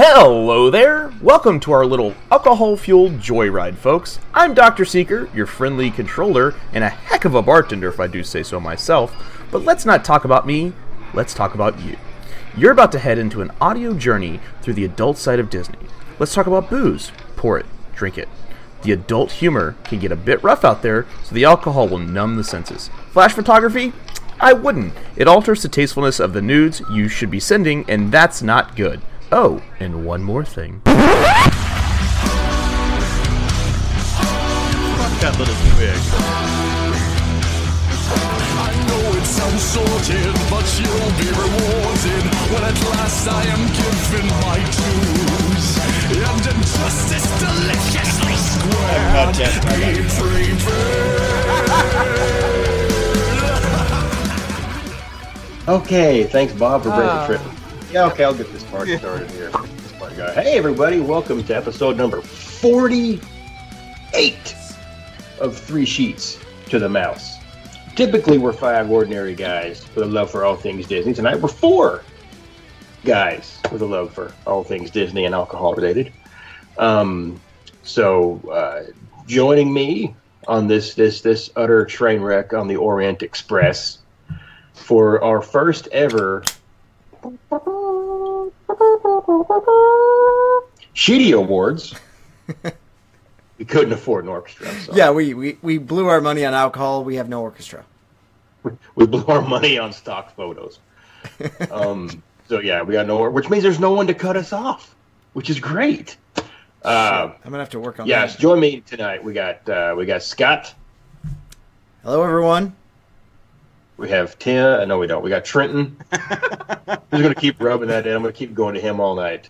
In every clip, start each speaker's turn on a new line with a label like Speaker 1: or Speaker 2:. Speaker 1: Hello there! Welcome to our little alcohol fueled joyride, folks. I'm Dr. Seeker, your friendly controller, and a heck of a bartender if I do say so myself. But let's not talk about me, let's talk about you. You're about to head into an audio journey through the adult side of Disney. Let's talk about booze. Pour it, drink it. The adult humor can get a bit rough out there, so the alcohol will numb the senses. Flash photography? I wouldn't. It alters the tastefulness of the nudes you should be sending, and that's not good. Oh, and one more thing.
Speaker 2: Uh,
Speaker 3: that little twig.
Speaker 4: I know it sounds sorted, but you'll be rewarded when at last I am given my dues. And injustice deliciously squared.
Speaker 3: not dead, by the
Speaker 4: Be prepared.
Speaker 5: Okay, thanks Bob for bringing the trip. Yeah, okay, I'll get this part started here. This part going. Hey everybody, welcome to episode number forty-eight of Three Sheets to the Mouse. Typically, we're five ordinary guys with a love for all things Disney. Tonight, we're four guys with a love for all things Disney and alcohol related. Um, so, uh, joining me on this this this utter train wreck on the Orient Express for our first ever Sheedy Awards. we couldn't afford an orchestra. so
Speaker 6: Yeah, we, we, we blew our money on alcohol. We have no orchestra.
Speaker 5: We blew our money on stock photos. um, so yeah, we got no, which means there's no one to cut us off, which is great. Uh,
Speaker 6: I'm gonna have to work on
Speaker 5: yes,
Speaker 6: that.
Speaker 5: join me tonight. We got uh, we got Scott.
Speaker 6: Hello, everyone.
Speaker 5: We have Tia. Uh, No, we don't. We got Trenton. I'm just gonna keep rubbing that in. I'm gonna keep going to him all night.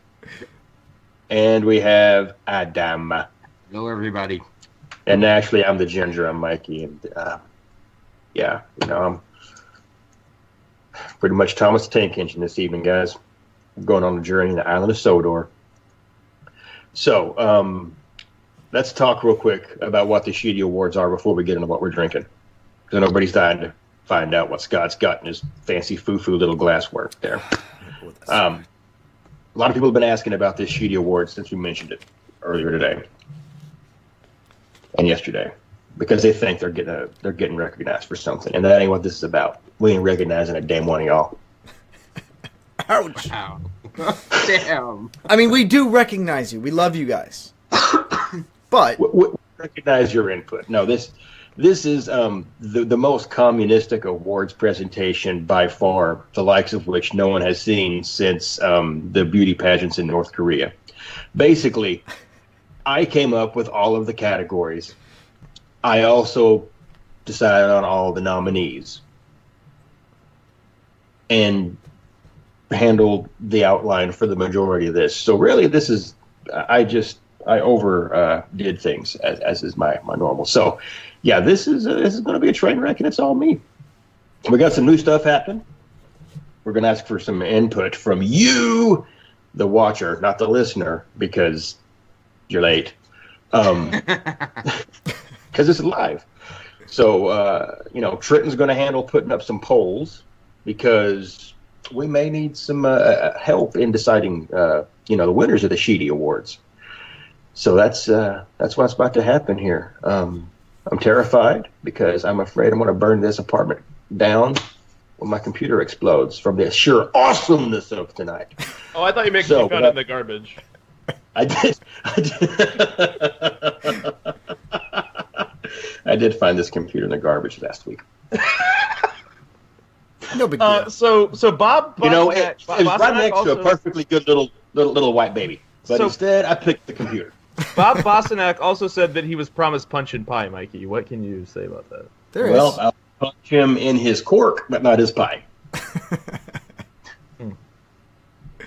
Speaker 5: And we have Adam.
Speaker 7: Hello, everybody.
Speaker 5: And actually, I'm the ginger. I'm Mikey, and uh, yeah, you know, I'm pretty much Thomas the Tank Engine this evening, guys. going on a journey in the island of Sodor. So, um, let's talk real quick about what the Sheedy Awards are before we get into what we're drinking, because nobody's dying to find out what Scott's got in his fancy foo-foo little glassware there. Um, a lot of people have been asking about this Sheedy Award since we mentioned it earlier today and yesterday because they think they're getting a, they're getting recognized for something, and that ain't what this is about. We ain't recognizing a damn one of y'all.
Speaker 6: Ouch.
Speaker 7: Ow. Damn.
Speaker 6: I mean, we do recognize you. We love you guys. But
Speaker 5: We, we recognize your input. No, this this is um, the the most communistic awards presentation by far, the likes of which no one has seen since um, the beauty pageants in North Korea. Basically, I came up with all of the categories. I also decided on all the nominees and handled the outline for the majority of this. So really, this is I just I over uh, did things as, as is my my normal. So yeah, this is uh, this is going to be a train wreck, and it's all me. We got some new stuff happening. We're going to ask for some input from you, the watcher, not the listener, because you're late. Um, because it's live. So uh, you know, Trenton's going to handle putting up some polls because we may need some uh, help in deciding, uh, you know, the winners of the Sheedy Awards. So that's uh, that's what's about to happen here. Um, I'm terrified because I'm afraid I'm going to burn this apartment down when my computer explodes from the sheer awesomeness of tonight.
Speaker 2: Oh, I thought you meant
Speaker 5: So,
Speaker 2: 'cause you found
Speaker 5: but-
Speaker 2: it in the garbage.
Speaker 5: I did. I did. I did find this computer in the garbage last week.
Speaker 6: no big deal.
Speaker 2: Uh, so, so Bob, Bob
Speaker 5: you know,
Speaker 2: Bob-
Speaker 5: it, it
Speaker 2: Bob
Speaker 5: was right
Speaker 2: Bosnack
Speaker 5: next to
Speaker 2: also,
Speaker 5: a perfectly good little little, little white baby. But
Speaker 2: So-
Speaker 5: instead, I picked the computer.
Speaker 2: Bob Bosanek also said that he was promised punch and pie, Mikey. What can you say about that?
Speaker 6: there is.
Speaker 5: Well, uh, I'll punch him in his cork, but not his pie.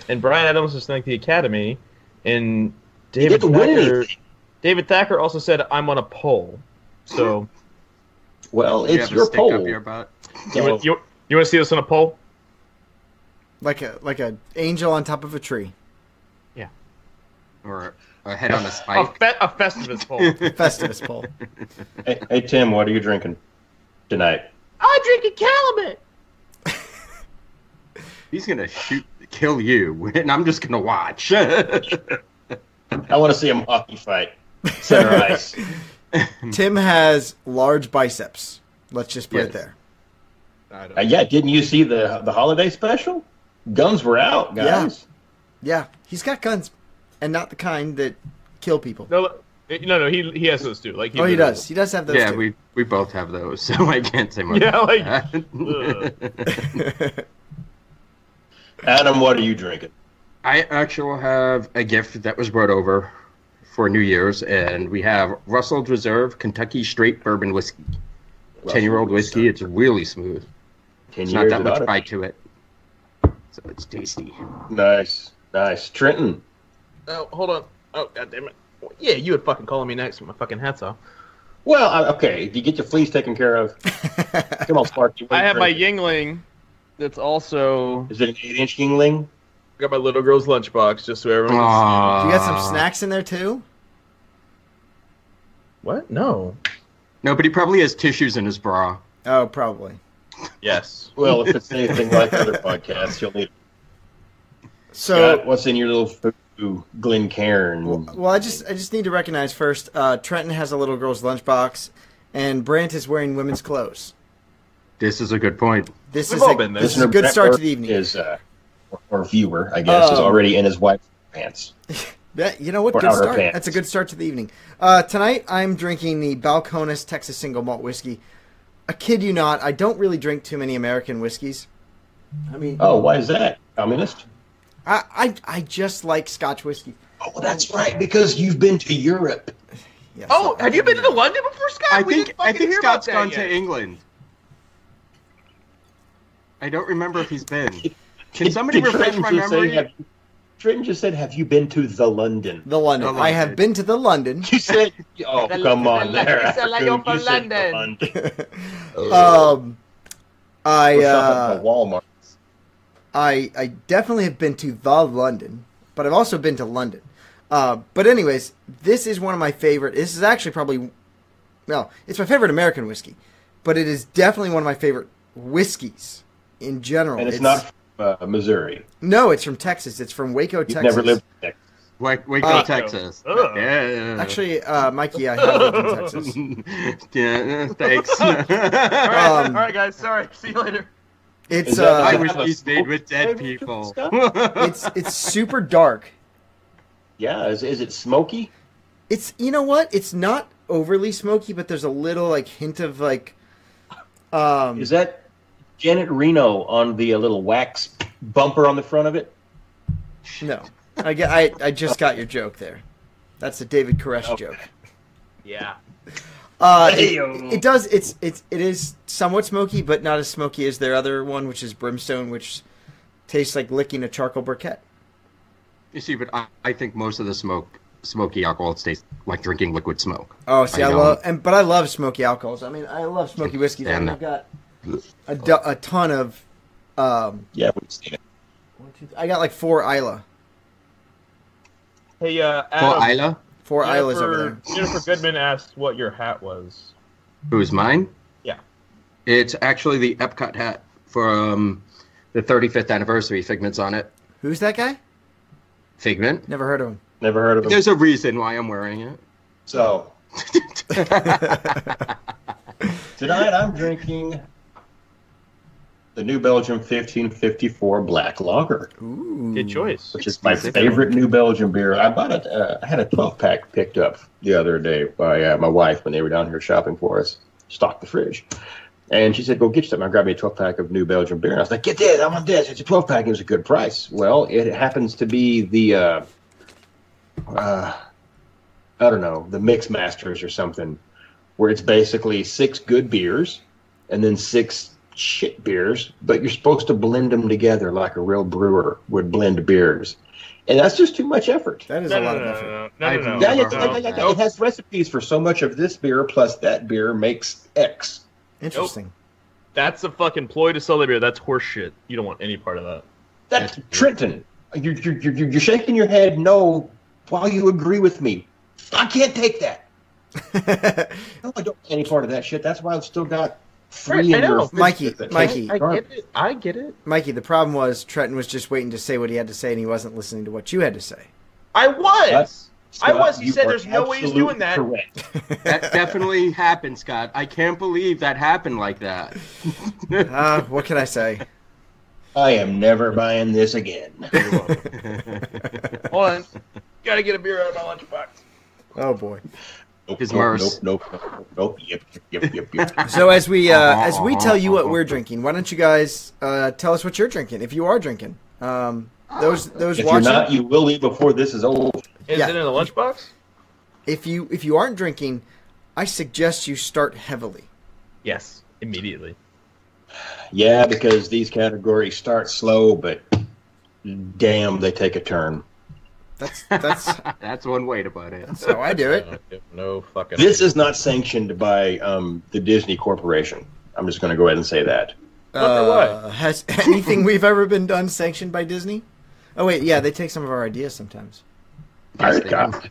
Speaker 2: And Brian Adams was thank the Academy, and
Speaker 5: He
Speaker 2: David
Speaker 5: didn't win
Speaker 2: Thacker.
Speaker 5: anything.
Speaker 2: David Thacker also said, "I'm on a poll." So,
Speaker 5: Well,
Speaker 7: You
Speaker 5: it's
Speaker 7: have a
Speaker 5: your
Speaker 7: stick
Speaker 5: poll.
Speaker 7: Up your butt.
Speaker 2: you,
Speaker 5: So,
Speaker 2: want- you, you want to see us on a poll?
Speaker 6: like a like an angel on top of a tree.
Speaker 7: Or a head on a
Speaker 2: A,
Speaker 7: spike.
Speaker 2: fe- a Festivus poll.
Speaker 6: Festivus pole.
Speaker 5: hey, hey, Tim, what are you drinking tonight?
Speaker 2: I drink a Calumet.
Speaker 7: He's going to shoot the kill you, and I'm just gonna watch.
Speaker 5: I want to see him hockey fight. Center ice.
Speaker 6: Tim has large biceps. Let's just put it
Speaker 7: Yes.
Speaker 6: there.
Speaker 2: I don't
Speaker 5: Uh, yeah, didn't you see the the holiday special? Guns were out, guys.
Speaker 6: Yeah, he's got guns, and not the kind that kill people.
Speaker 2: No, no, no. He he has those too. Like
Speaker 6: oh, he
Speaker 2: literally-
Speaker 6: does. He does have those.
Speaker 7: yeah,
Speaker 6: too.
Speaker 7: we we both have those, so I can't say much.
Speaker 2: Yeah, like,
Speaker 7: about that.
Speaker 5: Adam, what are you drinking?
Speaker 7: I actually have a gift that was brought over for New Year's, and we have Russell's Reserve Kentucky Straight Bourbon Whiskey. Ten year old whiskey. It's really smooth.
Speaker 5: Ten years
Speaker 7: It's not that much
Speaker 5: without it.
Speaker 7: bite to it, so it's tasty.
Speaker 5: Nice, nice. Trenton,
Speaker 2: Oh, hold on. Oh, god damn it. Yeah, you would fucking call me next with my fucking hat's off.
Speaker 5: Well, I- okay. If you get your fleas taken care of, come on, Sparky.
Speaker 2: I have my
Speaker 5: Is
Speaker 2: Yingling. That's also
Speaker 5: it an eight-inch Yingling?
Speaker 2: got my little girl's lunchbox, just so everyone. Can see.
Speaker 6: You
Speaker 7: you
Speaker 6: got some snacks in there too.
Speaker 2: What? No.
Speaker 7: No, but he probably has tissues in his bra.
Speaker 6: Oh, probably.
Speaker 2: Yes.
Speaker 5: Well, if it's anything like other podcasts, you'll need.
Speaker 6: So,
Speaker 5: Scott, what's in your little foo Glen Cairn?
Speaker 6: well, I just I just need to recognize first. Uh, Trenton has a little girl's lunchbox, and Brant is wearing women's clothes.
Speaker 7: This is a good point.
Speaker 6: This
Speaker 2: We've
Speaker 6: is
Speaker 2: all
Speaker 6: a,
Speaker 2: been there.
Speaker 6: this is a
Speaker 5: Listener
Speaker 6: good
Speaker 5: Brett
Speaker 6: start to
Speaker 5: Burke
Speaker 6: the evening.
Speaker 5: Is uh, or- or viewer, I guess, is
Speaker 6: Um,
Speaker 5: already in his wife's pants.
Speaker 6: That, you know what?
Speaker 5: Or
Speaker 6: Good
Speaker 5: outer
Speaker 6: start.
Speaker 5: pants.
Speaker 6: That's a good start to the evening. Uh, tonight, I'm drinking the Balcones Texas Single Malt Whiskey. I kid you not, I don't really drink too many American whiskeys. I mean,
Speaker 5: Oh, why is that? Communist?
Speaker 6: I, I, I just like Scotch whiskey.
Speaker 5: Oh, that's right, because you've been to Europe.
Speaker 6: Yes.
Speaker 2: Oh, have you been to London before, Scott?
Speaker 7: I
Speaker 2: We
Speaker 7: think
Speaker 2: didn't
Speaker 7: I
Speaker 2: fucking
Speaker 7: think
Speaker 2: hear about
Speaker 7: Scott's
Speaker 2: that
Speaker 7: gone
Speaker 2: yet.
Speaker 7: to England. I don't remember if he's been. Can somebody
Speaker 5: Did
Speaker 7: refresh
Speaker 5: Trenton
Speaker 7: my
Speaker 5: just say,
Speaker 7: memory?
Speaker 5: have you- Trenton just said, "Have you been to the London?"
Speaker 6: the London.
Speaker 7: The
Speaker 6: I have
Speaker 7: London.
Speaker 6: been to the London.
Speaker 5: You said, "Oh,
Speaker 2: The-
Speaker 5: come
Speaker 2: the-
Speaker 5: on,
Speaker 2: the-
Speaker 5: there."
Speaker 2: it's a
Speaker 5: Afternoon.
Speaker 2: lion from
Speaker 5: You said the
Speaker 2: London.
Speaker 5: London.
Speaker 6: Um, I,
Speaker 5: Or
Speaker 6: uh,
Speaker 5: something, the Walmart.
Speaker 6: I, I definitely have been to the London, but I've also been to London. Uh, but anyways, this is one of my favorite. This is actually probably, no, it's my favorite American whiskey, but it is definitely one of my favorite whiskeys in general.
Speaker 5: And it's, not from, uh, Missouri.
Speaker 6: No, it's from Texas. It's from Waco,
Speaker 5: You've
Speaker 6: Texas.
Speaker 5: never lived in Texas.
Speaker 7: Wa- Waco,
Speaker 6: Uh,
Speaker 7: Texas.
Speaker 2: Ugh.
Speaker 7: Yeah.
Speaker 6: Actually, uh, Mikey, I have lived in Texas.
Speaker 7: yeah, thanks.
Speaker 2: All right,
Speaker 6: Um,
Speaker 2: all right, guys. Sorry. See you later.
Speaker 6: It's
Speaker 5: Is that-
Speaker 7: I
Speaker 6: uh,
Speaker 7: wish you stayed with dead people.
Speaker 6: it's it's super dark.
Speaker 5: Yeah, is, is it smoky?
Speaker 6: It's you know what? It's not overly smoky, but there's a little like hint of like um
Speaker 5: Is that Janet Reno on the uh, little wax bumper on the front of it?
Speaker 6: no. I get I, I just got your joke there. That's a David Koresh joke.
Speaker 2: Yeah.
Speaker 6: Uh, it,
Speaker 5: Hey-o.
Speaker 6: it does. It's it's it is somewhat smoky, but not as smoky as their other one, which is brimstone, which tastes like licking a charcoal briquette.
Speaker 7: You see, but I, I think most of the smoke, smoky alcohol tastes like drinking liquid smoke.
Speaker 6: Oh, see, I,
Speaker 7: I know.
Speaker 6: love and but I love smoky alcohols. I mean, I love smoky whiskeys.
Speaker 7: Damn
Speaker 6: and
Speaker 7: it.
Speaker 6: I've got a, du- a ton of. Um,
Speaker 5: Yeah, we've seen it.
Speaker 6: one, two, th- I got like four Isla,
Speaker 2: Hey, uh,
Speaker 7: Well,
Speaker 2: Adam.
Speaker 7: Isla,
Speaker 6: four Islas
Speaker 2: Jennifer,
Speaker 6: over there.
Speaker 2: Jennifer Goodman asked what your hat was.
Speaker 7: who's mine?
Speaker 2: Yeah.
Speaker 7: It's actually the Epcot hat from the 35th anniversary. Figment's on it.
Speaker 6: Who's that guy?
Speaker 7: Figment.
Speaker 6: Never heard of him.
Speaker 5: Never heard of him.
Speaker 7: There's a reason why I'm wearing it.
Speaker 5: So tonight I'm drinking the New Belgium 1554 Black Lager,
Speaker 6: Ooh,
Speaker 2: Good choice.
Speaker 5: which is my favorite New Belgium beer. I bought it. Uh, I had a 12 pack picked up the other day by uh, my wife when they were down here shopping for us. Stocked the fridge. And she said, "Go get you something." I grabbed me a 12 pack of New Belgium beer, and I was like, "Get that! I want this. It's a 12 pack. It was a good price." Well, it happens to be the, uh, uh, I don't know, the Mix Masters or something, where it's basically six good beers and then six shit beers, but you're supposed to blend them together like a real brewer would blend beers, and that's just too much effort.
Speaker 6: That is
Speaker 2: No,
Speaker 6: a
Speaker 2: no,
Speaker 6: lot
Speaker 2: no,
Speaker 6: of
Speaker 2: no,
Speaker 6: effort.
Speaker 2: no, no,
Speaker 7: I've
Speaker 2: no, no,
Speaker 5: Yeah, yeah,
Speaker 7: never
Speaker 2: no,
Speaker 5: yeah, yeah,
Speaker 2: no.
Speaker 5: yeah,
Speaker 2: Nope.
Speaker 5: It has recipes for so much of this beer plus that beer makes X.
Speaker 6: Interesting.
Speaker 2: That's a fucking ploy to sell the beer. That's horse shit. You don't want any part of that.
Speaker 5: That Trenton, you're, you're, you're, you're shaking your head no while you agree with me. I can't take that. No, I don't want any part of that shit. That's why I've still got three
Speaker 2: I
Speaker 5: in
Speaker 2: know.
Speaker 5: your
Speaker 6: Mikey, Mikey,
Speaker 2: I get it. I get it.
Speaker 6: Mikey. The problem was Trenton was just waiting to say what he had to say, and he wasn't listening to what you had to say.
Speaker 2: I was.
Speaker 5: That's-
Speaker 2: I was. He
Speaker 5: you
Speaker 2: said
Speaker 5: are
Speaker 2: there's no way he's doing that.
Speaker 5: absolutely Correct.
Speaker 7: That definitely happened, Scott. I can't believe that happened like that.
Speaker 6: Ah, what can I say?
Speaker 5: I am never buying this again.
Speaker 2: Hold on. Gotta get a beer out of my lunchbox.
Speaker 6: Oh boy.
Speaker 5: Nope,
Speaker 7: His
Speaker 5: nope, nope,
Speaker 7: Mars.
Speaker 5: nope, nope, nope, yep, yep, yep, yep.
Speaker 6: So as we uh, as we tell you what we're drinking, why don't you guys uh, tell us what you're drinking if you are drinking? Um, those those
Speaker 5: if you're
Speaker 6: watching,
Speaker 5: not, you will leave before this is over.
Speaker 2: Is
Speaker 6: Yeah.
Speaker 2: it in the lunchbox?
Speaker 6: if you if you aren't drinking, I suggest you start heavily.
Speaker 2: Yes, immediately.
Speaker 5: Yeah, because these categories start slow, but damn, they take a turn.
Speaker 6: That's that's
Speaker 7: That's one way to put it.
Speaker 6: how I do it.
Speaker 2: No fucking.
Speaker 5: This is not sanctioned by um, the Disney Corporation. I'm just going to go ahead and say that.
Speaker 2: Wonder
Speaker 6: Uh, has anything we've ever been done sanctioned by Disney? Oh wait, yeah, they take some of our ideas sometimes.
Speaker 5: Pirate Cop.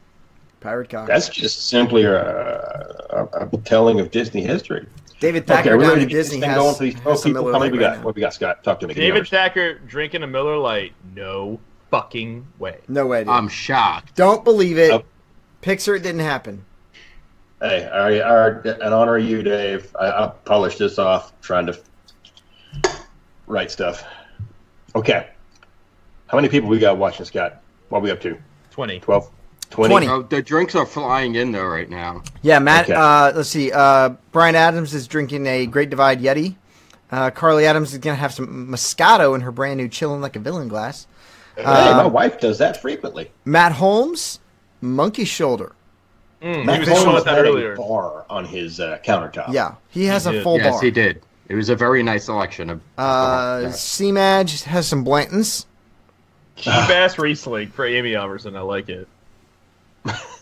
Speaker 6: Pirate cock.
Speaker 5: That's just simply a, a, a telling of Disney history.
Speaker 6: David Thacker
Speaker 5: we're
Speaker 6: down
Speaker 5: ready
Speaker 6: at
Speaker 5: to get this
Speaker 6: Disney
Speaker 5: thing
Speaker 6: has,
Speaker 5: going for these
Speaker 6: has
Speaker 5: 12
Speaker 6: some
Speaker 5: people.
Speaker 6: Miller
Speaker 5: How many
Speaker 6: Lite
Speaker 5: we
Speaker 6: right
Speaker 5: got?
Speaker 6: now.
Speaker 5: What we got, Scott? Talk to me.
Speaker 2: David
Speaker 5: Numbers.
Speaker 2: Thacker drinking a Miller Lite. No fucking way.
Speaker 6: No way, dude.
Speaker 7: I'm shocked.
Speaker 6: Don't believe it.
Speaker 5: Oh.
Speaker 6: Picture it didn't happen.
Speaker 5: Hey, I, I, in honor of you, Dave, I, I'll polish this off trying to write stuff. Okay. How many people we got watching, Scott? What are we up to?
Speaker 2: Twenty.
Speaker 5: 12? 20?
Speaker 6: 20.
Speaker 7: Oh, the drinks are flying in there right now.
Speaker 6: Yeah, Matt.
Speaker 5: Okay.
Speaker 6: Uh, let's see. Uh, Brian Adams is drinking a Great Divide Yeti. Uh, Carly Adams is gonna have some Moscato in her brand new "Chilling Like a Villain" glass.
Speaker 5: hey, my
Speaker 6: Uh,
Speaker 5: wife does that frequently.
Speaker 6: Matt Holmes, Monkey Shoulder.
Speaker 2: Mm,
Speaker 5: Matt
Speaker 2: he was
Speaker 5: Coleman
Speaker 2: talking about
Speaker 5: had a
Speaker 2: that earlier.
Speaker 5: bar on his uh, countertop.
Speaker 6: Yeah, he has a
Speaker 2: did.
Speaker 6: full
Speaker 7: yes,
Speaker 6: bar.
Speaker 7: he did. It was a very nice selection of.
Speaker 6: Uh, C Madge has some Blantons.
Speaker 2: Cheap ass Riesling for Amy Iverson. I like it.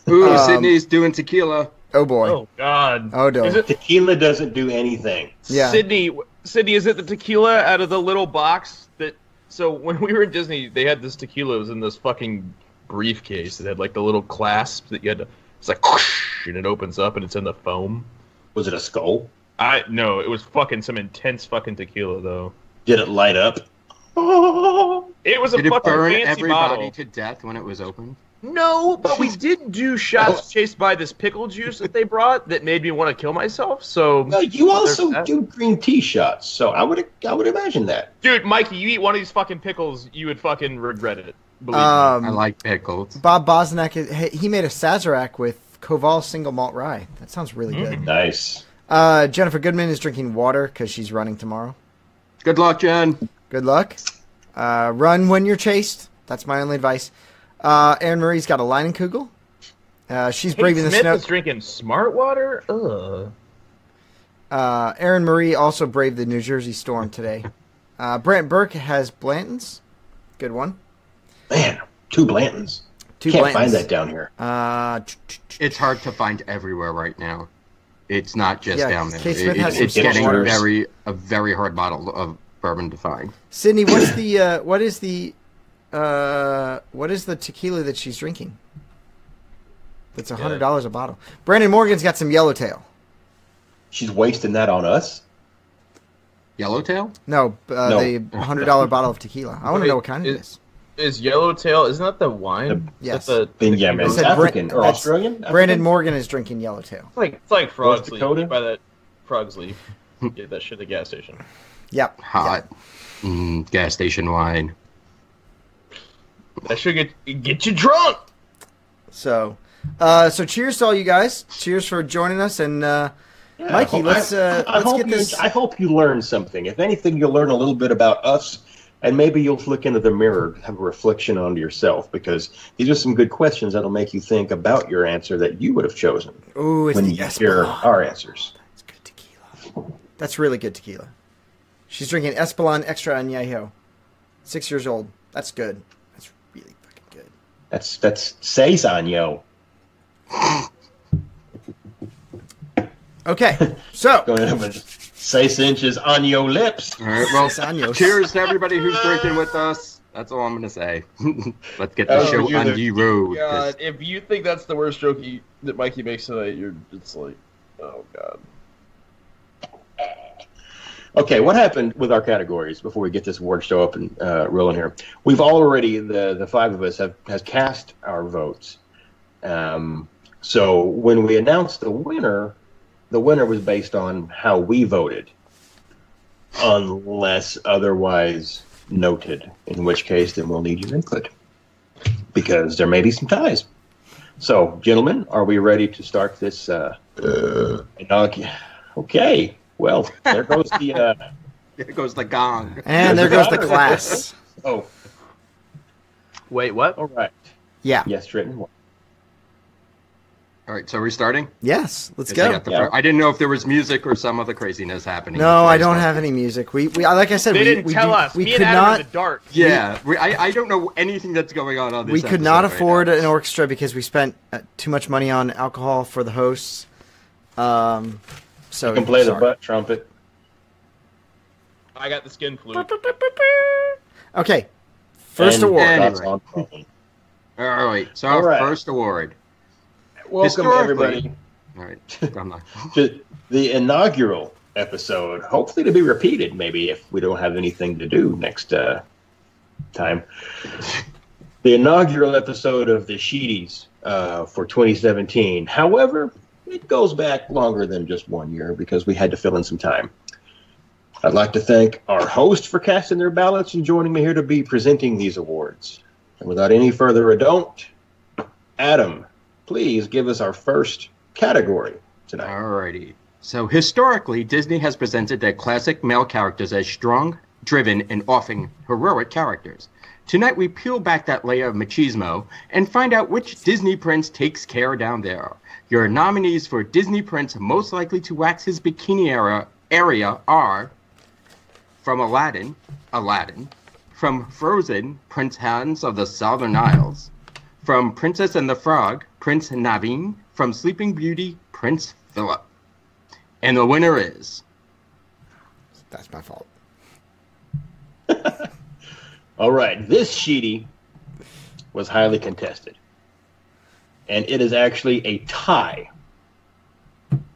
Speaker 7: Ooh,
Speaker 6: um,
Speaker 7: Sydney's doing tequila.
Speaker 6: Oh boy.
Speaker 2: Oh God.
Speaker 6: Oh, no.
Speaker 2: Is it
Speaker 5: Tequila doesn't do anything.
Speaker 6: Yeah.
Speaker 2: Sydney? Sydney, is it the tequila out of the little box that? So when we were in Disney, they had this tequila it was in this fucking briefcase that had like the little clasp that you had to. It's like whoosh, and it opens up and it's in the foam.
Speaker 5: Was it a skull?
Speaker 2: I no, it was fucking some intense fucking tequila though.
Speaker 5: Did it light up?
Speaker 2: It was a
Speaker 7: Did it
Speaker 2: fucking
Speaker 7: burn
Speaker 2: fancy
Speaker 7: everybody
Speaker 2: bottle.
Speaker 7: to death when it was opened?
Speaker 2: No, but we did do shots chased by this pickle juice that they brought that made me want to kill myself. So,
Speaker 5: No, you also
Speaker 2: that.
Speaker 5: do green tea shots, so I would I would imagine that.
Speaker 2: dude, Mikey, you eat one of these fucking pickles, you would fucking regret it. Believe
Speaker 6: Um,
Speaker 7: I like pickles.
Speaker 6: Bob Bosnack, is- he- he made a Sazerac with Koval single malt rye. That sounds really good.
Speaker 5: Nice.
Speaker 6: Uh, Jennifer Goodman is drinking water because she's running tomorrow.
Speaker 7: Good luck, Jen.
Speaker 6: Good luck. Uh, run when you're chased. That's my only advice. Uh, Aaron Marie's got a Leinenkugel. Uh, she's
Speaker 2: me.
Speaker 6: braving the
Speaker 2: Kate Smith
Speaker 6: snow.
Speaker 2: is drinking smart water. Ugh.
Speaker 6: Uh, Aaron Marie also braved the New Jersey storm today. Uh, Brant Burke has Blantons. Good one.
Speaker 5: Man, two Blantons.
Speaker 6: Two
Speaker 5: Can't
Speaker 6: Blantons.
Speaker 5: find that down here.
Speaker 6: Uh, t- t- t-
Speaker 7: It's hard to find everywhere right now. It's not just
Speaker 6: Yeah,
Speaker 7: down there.
Speaker 6: Kate
Speaker 7: It-
Speaker 6: Smith has
Speaker 7: it's
Speaker 6: some
Speaker 7: it's getting
Speaker 5: skateboarders.
Speaker 7: very a very hard bottle of bourbon to find.
Speaker 6: Sydney, what's the uh, what is the uh, what is the tequila that she's drinking? That's hundred dollars a bottle. Brandon Morgan's got some yellowtail.
Speaker 5: She's wasting that on us.
Speaker 7: Yellowtail?
Speaker 6: No, uh,
Speaker 5: No.
Speaker 6: the hundred dollar bottle of tequila. I want to
Speaker 2: Wait,
Speaker 6: know what kind it
Speaker 2: is-
Speaker 6: is.
Speaker 2: Is yellowtail? Isn't that the wine?
Speaker 6: Yes.
Speaker 2: That's
Speaker 5: Then yeah, man,
Speaker 6: I
Speaker 5: it's
Speaker 6: said Bran-
Speaker 5: African or
Speaker 6: that's-
Speaker 5: Australian.
Speaker 6: Brandon
Speaker 5: African?
Speaker 6: Morgan is drinking yellowtail.
Speaker 2: like it's like
Speaker 5: North
Speaker 2: frogs leaf
Speaker 5: Dakota?
Speaker 2: by that frogs leaf. Get that shit at the gas station.
Speaker 6: Yep.
Speaker 7: Hot. Mm, gas station wine.
Speaker 2: That should get get you drunk.
Speaker 6: So, uh, so cheers to all you guys. Cheers for joining us and uh,
Speaker 5: Yeah, I
Speaker 6: Mikey.
Speaker 5: hope-
Speaker 6: Let's
Speaker 5: I-
Speaker 6: uh,
Speaker 5: I
Speaker 6: let's
Speaker 5: hope
Speaker 6: get
Speaker 5: you-
Speaker 6: this.
Speaker 5: I hope you learn something. If anything, you'll learn a little bit about us, and maybe you'll look into the mirror, to have a reflection onto yourself, because these are some good questions that'll make you think about your answer that you would have chosen
Speaker 6: Ooh, it's
Speaker 5: when
Speaker 6: the
Speaker 5: you hear
Speaker 6: Espelon.
Speaker 5: our answers.
Speaker 6: It's good tequila. That's really good tequila. She's drinking Espelon Extra Añejo. Six years old. That's good. That's really fucking good.
Speaker 5: That's that's saison, yo.
Speaker 6: Okay, so
Speaker 5: Going up with six inches on your lips.
Speaker 7: All right, well,
Speaker 6: Sanos.
Speaker 7: cheers to everybody who's drinking with us. That's all I'm going to say. Let's get the
Speaker 2: Oh,
Speaker 7: show
Speaker 2: you
Speaker 7: on
Speaker 2: there.
Speaker 7: the road. 'cause
Speaker 2: God, if you think that's the worst joke you, that Mikey makes tonight, you're it's like, oh god.
Speaker 5: Okay, what happened with our categories before we get this award show up and uh, rolling here? We've already the the five of us have has cast our votes. Um, so when we announced the winner, the winner was based on how we voted, unless otherwise noted. In which case, then we'll need your input because there may be some ties. So, gentlemen, are we ready to start this? Uh, inaug- okay. Well, there goes the. Uh,
Speaker 7: There goes the gong.
Speaker 6: And there goes the class.
Speaker 5: oh,
Speaker 2: Wait, what?
Speaker 5: all right.
Speaker 6: Yeah.
Speaker 5: Yes, written.
Speaker 7: All right, so we're starting.
Speaker 6: Yes. Let's
Speaker 7: Yes, I
Speaker 6: go.
Speaker 7: got the
Speaker 5: Yeah.
Speaker 7: fir- I didn't know if there was music or some other craziness happening.
Speaker 6: No, I don't have any music. We, we like I said,
Speaker 2: They
Speaker 6: we,
Speaker 2: didn't
Speaker 6: we
Speaker 2: tell
Speaker 6: do-
Speaker 2: us.
Speaker 6: We
Speaker 2: Me
Speaker 6: could
Speaker 2: and Adam are
Speaker 6: not.
Speaker 2: in the dark.
Speaker 7: Yeah, we, I, I don't know anything that's going on on this.
Speaker 6: We could not
Speaker 7: episode right
Speaker 6: afford
Speaker 7: now.
Speaker 6: an orchestra because we spent uh, too much money on alcohol for the hosts. Um, so
Speaker 5: You can play the
Speaker 6: sorry.
Speaker 5: butt trumpet.
Speaker 2: I got the skin flu.
Speaker 6: Okay.
Speaker 5: And
Speaker 6: First
Speaker 5: eh.
Speaker 6: award.
Speaker 5: that's
Speaker 7: Anyway.
Speaker 5: on phone.
Speaker 7: All right, so
Speaker 5: All
Speaker 7: our
Speaker 5: right.
Speaker 7: first award.
Speaker 5: Welcome,
Speaker 7: Historically-
Speaker 5: everybody,
Speaker 7: All right, I'm not.
Speaker 5: to the inaugural episode. Hopefully, to be repeated, maybe, if we don't have anything to do next uh, time. The inaugural episode of the Sheeties uh, for 2017. However, it goes back longer than just one year because we had to fill in some time. I'd like to thank our host for casting their ballots and joining me here to be presenting these awards. And without any further ado, Adam, please give us our first category tonight.
Speaker 7: Alrighty. So historically, Disney has presented their classic male characters as strong, driven, and often heroic characters. Tonight, we peel back that layer of machismo and find out which Disney prince takes care down there. Your nominees for Disney prince most likely to wax his bikini era area are from Aladdin, Aladdin, from Frozen, Prince Hans of the Southern Isles, from Princess and the Frog, Prince Naveen. From Sleeping Beauty, Prince Philip. And the winner is.
Speaker 6: That's my fault.
Speaker 5: All right, this Sheedy was highly contested. And it is actually a tie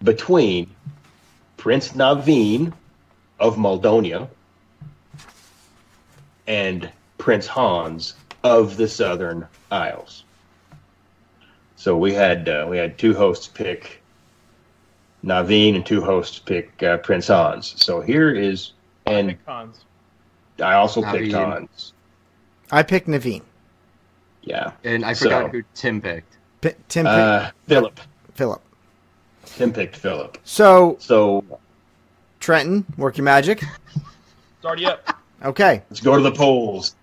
Speaker 5: between Prince Naveen of Maldonia and Prince Hans of the Southern Isles. So we had uh, we had two hosts pick Naveen and two hosts pick uh, Prince Hans. So here is and
Speaker 2: Icons.
Speaker 5: I also picked
Speaker 7: Naveen.
Speaker 5: Hans.
Speaker 6: I picked Naveen.
Speaker 5: Yeah.
Speaker 7: And I
Speaker 5: So-
Speaker 7: forgot who Tim picked.
Speaker 6: P- Tim picked
Speaker 5: Uh, Philip.
Speaker 6: Philip.
Speaker 5: Tim picked Philip.
Speaker 6: So
Speaker 5: So
Speaker 6: Trenton, work your magic.
Speaker 2: It's already up.
Speaker 6: Okay.
Speaker 5: let's go to the polls.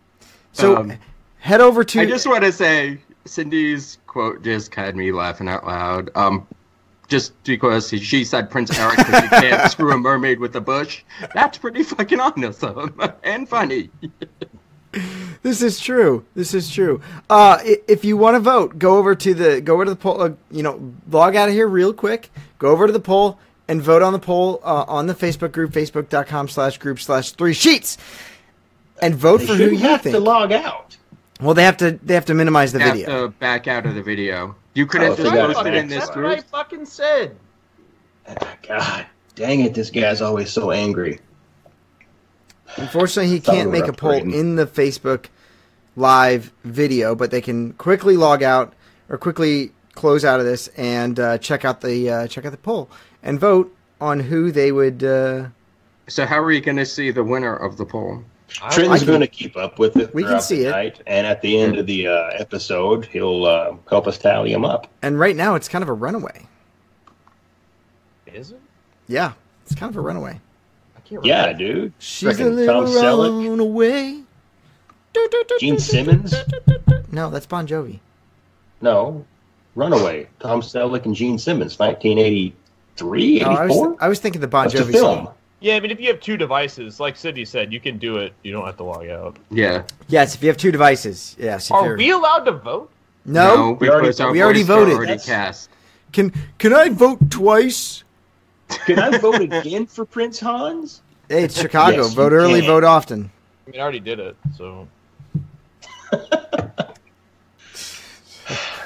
Speaker 6: So
Speaker 7: Um,
Speaker 6: head over to.
Speaker 7: I just want to say Cindy's quote just had me laughing out loud. Um, just because she said Prince Eric because you can't screw a mermaid with a bush. That's pretty fucking awesome and funny.
Speaker 6: This is true. This is true. Uh, i- if you want to vote, go over to the go over to the poll. Uh, you know, log out of here real quick. Go over to the poll and vote on the poll uh, on the Facebook group, facebook.com slash group slash three sheets, and vote
Speaker 5: They
Speaker 6: for who
Speaker 5: shouldn't
Speaker 6: you
Speaker 5: have
Speaker 6: think.
Speaker 5: to log out.
Speaker 6: well, they have to they have to minimize the
Speaker 7: Have
Speaker 6: video.
Speaker 7: to back out of the video. You could
Speaker 5: Oh,
Speaker 7: have
Speaker 5: so
Speaker 7: just
Speaker 5: you gotta
Speaker 7: posted
Speaker 5: back
Speaker 7: in this
Speaker 5: out.
Speaker 2: That's what I
Speaker 7: group.
Speaker 2: fucking said.
Speaker 5: God dang it! This guy's always so angry.
Speaker 6: Unfortunately, he
Speaker 5: Thought
Speaker 6: can't
Speaker 5: we were
Speaker 6: make a poll
Speaker 5: upgrading.
Speaker 6: in the Facebook live video, but they can quickly log out or quickly close out of this and uh, check out the uh, check out the poll and vote on who they would. Uh,
Speaker 7: So how are you going to see the winner of the poll?
Speaker 5: Trenton's
Speaker 6: I can-
Speaker 5: going to keep up with it.
Speaker 6: We can
Speaker 5: throughout
Speaker 6: see
Speaker 5: the
Speaker 6: it.
Speaker 5: night, and at the end of the uh, episode, he'll uh, help us tally him up.
Speaker 6: and right now, it's kind of a runaway.
Speaker 2: Is it?
Speaker 6: Yeah, it's kind of a runaway.
Speaker 2: I can't remember.
Speaker 5: Yeah, dude.
Speaker 6: She's a
Speaker 5: Frickin'
Speaker 6: little
Speaker 5: Tom Selleck,
Speaker 6: runaway.
Speaker 5: Gene Simmons.
Speaker 6: No, that's Bon Jovi.
Speaker 5: No, Runaway. Tom Selleck and Gene Simmons, 1983,
Speaker 6: No, I
Speaker 5: 84.
Speaker 6: was I was thinking the Bon
Speaker 5: That's a
Speaker 6: Jovi
Speaker 5: film.
Speaker 6: song.
Speaker 2: Yeah, I mean, if you have two devices, like Cindy said, you can do it. You don't have to log out.
Speaker 7: Yeah.
Speaker 6: Yes, if you have two devices. Yes. If
Speaker 2: Are
Speaker 6: you're-
Speaker 2: we allowed to vote?
Speaker 6: No.
Speaker 7: we
Speaker 5: already-
Speaker 7: already,
Speaker 6: Oh, we already voted.
Speaker 7: Already
Speaker 5: That's-
Speaker 7: cast.
Speaker 6: Can can I vote twice?
Speaker 5: Can I vote again for Prince Hans?
Speaker 6: Hey, it's Chicago.
Speaker 5: Yes, you
Speaker 6: vote early,
Speaker 5: can.
Speaker 6: vote often.
Speaker 2: I mean, I already did it, so.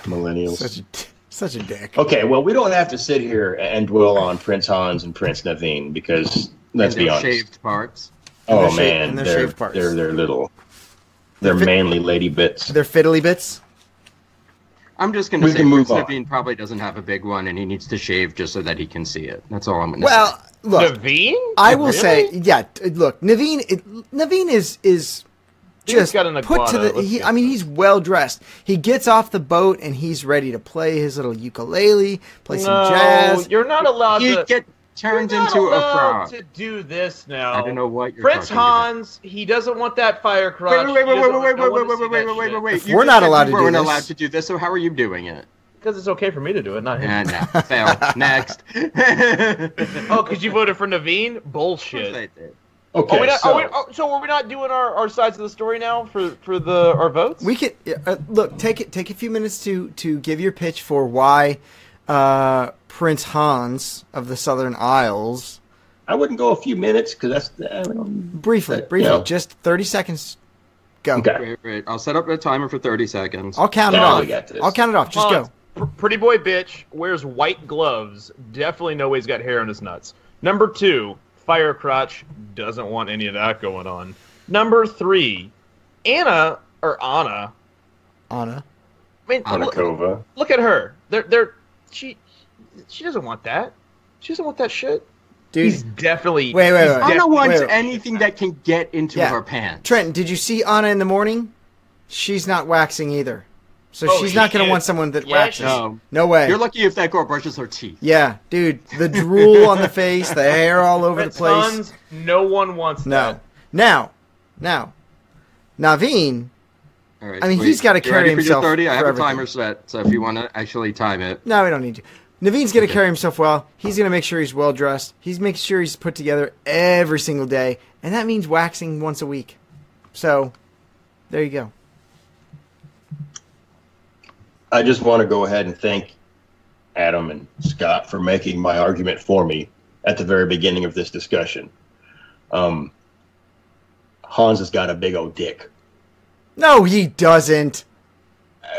Speaker 5: Millennials.
Speaker 6: Such a, such a dick.
Speaker 5: Okay, well, we don't have to sit here and dwell on Prince Hans and Prince Naveen because Let's
Speaker 7: and
Speaker 5: be
Speaker 7: their
Speaker 5: honest.
Speaker 7: shaved parts.
Speaker 6: their
Speaker 5: oh
Speaker 6: shaved-
Speaker 5: man,
Speaker 6: and their
Speaker 5: they're
Speaker 6: shaved parts.
Speaker 5: they're they're little, they're
Speaker 6: fit-
Speaker 5: manly lady bits.
Speaker 6: They're fiddly bits.
Speaker 7: I'm just going to
Speaker 5: We
Speaker 7: say
Speaker 5: can move
Speaker 7: Chris
Speaker 5: on.
Speaker 7: Levine probably doesn't have a big one, and he needs to shave just so that he can see it. That's all I'm going to say.
Speaker 6: Well, look,
Speaker 2: Naveen?
Speaker 6: I will
Speaker 2: Oh, Really?
Speaker 6: say, yeah. t- Look, Naveen, it, Naveen is is
Speaker 2: He's
Speaker 6: just
Speaker 2: got an
Speaker 6: put to
Speaker 2: iguana.
Speaker 6: the.
Speaker 2: Let's
Speaker 6: He,
Speaker 2: get
Speaker 6: I mean, he's well dressed. He gets off the boat and he's ready to play his little ukulele, play
Speaker 2: no,
Speaker 6: some jazz.
Speaker 2: you're not allowed
Speaker 7: you
Speaker 2: to.
Speaker 7: get
Speaker 2: you're
Speaker 7: turned
Speaker 2: not
Speaker 7: into a
Speaker 2: allowed
Speaker 7: frog.
Speaker 2: to do this now.
Speaker 7: I don't know what you're
Speaker 2: Prince
Speaker 7: talking about.
Speaker 2: Hans, he doesn't want that fire crotch.
Speaker 7: Wait, wait,
Speaker 2: He
Speaker 7: wait, wait,
Speaker 2: doesn't
Speaker 7: wait, wait, wait,
Speaker 2: want-
Speaker 7: wait, wait, wait, wait, wait, wait, wait.
Speaker 6: If we're not allowed to do
Speaker 7: we weren't
Speaker 6: this-
Speaker 7: allowed to do this, so how are you doing it?
Speaker 2: Because it's okay for me to do it, not him.
Speaker 7: And no, fail. Next. Of
Speaker 2: Oh, because you voted for Naveen?
Speaker 7: course
Speaker 2: Bullshit.
Speaker 7: I did.
Speaker 5: Okay,
Speaker 2: Are we not,
Speaker 5: so
Speaker 2: are we, oh, so are we not doing our, our sides of the story now for, for the our votes?
Speaker 6: We could yeah, uh, look take it take a few minutes to to give your pitch for why uh, Prince Hans of the Southern Isles
Speaker 5: I wouldn't go a few minutes because that's. I don't,
Speaker 6: briefly
Speaker 5: Uh,
Speaker 6: briefly
Speaker 5: yeah.
Speaker 6: just thirty seconds go.
Speaker 5: okay.
Speaker 7: Wait, wait. I'll set up a timer for 30 seconds.
Speaker 6: I'll count it
Speaker 5: Now
Speaker 6: off.
Speaker 5: we got this.
Speaker 6: I'll count it off. Just
Speaker 2: Hans,
Speaker 6: go.
Speaker 2: pr- pretty boy bitch wears white gloves. Definitely no way he's got hair on his nuts. Number two, fire crotch doesn't want any of that going on. Number three, Anna or Anna.
Speaker 6: Anna.
Speaker 2: I mean, look,
Speaker 5: Anakova.
Speaker 2: look at her. They're they're she she doesn't want that. She doesn't want that shit.
Speaker 6: Dude.
Speaker 2: He's definitely
Speaker 6: Wait, wait,
Speaker 2: he's
Speaker 6: wait.
Speaker 2: def-
Speaker 7: Anna wants
Speaker 6: wait.
Speaker 7: anything that can get into
Speaker 6: Yeah.
Speaker 7: her pants.
Speaker 6: Trenton, did you see Anna in the morning? She's not waxing either. So
Speaker 2: Oh,
Speaker 6: she's not going to
Speaker 2: shit.
Speaker 6: want someone that
Speaker 2: Yeah,
Speaker 6: waxes.
Speaker 7: No.
Speaker 6: No way.
Speaker 7: You're lucky if that girl brushes her teeth.
Speaker 6: yeah, dude, the drool on the face, the hair all over the
Speaker 2: Prince
Speaker 6: place.
Speaker 2: Hans, no one wants
Speaker 6: No.
Speaker 2: that.
Speaker 6: Now, now, Naveen,
Speaker 7: All right,
Speaker 6: I mean,
Speaker 7: sweet.
Speaker 6: he's gotta
Speaker 7: You
Speaker 6: carry
Speaker 7: ready for your
Speaker 6: himself
Speaker 7: 30? I
Speaker 6: for
Speaker 7: have a
Speaker 6: everything.
Speaker 7: timer set, so if you want to actually time it.
Speaker 6: no, we don't need you. Naveen's going to carry himself well. He's going to make sure he's well dressed. He's making sure he's put together every single day. And that means waxing once a week. So, there you go.
Speaker 5: I just want to go ahead and thank Adam and Scott for making my argument for me at the very beginning of this discussion. Um, Hans has got a big old dick.
Speaker 6: No, he doesn't.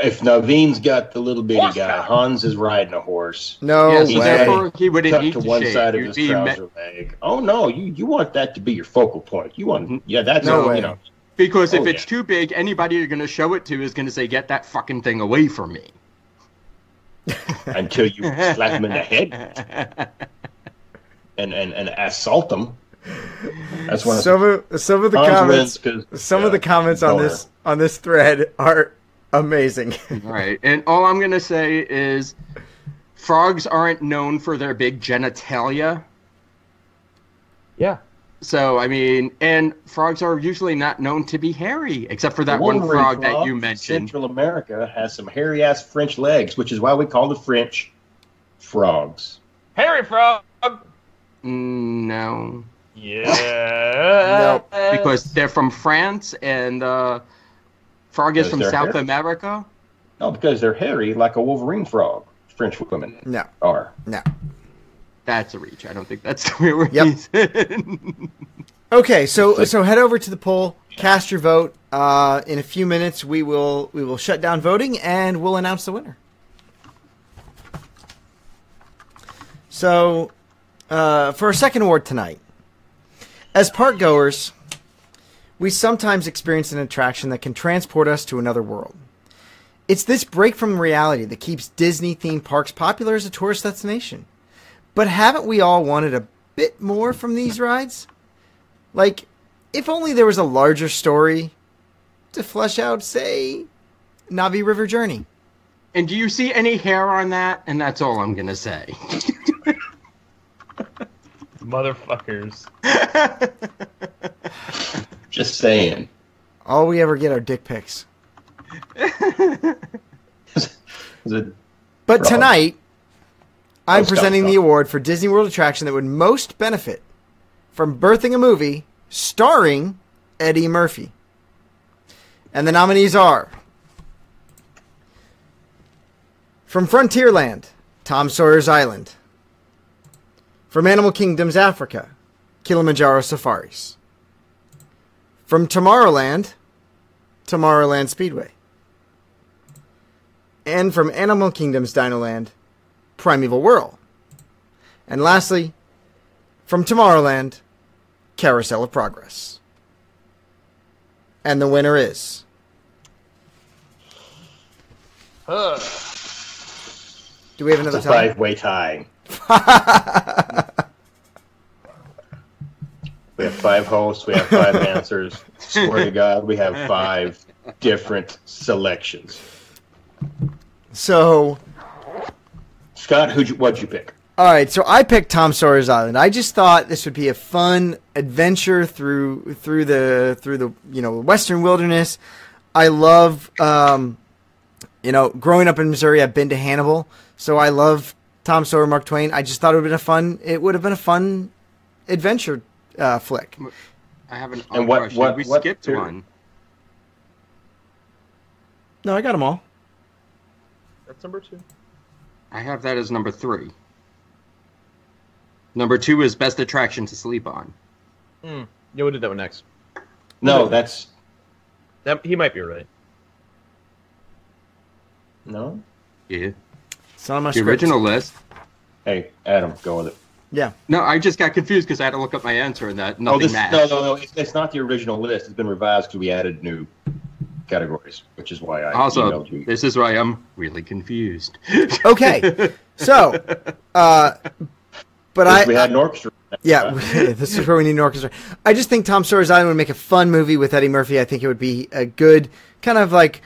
Speaker 5: If Naveen's got the little bitty
Speaker 2: Horseback.
Speaker 5: guy, Hans is riding a horse.
Speaker 6: No
Speaker 7: yes, so
Speaker 5: way.
Speaker 6: way.
Speaker 7: therefore he wouldn't
Speaker 5: Tucked
Speaker 7: need
Speaker 5: to
Speaker 7: to,
Speaker 5: one
Speaker 7: shave.
Speaker 5: side of
Speaker 7: You'd
Speaker 5: his
Speaker 7: be ma-
Speaker 5: trouser leg. Oh no, you you want that to be your focal point. You
Speaker 7: Mm-hmm.
Speaker 5: want yeah, that's
Speaker 6: No way.
Speaker 5: you know.
Speaker 7: Because
Speaker 5: Oh,
Speaker 7: if it's
Speaker 5: yeah.
Speaker 7: too big, anybody you're going to show it to is going to say, "Get that fucking thing away from me."
Speaker 5: Until you slap him in the head and, and, and assault him. That's one of
Speaker 6: Some of, some of the comments. Some of the comments on this on this thread are amazing.
Speaker 7: All right, and all I'm going to say is, frogs aren't known for their big genitalia.
Speaker 2: Yeah.
Speaker 7: So I mean, and frogs are usually not known to be hairy, except for that one
Speaker 5: Wolverine
Speaker 7: frog that
Speaker 5: frog
Speaker 7: you
Speaker 5: in
Speaker 7: mentioned.
Speaker 5: Central America has some hairy ass French legs, which is why we call the French frogs.
Speaker 2: Harry Frog.
Speaker 7: Mm, no,
Speaker 2: Yeah. no,
Speaker 7: because they're from France, and uh, frog is
Speaker 5: Is
Speaker 7: from
Speaker 5: there
Speaker 7: South
Speaker 5: hair?
Speaker 7: America.
Speaker 5: No, because they're hairy like a Wolverine frog. French women
Speaker 6: No,
Speaker 5: are.
Speaker 6: no.
Speaker 7: That's a reach. I don't think that's the real
Speaker 6: Yep.
Speaker 7: reason.
Speaker 6: Okay, so so head over to the poll, cast your vote. Uh, in a few minutes, we will we will shut down voting and we'll announce the winner. So, uh, for our second award tonight, as park goers, we sometimes experience an attraction that can transport us to another world. It's this break from reality that keeps Disney themed parks popular as a tourist destination. But haven't we all wanted a bit more from these rides? Like, if only there was a larger story to flesh out, say, Navi River Journey.
Speaker 7: and do you see any hair on that? And that's all I'm gonna say.
Speaker 2: Motherfuckers.
Speaker 5: Just saying.
Speaker 6: All we ever get are dick pics.
Speaker 5: The-
Speaker 6: But
Speaker 5: Rob.
Speaker 6: tonight, I'm
Speaker 5: Oh, stop,
Speaker 6: presenting the
Speaker 5: stop.
Speaker 6: award for Disney World attraction that would most benefit from birthing a movie starring Eddie Murphy. And the nominees are from Frontierland, Tom Sawyer's Island. From Animal Kingdom's Africa, Kilimanjaro Safaris. From Tomorrowland, Tomorrowland Speedway. And from Animal Kingdom's Dinoland, Primeval Whirl. And lastly, from Tomorrowland, Carousel of Progress. And the winner is
Speaker 8: Huh.
Speaker 6: Do we have another
Speaker 5: It's a
Speaker 6: tie?
Speaker 5: five way tie. we have five hosts, we have five answers. Swear to God, we have five different selections.
Speaker 6: So,
Speaker 5: Scott, who'd you, what'd you pick?
Speaker 6: all right. So I picked Tom Sawyer's Island. I just thought this would be a fun adventure through through the through the you know western wilderness. I love um, you know growing up in Missouri. I've been to Hannibal, so I love Tom Sawyer, Mark Twain. I just thought it would have been a fun. It would have been a fun adventure uh, flick.
Speaker 7: I have an odd
Speaker 5: And what-
Speaker 7: question.
Speaker 5: what-
Speaker 7: we
Speaker 5: what
Speaker 7: skipped
Speaker 5: period?
Speaker 7: one.
Speaker 6: No, I got them all.
Speaker 8: That's number two.
Speaker 7: I have that as number three. Number two is best attraction to sleep on.
Speaker 8: Yeah, we did that one next.
Speaker 5: No, that's
Speaker 8: That he might be right.
Speaker 5: no.
Speaker 7: Yeah.
Speaker 6: It's not on my
Speaker 7: The
Speaker 6: script.
Speaker 7: original list.
Speaker 5: Hey, Adam, go with it.
Speaker 6: Yeah.
Speaker 7: No, I just got confused because I had to look up my answer and that nothing
Speaker 5: oh, this,
Speaker 7: matched.
Speaker 5: no, no, no. It's, it's not the original list. It's been revised because we added new categories, which is why I
Speaker 7: Also,
Speaker 5: emailed you.
Speaker 7: this is why I'm really confused.
Speaker 6: Okay. So, uh, but
Speaker 5: 'Cause
Speaker 6: I
Speaker 5: we had an orchestra.
Speaker 6: Yeah, this is where we need an orchestra. I just think Tom Sawyer's Island would make a fun movie with Eddie Murphy. I think it would be a good kind of like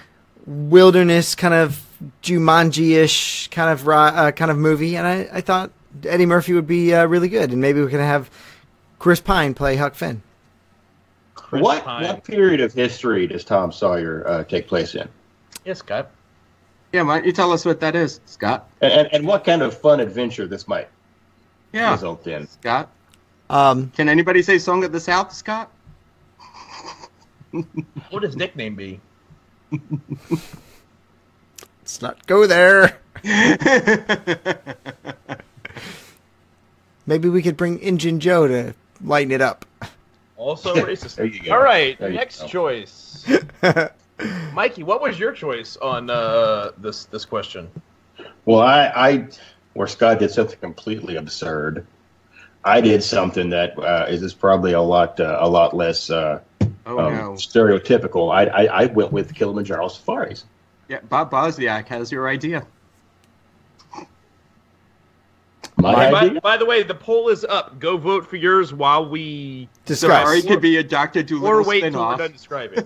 Speaker 6: wilderness, kind of Jumanji-ish kind of ri- uh, kind of movie, and I, I thought Eddie Murphy would be uh, really good, and maybe we can have Chris Pine play Huck Finn.
Speaker 5: What,
Speaker 8: Pine.
Speaker 5: what period of history does Tom Sawyer uh, take place in?
Speaker 8: Yeah, Scott.
Speaker 7: yeah, why don't you tell us what that is, Scott?
Speaker 5: And, and, and what kind of fun adventure this might
Speaker 7: Yeah.
Speaker 5: result in?
Speaker 7: Scott?
Speaker 6: Um,
Speaker 7: Can anybody say Song of the South, Scott?
Speaker 8: What would his nickname be?
Speaker 6: let's not go there. maybe we could bring Injun Joe to lighten it up.
Speaker 8: Also racist.
Speaker 5: There you go.
Speaker 8: All right,
Speaker 5: There you
Speaker 8: next
Speaker 5: go.
Speaker 8: choice. Mikey, what was your choice on uh, this this question?
Speaker 5: Well, I, I, where Scott did something completely absurd, I did something that uh, is is probably a lot, uh, a lot less uh,
Speaker 7: Oh,
Speaker 5: um,
Speaker 7: no.
Speaker 5: stereotypical. I, I, I went with Kilimanjaro safaris.
Speaker 7: Yeah, Bob Bosniak has your idea.
Speaker 5: My
Speaker 8: By,
Speaker 5: idea.
Speaker 8: by the way, the poll is up. Go vote for yours while we
Speaker 6: Discuss.
Speaker 7: Or he could be a Doctor Doolittle
Speaker 8: or wait until we're
Speaker 7: spinoff.
Speaker 8: done describing.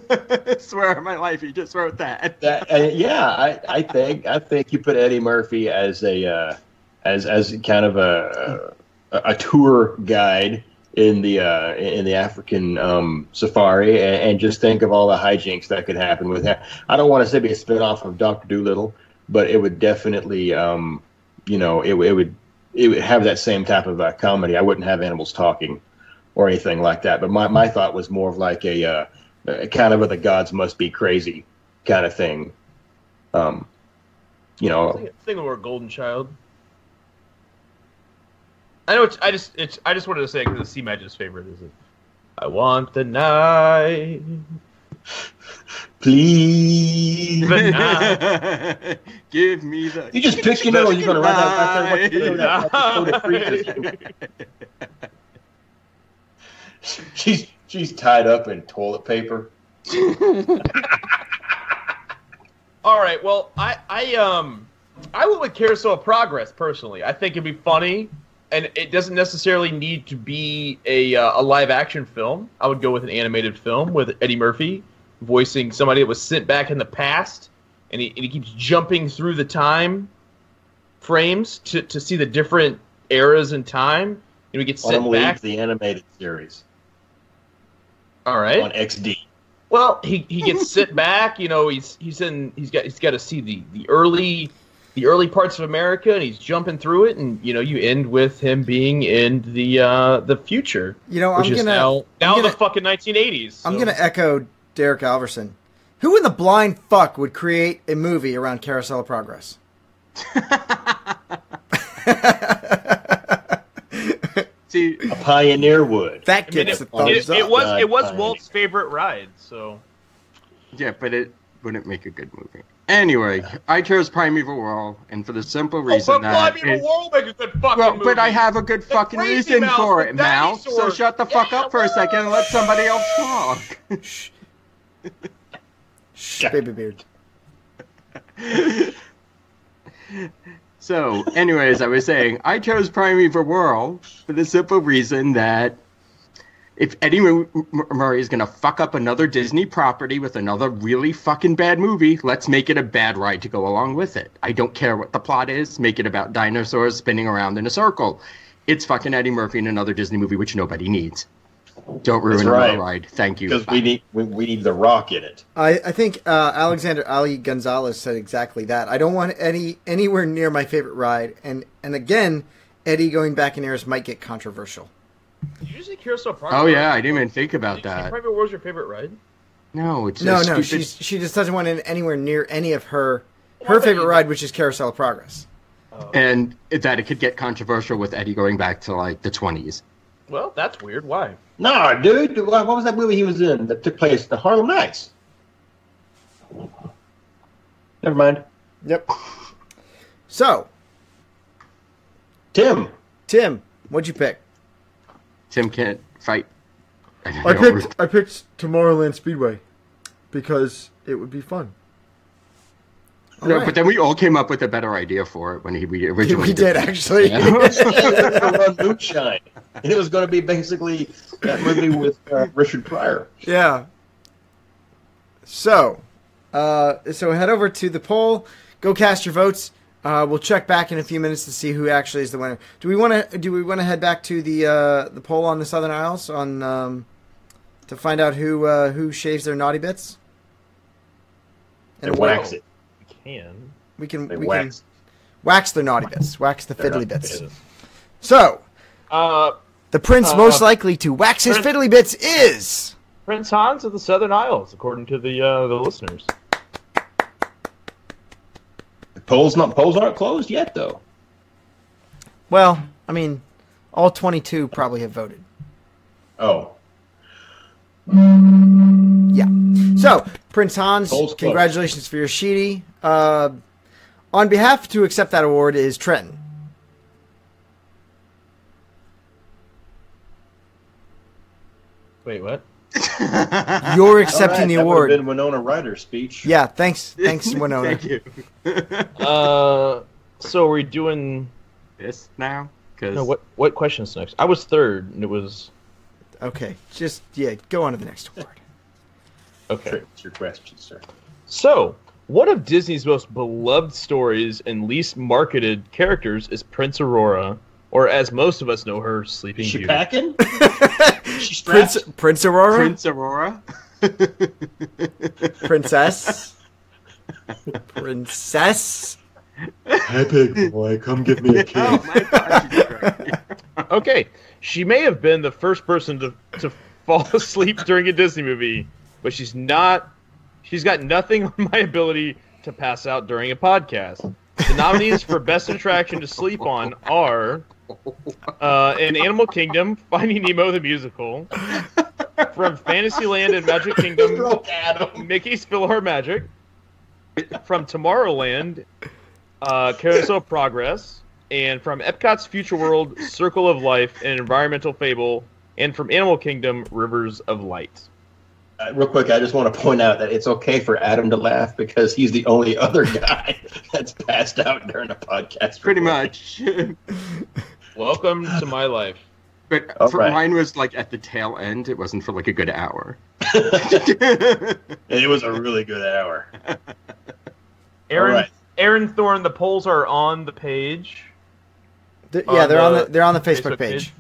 Speaker 7: Swear on my life, he just wrote that.
Speaker 5: That, uh, yeah, I, I think I think you put Eddie Murphy as a uh, as as kind of a a, a tour guide in the uh, in the African um, safari, and, and just think of all the hijinks that could happen with that. I don't want to say be a spinoff of Doctor Doolittle, but it would definitely um, you know it, it would it would have that same type of uh, comedy. I wouldn't have animals talking or anything like that. But my, my thought was more of like a, uh, a kind of a the gods must be crazy kind of thing. Um, you know,
Speaker 8: Thing over Golden Child. I know. It's, I just. It's. I just wanted to say because it's C Magic's favorite. Is it? I want the night.
Speaker 5: please.
Speaker 8: The night.
Speaker 7: Give me the.
Speaker 5: You just pick, you know, you're going to run out back there. What, that, that Dakota freak is- she's, she's tied up in toilet paper.
Speaker 8: All right. Well, I. I um. I went with Carousel of Progress personally. I think it'd be funny, and it doesn't necessarily need to be a uh, a live action film. I would go with an animated film with Eddie Murphy voicing somebody that was sent back in the past, and he, and he keeps jumping through the time frames to, to see the different eras in time, and we get
Speaker 5: Autumn
Speaker 8: sent back.
Speaker 5: Leaves, the animated series
Speaker 8: All right.
Speaker 5: on XD.
Speaker 8: Well, he, he gets sent back. You know, he's he's in he's got he's got to see the, the early the early parts of America, and he's jumping through it. And you know, you end with him being in the uh, the future,
Speaker 6: You know,
Speaker 8: which
Speaker 6: I'm
Speaker 8: is
Speaker 6: gonna
Speaker 8: now now
Speaker 6: gonna-
Speaker 8: the fucking 1980s.
Speaker 6: I'm
Speaker 8: so-
Speaker 6: going to echo Derek Alverson. Who in the blind fuck would create a movie around Carousel of Progress?
Speaker 7: See,
Speaker 5: Pioneer Wood.
Speaker 6: That
Speaker 8: I mean,
Speaker 6: gets
Speaker 8: it,
Speaker 6: a thumbs
Speaker 8: it,
Speaker 6: up.
Speaker 8: it was it was
Speaker 5: Fine.
Speaker 8: Walt's favorite ride. So
Speaker 7: yeah, but it wouldn't make a good movie. Anyway, I chose Primeval World, and for the simple reason
Speaker 2: but
Speaker 7: that
Speaker 2: Primeval
Speaker 7: it-
Speaker 2: World makes a good fucking
Speaker 7: well,
Speaker 2: movie.
Speaker 7: but I have a good fucking
Speaker 2: Crazy
Speaker 7: reason
Speaker 2: Mouse,
Speaker 7: for
Speaker 2: the
Speaker 7: it, Mal. So
Speaker 2: dinosaur.
Speaker 7: shut the fuck
Speaker 2: Yeah,
Speaker 7: up for a second and let somebody else talk.
Speaker 6: Shh, baby beard.
Speaker 7: So, anyways, I was saying I chose Primeval World for the simple reason that if Eddie Mur- Mur- Murray is going to fuck up another Disney property with another really fucking bad movie, let's make it a bad ride to go along with it. I don't care what the plot is, make it about dinosaurs spinning around in a circle. It's fucking Eddie Murphy in another Disney movie, which nobody needs. Don't ruin
Speaker 5: That's
Speaker 7: another
Speaker 5: right.
Speaker 7: ride. Thank you.
Speaker 5: because
Speaker 7: Bye.
Speaker 5: we need we, we need the rock in it.
Speaker 6: I, I think uh, Alexander Ali Gonzalez said exactly that. I don't want any anywhere near my favorite ride, and and again, Eddie going back in airs might get controversial.
Speaker 2: Did you say Carousel Prime?
Speaker 7: oh, yeah, I didn't even think about that.
Speaker 2: Private War's your favorite ride?
Speaker 7: No, it's
Speaker 6: No,
Speaker 7: a
Speaker 6: no,
Speaker 7: stupid-
Speaker 6: she's she just doesn't want it anywhere near any of her her favorite ride, which is Carousel of Progress.
Speaker 7: and that it could get controversial with Eddie going back to like the 20s.
Speaker 2: Well, that's weird. Why?
Speaker 5: Nah, dude, what what was that movie he was in that took place the Harlem Nights? Never mind,
Speaker 6: Yep. So,
Speaker 5: Tim.
Speaker 6: Tim, what'd you pick?
Speaker 7: Tim can't fight. I,
Speaker 3: I
Speaker 7: don't-
Speaker 3: picked I picked Tomorrowland Speedway because it would be fun.
Speaker 6: All
Speaker 7: No,
Speaker 6: right.
Speaker 7: But then we all came up with a better idea for it when he, we originally
Speaker 6: we did actually.
Speaker 5: run Moonshine. And it was going to be basically that movie with uh, Richard Pryor.
Speaker 6: Yeah. So, uh, so head over to the poll. Go cast your votes. Uh, we'll check back in a few minutes to see who actually is the winner. Do we want to? Do we want to head back to the uh, the poll on the Southern Isles on um, to find out who uh, who shaves their naughty bits?
Speaker 5: And wax
Speaker 2: will.
Speaker 5: it.
Speaker 2: You can.
Speaker 6: We can
Speaker 5: They
Speaker 6: we
Speaker 5: wax.
Speaker 6: can wax their naughty bits, wax the
Speaker 5: They're
Speaker 6: fiddly
Speaker 5: not
Speaker 6: bits.
Speaker 5: fiddly.
Speaker 6: So
Speaker 2: Uh,
Speaker 6: the prince
Speaker 2: Uh,
Speaker 6: most likely to wax his
Speaker 2: Prince-
Speaker 6: fiddly bits is.
Speaker 2: Prince Hans of the Southern Isles, according to the uh, the listeners.
Speaker 5: The polls not polls aren't closed yet though.
Speaker 6: Well, I mean, all twenty-two probably have voted.
Speaker 5: Oh,
Speaker 6: Yeah. So, Prince Hans,
Speaker 5: Goals close.
Speaker 6: congratulations for your sheedy. Uh, on behalf to accept that award is Trenton.
Speaker 2: Wait, what?
Speaker 6: You're accepting
Speaker 5: All right,
Speaker 6: the
Speaker 5: that would've
Speaker 6: award.
Speaker 5: Been Winona Ryder's speech.
Speaker 6: Yeah, thanks, thanks, Winona.
Speaker 7: Thank you.
Speaker 2: Uh, so are we doing?
Speaker 7: this now? Because
Speaker 2: No, what what questions next? I was third, and it was
Speaker 6: Okay, just yeah, go on to the next award.
Speaker 2: okay.
Speaker 5: Sure, It's your question, sir.
Speaker 2: So, one of Disney's most beloved stories and least marketed characters is Prince Aurora, or as most of us know her, Sleeping
Speaker 5: Is she
Speaker 2: Beauty.
Speaker 5: packing? she strapped?
Speaker 6: Prince, Prince Aurora,
Speaker 7: Prince Aurora?
Speaker 6: princess, princess.
Speaker 3: Epic boy, come give me a
Speaker 7: oh my god! she's great.
Speaker 2: Okay, she may have been the first person to, to fall asleep during a Disney movie, but she's not. She's got nothing on my ability to pass out during a podcast. The nominees for best attraction to sleep on are uh, in Animal Kingdom, Finding Nemo the musical, from Fantasyland and Magic Kingdom,
Speaker 5: Broke Adam.
Speaker 2: Mickey's Philhar Magic from Tomorrowland, uh, Carousel of Progress, and from Epcot's Future World, Circle of Life, an environmental fable, and from Animal Kingdom, Rivers of Light.
Speaker 5: Uh, real quick, I just want to point out that it's okay for Adam to laugh because he's the only other guy that's passed out during a podcast.
Speaker 7: Pretty much.
Speaker 2: Welcome to my life.
Speaker 7: But
Speaker 5: All
Speaker 7: for,
Speaker 5: right.
Speaker 7: mine was like at the tail end. It wasn't for like a good hour.
Speaker 5: It was a really good hour.
Speaker 2: Aaron,
Speaker 5: All right.
Speaker 2: Aaron Thorne. The polls are on the page.
Speaker 6: Th-
Speaker 2: On
Speaker 6: yeah, they're on
Speaker 2: the
Speaker 6: the they're on the Facebook,
Speaker 2: Facebook
Speaker 6: page.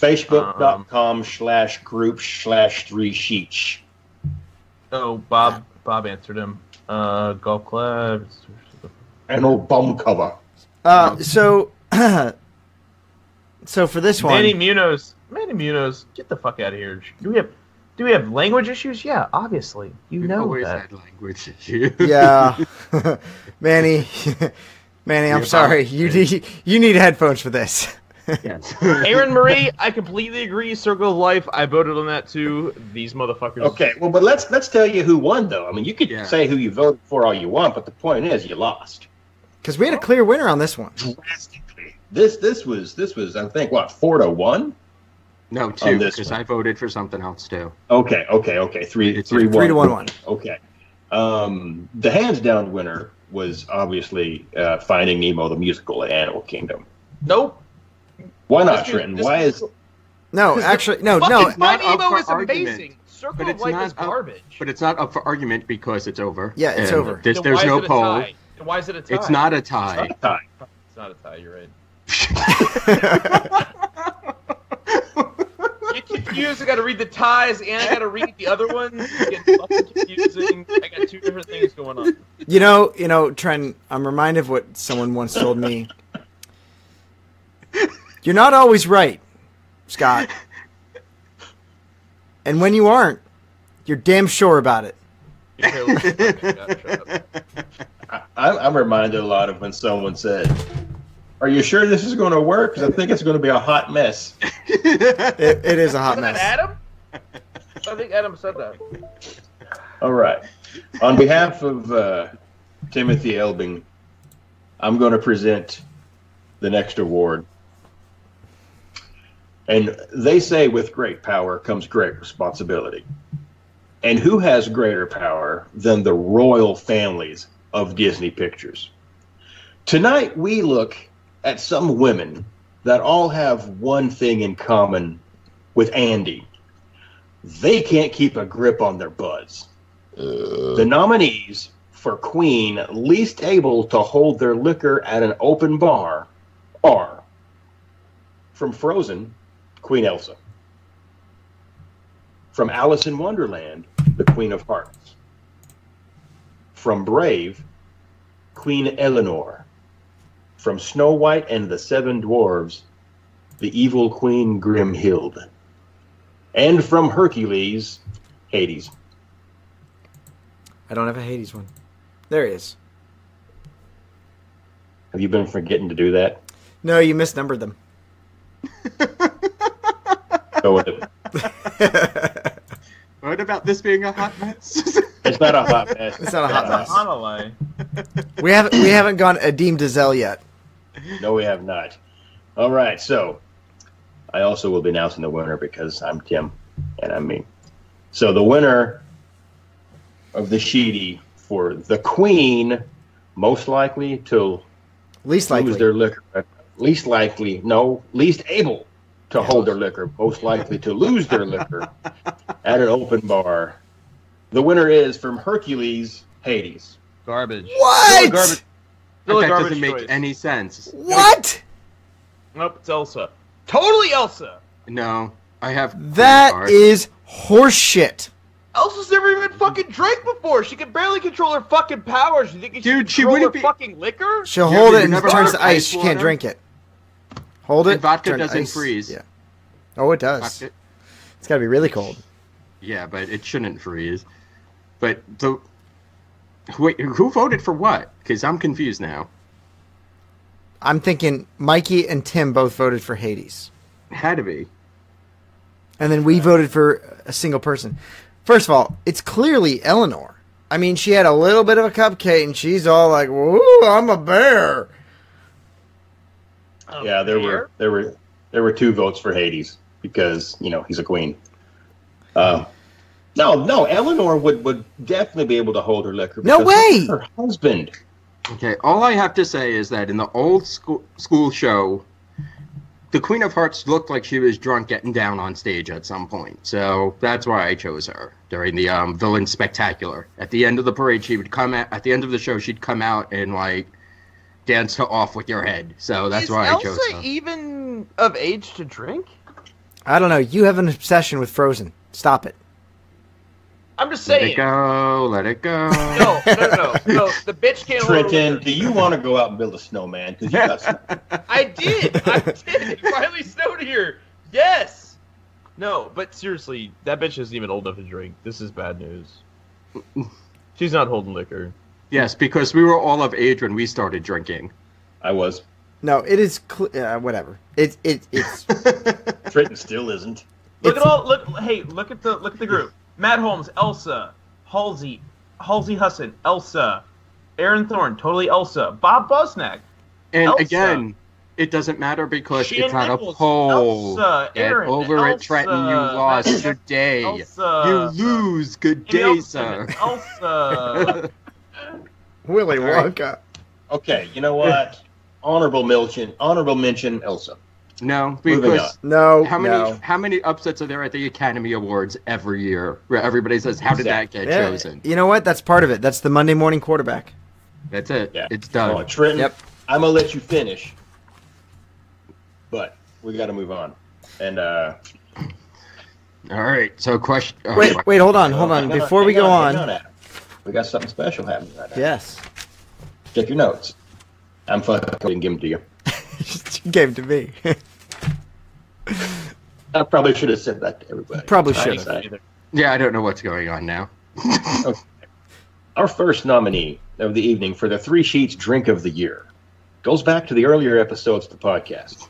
Speaker 2: page.
Speaker 6: Um,
Speaker 5: Facebook.com slash group slash three sheets.
Speaker 2: Oh, Bob. Bob answered him. Uh, golf club.
Speaker 5: An old bum cover.
Speaker 6: Uh, so, so for this one,
Speaker 2: Manny Munoz. Manny Munoz, get the fuck out of here. Do we have do we have language issues? Yeah, obviously. You
Speaker 7: We've
Speaker 2: know
Speaker 7: always
Speaker 2: that.
Speaker 7: had language issues.
Speaker 6: yeah, Manny, Manny, I'm
Speaker 7: You're
Speaker 6: sorry. You need you need headphones for this.
Speaker 7: Yes.
Speaker 2: Aaron Marie, I completely agree. Circle of Life, I voted on that too. These motherfuckers.
Speaker 5: Okay, well, but let's let's tell you who won, though. I mean, you could
Speaker 7: Yeah.
Speaker 5: say who you voted for all you want, but the point is, you lost
Speaker 6: Because we had a clear winner on this one.
Speaker 5: drastically. This this was this was I think what four to one.
Speaker 7: No, two,
Speaker 5: this
Speaker 7: because
Speaker 5: one.
Speaker 7: I voted for something else too.
Speaker 5: Okay, okay, okay. Three,
Speaker 7: It's
Speaker 5: three,
Speaker 7: a
Speaker 5: one.
Speaker 6: Three to one, one.
Speaker 5: Okay. Um, the hands down winner was obviously uh, Finding Nemo, the musical at Animal Kingdom.
Speaker 2: Nope.
Speaker 5: Why not,
Speaker 2: This is-
Speaker 5: Trenton?
Speaker 2: this
Speaker 5: Why is
Speaker 6: No, actually, no, no.
Speaker 2: Fucking My
Speaker 7: not up
Speaker 2: Nemo
Speaker 7: for
Speaker 2: is
Speaker 7: argument,
Speaker 2: amazing. Circle
Speaker 7: but
Speaker 2: of
Speaker 7: it's
Speaker 2: Life
Speaker 7: not
Speaker 2: is
Speaker 7: up-
Speaker 2: garbage.
Speaker 7: But it's not up for argument because it's over.
Speaker 6: Yeah, it's
Speaker 7: And
Speaker 6: over.
Speaker 7: This,
Speaker 2: Then
Speaker 7: there's
Speaker 2: why
Speaker 7: no
Speaker 2: is it a
Speaker 7: poll.
Speaker 2: tie? Then Why is it a tie?
Speaker 7: It's not a tie.
Speaker 5: Ty?
Speaker 2: It's not a tie. You're right. You get confused. I got to read the ties and I got to read the other ones. It's getting fucking confusing. I got two different things going on.
Speaker 6: You know, you know, Trent. I'm reminded of what someone once told me. You're not always right, Scott. And when you aren't, you're damn sure about it.
Speaker 2: You're terrible. Shut up.
Speaker 5: I'm, I'm reminded a lot of when someone said, "Are you sure this is going to work? Because I think it's going to be a hot mess."
Speaker 6: It, it is a hot
Speaker 2: Isn't that
Speaker 6: mess.
Speaker 2: Adam? I think Adam said that.
Speaker 5: All right. On behalf of uh, Timothy Elbing, I'm going to present the next award. And they say with great power comes great responsibility. And who has greater power than the royal families of Disney Pictures? Tonight, we look at some women that all have one thing in common with Andy they can't keep a grip on their buds. The nominees for Queen least able to hold their liquor at an open bar are from Frozen, Queen Elsa. From Alice in Wonderland, the Queen of Hearts. From Brave, Queen Eleanor. From Snow White and the Seven Dwarves, the evil Queen Grimhild. And from Hercules, Hades.
Speaker 6: I don't have a Hades one. There he is.
Speaker 5: Have you been forgetting to do that?
Speaker 6: No, you misnumbered them.
Speaker 5: Go with it.
Speaker 7: What about this being a hot mess?
Speaker 5: It's not a hot mess.
Speaker 6: It's not a hot mess.
Speaker 2: Analyze.
Speaker 6: We haven't we haven't gone Adeem Dazelle yet.
Speaker 5: No, we have not. All right, so I also will be announcing the winner because I'm Tim and I'm me. So the winner of the Sheedy for the Queen, most likely to lose
Speaker 6: Least likely.
Speaker 5: their liquor. Least likely, no, least able to hold their liquor. Most likely to lose their liquor at an open bar. The winner is from Hercules, Hades.
Speaker 2: Garbage.
Speaker 6: What?
Speaker 2: Garbage. Still a
Speaker 7: that
Speaker 2: garbage
Speaker 7: doesn't make
Speaker 2: choice.
Speaker 7: any sense.
Speaker 6: What?
Speaker 2: Nope, it's Elsa. Totally Elsa.
Speaker 7: No, I have
Speaker 6: That is horseshit.
Speaker 2: Elsa's never even fucking drank before. She can barely control her fucking powers. You think she
Speaker 7: Dude,
Speaker 2: can
Speaker 7: she
Speaker 2: control
Speaker 7: wouldn't
Speaker 2: her
Speaker 7: be-
Speaker 2: fucking liquor?
Speaker 6: She'll
Speaker 7: Yeah,
Speaker 6: hold
Speaker 7: but
Speaker 6: it
Speaker 7: you
Speaker 6: and it
Speaker 7: never
Speaker 6: turns
Speaker 7: heard
Speaker 6: to
Speaker 7: of
Speaker 6: ice.
Speaker 7: ice
Speaker 6: She can't
Speaker 7: water?
Speaker 6: drink it. Hold it.
Speaker 7: And vodka
Speaker 6: turn to
Speaker 7: doesn't
Speaker 6: ice.
Speaker 7: freeze.
Speaker 6: Yeah. Oh, it does. It's got to be really cold.
Speaker 7: Yeah, but it shouldn't freeze. But the wait, who voted for what? Because I'm confused now.
Speaker 6: I'm thinking Mikey and Tim both voted for Hades,
Speaker 7: Had to be.
Speaker 6: and then we voted for a single person. First of all, it's clearly Eleanor. I mean, she had a little bit of a cupcake, and she's all like, "Ooh, I'm a bear."
Speaker 5: yeah, there were there were there were two votes for Hades because you know he's a queen. Uh, no, no, Eleanor would would definitely be able to hold her liquor.
Speaker 6: No
Speaker 5: because
Speaker 6: way!
Speaker 5: Her husband.
Speaker 7: Okay, all I have to say is that in the old school, school show, the Queen of Hearts looked like she was drunk getting down on stage at some point. So that's why I chose her during the um, villain spectacular. At the end of the parade, she would come out. At the end of the show, she'd come out and like dance to "Off with Your Head." So Oh, that's
Speaker 2: Is
Speaker 7: why
Speaker 2: Elsa
Speaker 7: I chose her.
Speaker 2: even of age to drink?
Speaker 6: I don't know. You have an obsession with Frozen. Stop it.
Speaker 2: I'm just
Speaker 7: Let it
Speaker 2: saying.
Speaker 7: go, let it go.
Speaker 2: No, no, no, no, no. The bitch can't hold her
Speaker 5: Trenton,
Speaker 2: liquor.
Speaker 5: do you want to go out and build a snowman? 'Cause you got snow.
Speaker 2: I did. I did. It finally snowed here. Yes. No, but seriously, that bitch isn't even old enough to drink. This is bad news. She's not holding liquor.
Speaker 7: Yes, because we were all of age when we started drinking.
Speaker 5: I was.
Speaker 6: No, it is cl- uh, whatever. It it it's
Speaker 5: Trenton still isn't.
Speaker 8: Look
Speaker 6: It's-
Speaker 8: at all. Look, hey, look at the look at the group. Matt Holmes, Elsa, Halsey, Halsey Husson, Elsa, Aaron Thorne, totally Elsa, Bob Bosnack,
Speaker 7: And
Speaker 8: Elsa.
Speaker 7: again, it doesn't matter because
Speaker 8: Sheena
Speaker 7: it's not
Speaker 8: Nichols,
Speaker 7: a poll.
Speaker 8: Elsa,
Speaker 7: Get
Speaker 8: Aaron,
Speaker 7: over it, Trenton. You
Speaker 8: Elsa,
Speaker 7: lost.
Speaker 8: Elsa,
Speaker 7: Good day.
Speaker 8: Elsa,
Speaker 7: you lose. Good
Speaker 8: Jimmy
Speaker 7: day,
Speaker 8: Olsen,
Speaker 7: sir.
Speaker 8: Elsa.
Speaker 6: Willy
Speaker 5: right.
Speaker 6: Wonka.
Speaker 5: Okay, you know what? honorable mention. Honorable mention. Elsa.
Speaker 7: no,
Speaker 5: Moving
Speaker 7: because
Speaker 6: No,
Speaker 7: how many
Speaker 6: no.
Speaker 7: how many upsets are there at the Academy Awards every year where everybody says, "How did that get
Speaker 6: Yeah,
Speaker 7: chosen?"
Speaker 6: You know what? That's part of it. That's the Monday morning quarterback.
Speaker 7: That's it.
Speaker 5: Yeah,
Speaker 7: It's
Speaker 5: Come on,
Speaker 7: done.
Speaker 5: Trenton.
Speaker 6: Yep.
Speaker 5: I'm gonna let you finish, but we got to move on. And uh,
Speaker 7: All right. So question. oh,
Speaker 6: Wait,
Speaker 7: my-
Speaker 6: wait, hold on, hold on.
Speaker 5: hang
Speaker 6: Before we
Speaker 5: hang
Speaker 6: go
Speaker 5: hang
Speaker 6: on,
Speaker 5: Adam. we got something special happening right now.
Speaker 6: yes,
Speaker 5: Check your notes. I'm fucking didn't give them to you.
Speaker 6: you gave it to me.
Speaker 5: I probably should have said that to everybody.
Speaker 6: Probably
Speaker 5: I
Speaker 6: should
Speaker 5: decided.
Speaker 7: Yeah, I don't know what's going on now.
Speaker 5: Our first nominee of the evening for the Three Sheets Drink of the Year goes back to the earlier episodes of the podcast.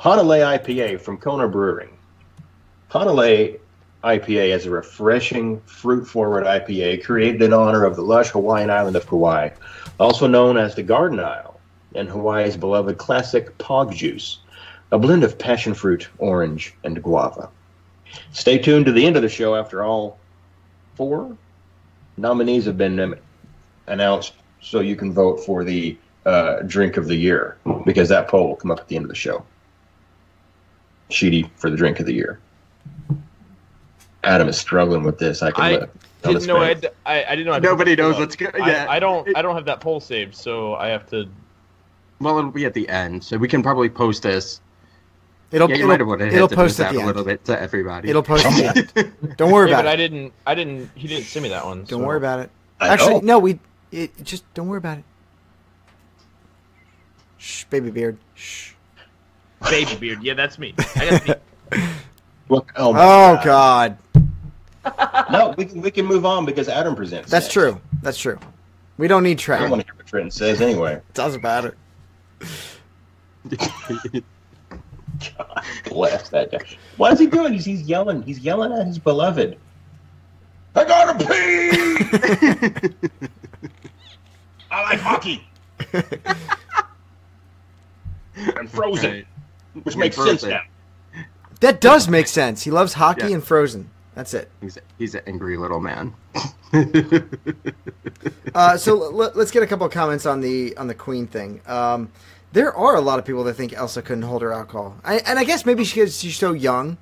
Speaker 5: Hanalei IPA from Kona Brewing. Hanalei IPA is a refreshing, fruit forward IPA created in honor of the lush Hawaiian island of Kauai, also known as the Garden Isle, and Hawaii's beloved classic Pog Juice, a blend of passion fruit, orange, and guava. Stay tuned to the end of the show after all four nominees have been um, announced, so you can vote for the uh, drink of the year because that poll will come up at the end of the show. Sheedy for the drink of the year. Adam is struggling with this. I can.
Speaker 2: I
Speaker 5: look.
Speaker 2: Didn't know I, had to, I, I didn't know. I had to
Speaker 7: Nobody
Speaker 2: look it
Speaker 7: knows
Speaker 2: up.
Speaker 7: what's going.
Speaker 2: I-
Speaker 7: Yeah.
Speaker 2: I, don't. I don't have that poll saved, so I have to.
Speaker 7: Well, it'll be at the end, so we can probably post this.
Speaker 6: It'll
Speaker 7: Yeah, you might have
Speaker 6: it'll,
Speaker 7: wanted to
Speaker 6: it'll
Speaker 7: hint
Speaker 6: post
Speaker 7: this
Speaker 6: at
Speaker 7: out
Speaker 6: the
Speaker 7: a little
Speaker 6: end.
Speaker 7: bit to everybody.
Speaker 6: It'll post at the end. Don't worry
Speaker 2: Yeah,
Speaker 6: about
Speaker 2: but I
Speaker 6: it.
Speaker 2: didn't. I didn't. He didn't send me that one.
Speaker 6: Don't
Speaker 2: so.
Speaker 6: worry about it.
Speaker 5: I
Speaker 6: Actually,
Speaker 5: know.
Speaker 6: no, we it, just don't worry about it. Shh, baby beard. Shh.
Speaker 2: Baby beard. Yeah, that's me. I got the-
Speaker 5: Well, oh, my
Speaker 6: Oh God,
Speaker 5: No, we can, we can move on because Adam presents.
Speaker 6: that's
Speaker 5: next.
Speaker 6: true. That's true. We don't need
Speaker 5: I
Speaker 6: Trent.
Speaker 5: don't want to hear what Trenton says anyway.
Speaker 6: Doesn't matter.
Speaker 5: Bless that guy. What is he doing? He's, he's yelling. He's yelling at his beloved. I gotta pee. I like hockey. I'm frozen,
Speaker 7: Right.
Speaker 5: which
Speaker 7: You're
Speaker 5: makes
Speaker 7: frozen.
Speaker 5: sense
Speaker 6: That does make sense. He loves hockey
Speaker 7: Yeah.
Speaker 6: and Frozen. That's it.
Speaker 7: He's, he's an angry little man.
Speaker 6: Uh, so l- l- let's get a couple of comments on the on the Queen thing. Um, there are a lot of people that think Elsa couldn't hold her alcohol, I, and I guess maybe because she's so young.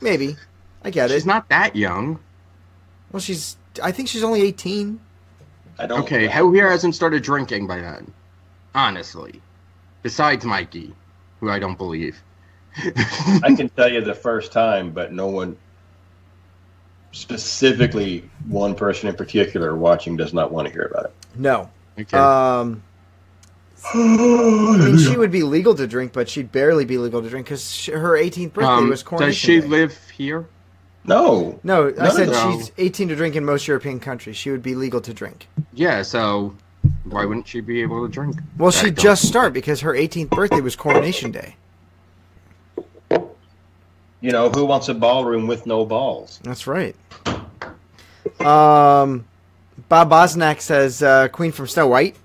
Speaker 6: Maybe I get
Speaker 7: She's
Speaker 6: it.
Speaker 7: not that young.
Speaker 6: well, she's. I think she's only eighteen.
Speaker 5: now. I don't.
Speaker 7: Okay, who here hasn't started drinking by then? Honestly. Besides Mikey, who I don't believe.
Speaker 5: I can tell you the first time, but no one, specifically one person in particular watching, does not want to hear about it.
Speaker 6: No.
Speaker 7: Okay.
Speaker 6: Um, I mean, she would be legal to drink, but she'd barely be legal to drink because her 18th birthday
Speaker 7: Um,
Speaker 6: was coronation.
Speaker 7: does she
Speaker 6: Day.
Speaker 7: live here?
Speaker 5: No,
Speaker 6: No, I
Speaker 5: No,
Speaker 6: said
Speaker 7: no.
Speaker 6: she's 18 to drink in most European countries. She would be legal to drink.
Speaker 7: Yeah, so why wouldn't she be able to drink?
Speaker 6: Well,
Speaker 7: back
Speaker 6: she
Speaker 7: then?
Speaker 6: just started because her 18th birthday was coronation day.
Speaker 5: you know who wants a ballroom with no balls?
Speaker 6: That's right. Um, Bob Bosnack says uh, Queen from Snow White.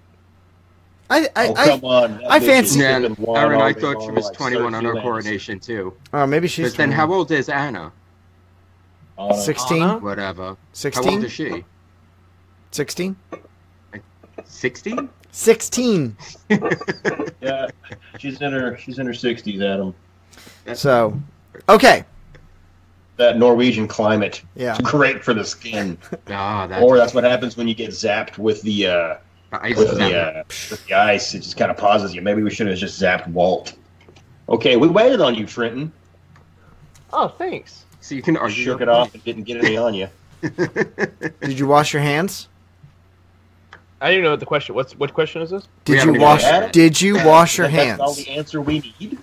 Speaker 6: I, I,
Speaker 5: Oh,
Speaker 6: I
Speaker 5: come on. that
Speaker 6: I
Speaker 5: bitch
Speaker 6: fancy-
Speaker 5: is
Speaker 7: Yeah,
Speaker 5: sipping
Speaker 7: and
Speaker 5: wine
Speaker 7: Aaron,
Speaker 5: all
Speaker 7: I
Speaker 5: day
Speaker 7: thought she
Speaker 5: long
Speaker 7: was
Speaker 5: like
Speaker 7: 21 on her
Speaker 5: Cersei
Speaker 7: coronation, too.
Speaker 6: oh, maybe she's
Speaker 7: But then how old is Anna?
Speaker 5: Lannister.
Speaker 6: 16?
Speaker 7: Whatever. How old
Speaker 6: 16?
Speaker 7: is she?
Speaker 6: 16?
Speaker 7: 60?
Speaker 6: 16.
Speaker 5: Yeah, she's in her she's in her sixties, Adam.
Speaker 6: So, okay.
Speaker 5: That Norwegian climate,
Speaker 6: Yeah.
Speaker 5: it's great for the skin.
Speaker 7: Ah, that's,
Speaker 5: or that's what happens when you get zapped with the uh,
Speaker 7: the ice
Speaker 5: with the,
Speaker 7: stamp.
Speaker 5: uh, with the ice. It just kind of pauses you. Maybe we should have just zapped Walt. Okay, we waited on you, Trenton.
Speaker 2: Oh, thanks.
Speaker 7: So you can argue.
Speaker 5: Shook
Speaker 7: your
Speaker 5: it off and didn't get any on you.
Speaker 6: Did you wash your hands?
Speaker 2: I didn't even know what the question. What's what question is this?
Speaker 7: We
Speaker 6: Did you
Speaker 7: haven't even
Speaker 6: wash?
Speaker 5: had it.
Speaker 6: Did you wash your
Speaker 5: That's all
Speaker 6: hands?
Speaker 5: the answer we need.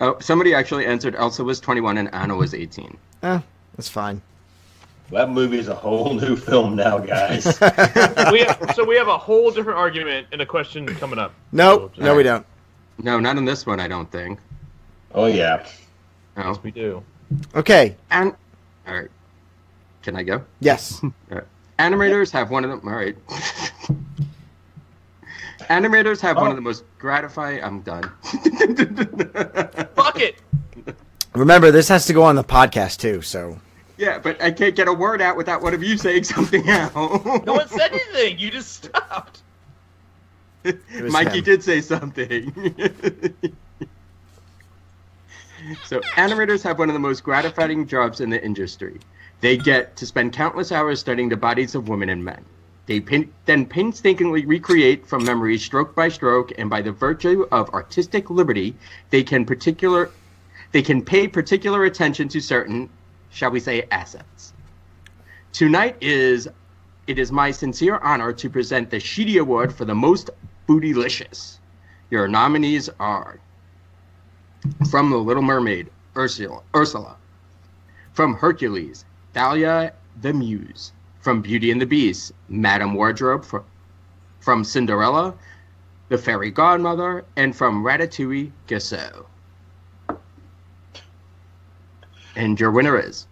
Speaker 7: Oh, somebody actually answered Elsa was 21 and Anna was 18.
Speaker 6: Eh, that's fine.
Speaker 5: That movie is a whole new film now, guys.
Speaker 2: we have, so we have a whole different argument and a question coming up.
Speaker 6: Nope. No, we don't.
Speaker 7: No, not in this one, I don't think.
Speaker 5: oh yeah.
Speaker 7: No.
Speaker 2: We do.
Speaker 6: Okay.
Speaker 7: And all right, can I go?
Speaker 6: Yes.
Speaker 7: All right. Animators have one of them. All right. Animators have one of the most gratifying. I'm done.
Speaker 2: Fuck it.
Speaker 6: Remember, this has to go on the podcast too. So
Speaker 7: yeah, but I can't get a word out without one of you saying something out.
Speaker 2: No one said anything. You just stopped.
Speaker 6: was
Speaker 7: Mikey
Speaker 6: him.
Speaker 7: did say something. so, animators have one of the most gratifying jobs in the industry. They get to spend countless hours studying the bodies of women and men. They pin- then painstakingly recreate from memory, stroke by stroke, and by the virtue of artistic liberty, they can particular, they can pay particular attention to certain, shall we say, assets. Tonight is it is my sincere honor to present the Sheedy Award for the most bootylicious. Your nominees are from The Little Mermaid, Ursula, Ursula. from Hercules, Thalia the Muse, from Beauty and the Beast, Madame Wardrobe, fr- from Cinderella, The Fairy Godmother, and from Ratatouille Gasso. And your winner is.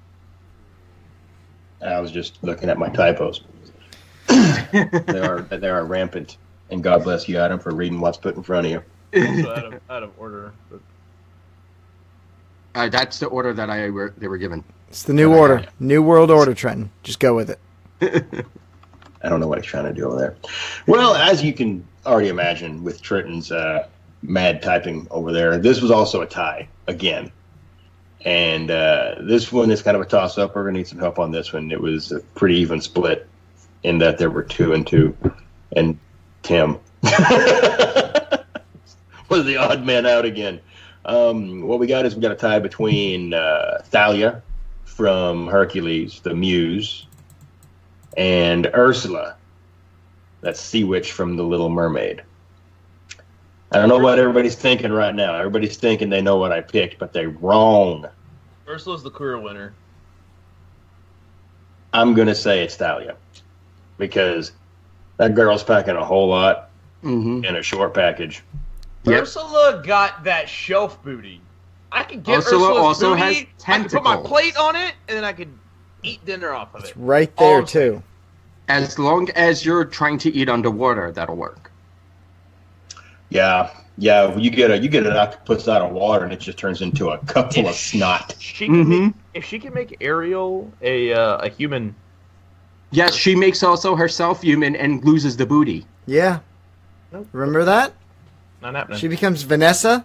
Speaker 5: I was just looking at my typos. they are they are rampant, and God bless you, Adam, for reading what's put in front of you.
Speaker 2: So out of, out of order. But
Speaker 7: Uh, that's the order that I were, they were given.
Speaker 6: it's the new
Speaker 7: I got
Speaker 6: order,
Speaker 7: you.
Speaker 6: new world order, Trenton. Just go with it.
Speaker 5: I don't know what he's trying to do over there. Well, as you can already imagine, with Trenton's uh, mad typing over there, this was also a tie again. And uh, this one is kind of a toss up. We're going to need some help on this one. It was a pretty even split in that there were two and two, and Tim was the odd man out again. Um, what we got is we got a tie between uh, Thalia from Hercules, the Muse, and Ursula, that sea witch from The Little Mermaid. I don't know what everybody's thinking right now. Everybody's thinking they know what I picked, but they're wrong.
Speaker 2: Ursula's the clear winner.
Speaker 5: I'm going to say it's Thalia because that girl's packing a whole lot
Speaker 7: Mm-hmm.
Speaker 5: in a short package.
Speaker 7: Yep.
Speaker 2: Ursula got that shelf booty. I could get
Speaker 7: Ursula
Speaker 2: Ursula's
Speaker 7: also
Speaker 2: booty.
Speaker 7: has
Speaker 2: I could put my
Speaker 7: tentacles.
Speaker 2: plate on it, and then I could eat dinner off of it.
Speaker 6: It's right there
Speaker 2: Oh,
Speaker 6: too.
Speaker 7: As long as you're trying to eat underwater, that'll work.
Speaker 5: Yeah, yeah. You get a you get an octopus out of water, and it just turns into a cup full of snot.
Speaker 2: She can
Speaker 7: Mhm.
Speaker 2: make, if she can make Ariel a uh, a human.
Speaker 7: Yes, she makes also herself human and loses the booty.
Speaker 6: Yeah.
Speaker 2: Nope.
Speaker 6: Remember that?
Speaker 2: Not happening.
Speaker 6: She becomes Vanessa,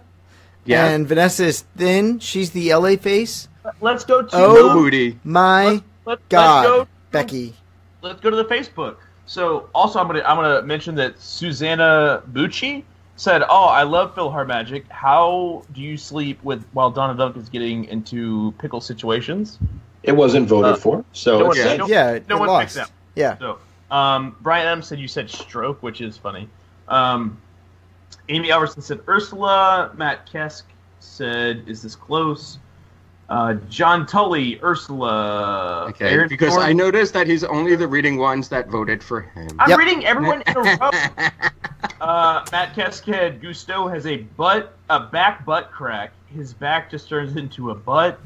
Speaker 7: Yeah,
Speaker 6: and Vanessa is thin. She's the LA face.
Speaker 8: Let's go to
Speaker 6: Oh.
Speaker 7: no booty.
Speaker 6: My
Speaker 8: let,
Speaker 6: God,
Speaker 8: Let's go,
Speaker 6: Becky.
Speaker 8: let's go to the Facebook. So also, I'm gonna I'm gonna mention that Susanna Bucci said, "Oh, I love Philhar Magic. How do you sleep with while Donna Dunk is getting into pickle situations?"
Speaker 5: It wasn't voted
Speaker 8: Uh,
Speaker 5: for, so
Speaker 8: no
Speaker 5: it's
Speaker 8: one-
Speaker 5: safe.
Speaker 8: no-
Speaker 6: Yeah, it
Speaker 8: one
Speaker 6: lost.
Speaker 8: picks up.
Speaker 6: Yeah.
Speaker 8: So, um, Brian Adams said you said stroke, which is funny. Um, Amy Alverson said Ursula. Matt Kesk said, "Is this close?" Uh, John Tully, Ursula.
Speaker 7: Okay,
Speaker 8: Aaron
Speaker 7: because
Speaker 8: Thorne-
Speaker 7: I noticed that he's only the reading ones that voted for
Speaker 2: Ah,
Speaker 7: him.
Speaker 8: I'm
Speaker 6: Yep.
Speaker 8: reading everyone in a row. Uh, Matt Keskhead, Gusto has a butt, a back butt crack. His back just turns into a butt.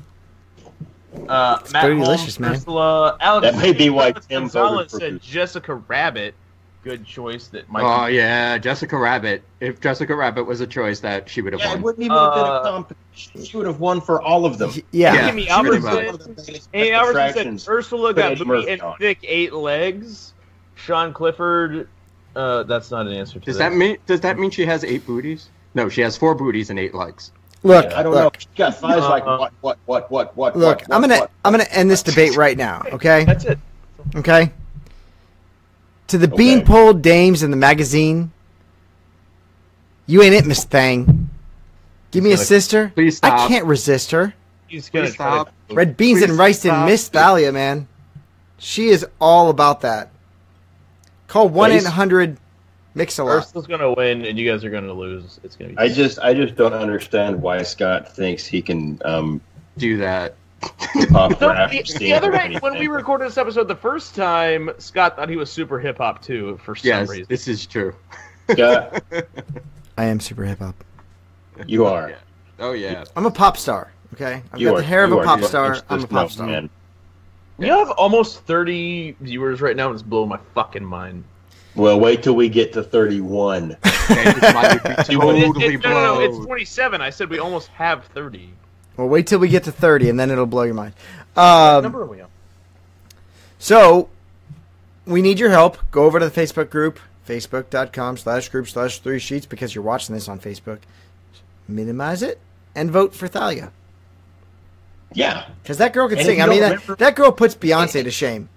Speaker 8: Uh, Matt
Speaker 6: pretty
Speaker 8: Holmes,
Speaker 6: delicious, man.
Speaker 8: Ursula, Alex
Speaker 5: That may be why Tim voted
Speaker 8: Gonzalez
Speaker 5: for
Speaker 8: said
Speaker 5: Gusto.
Speaker 8: Jessica Rabbit. Good choice that Mike.
Speaker 7: Oh yeah, Jessica Rabbit. If Jessica Rabbit was a choice, that she would have
Speaker 5: Yeah, it
Speaker 7: won.
Speaker 5: wouldn't even have been a
Speaker 8: Uh,
Speaker 5: competition. She would have won for all of them.
Speaker 6: Y- Yeah.
Speaker 7: Yeah.
Speaker 2: Amy
Speaker 7: she really
Speaker 2: Alverson. Amy Alverson
Speaker 5: Attractions.
Speaker 2: said Ursula
Speaker 5: Put
Speaker 2: got
Speaker 5: Eddie
Speaker 2: booty
Speaker 5: Murphy
Speaker 2: and
Speaker 5: on.
Speaker 2: thick eight legs. Sean Clifford. Uh, that's not an answer to
Speaker 7: Does
Speaker 2: this.
Speaker 7: that mean does that mean she has eight booties? No, she has four booties and eight legs.
Speaker 6: Look,
Speaker 5: I don't
Speaker 6: look,
Speaker 5: know. She got thighs like
Speaker 8: Uh,
Speaker 5: what, what, what, what, what?
Speaker 6: look.
Speaker 5: what,
Speaker 6: I'm
Speaker 5: what,
Speaker 6: gonna,
Speaker 5: what?
Speaker 6: I'm gonna end this debate right now. Okay.
Speaker 2: That's it.
Speaker 6: Okay. To the
Speaker 5: Okay.
Speaker 6: beanpole dames in the magazine, you ain't it, Miss Thang. Give me a
Speaker 2: Please
Speaker 6: sister.
Speaker 7: Please
Speaker 6: I
Speaker 7: stop.
Speaker 6: can't resist her.
Speaker 2: He's gonna
Speaker 7: Please
Speaker 2: try to-
Speaker 6: Red beans
Speaker 7: Please
Speaker 6: and rice
Speaker 7: stop.
Speaker 6: and Miss Thalia, man. She is all about that. Call one eight
Speaker 5: Please.
Speaker 6: hundred mix a lot.
Speaker 2: Ursula's gonna win, and you guys are gonna lose. It's gonna be.
Speaker 5: I just, I just don't understand why Scott thinks he can um,
Speaker 7: Do that.
Speaker 5: Puff,
Speaker 2: No,
Speaker 5: Rap,
Speaker 2: the, the
Speaker 5: Stan,
Speaker 2: other night
Speaker 5: anything.
Speaker 2: when we recorded this episode the first time, Scott thought he was super hip hop too for some
Speaker 7: Yes,
Speaker 2: reason.
Speaker 7: this is true.
Speaker 5: Yeah,
Speaker 6: I am super hip hop.
Speaker 5: you are.
Speaker 7: Oh yeah.
Speaker 6: I'm a pop star. Okay, I've
Speaker 5: You
Speaker 6: got
Speaker 5: are,
Speaker 6: the hair of
Speaker 5: you
Speaker 6: a
Speaker 5: are
Speaker 6: pop
Speaker 5: just-
Speaker 6: star.
Speaker 5: just-
Speaker 6: I'm a
Speaker 5: just
Speaker 6: pop
Speaker 5: no,
Speaker 6: star.
Speaker 5: man.
Speaker 2: We have almost 30 viewers right now, and it's blowing my fucking mind.
Speaker 5: Well, wait till we get to 31.
Speaker 7: That mind would be
Speaker 2: It- it-
Speaker 7: totally
Speaker 2: no, no, no, it's
Speaker 7: blown.
Speaker 2: 27. I said we almost have 30.
Speaker 6: Well, wait till we get to 30, and then it'll blow your mind.
Speaker 2: What
Speaker 6: Um,
Speaker 2: number are we on?
Speaker 6: so, we need your help. Go over to the Facebook group, facebook.com slash group slash three sheets, because you're watching this on Facebook. Minimize it and vote for Thalia.
Speaker 5: Yeah.
Speaker 6: Because that girl can
Speaker 5: And if
Speaker 6: sing.
Speaker 5: you
Speaker 6: I mean,
Speaker 5: don't
Speaker 6: that,
Speaker 5: remember-
Speaker 6: that girl puts Beyonce to shame.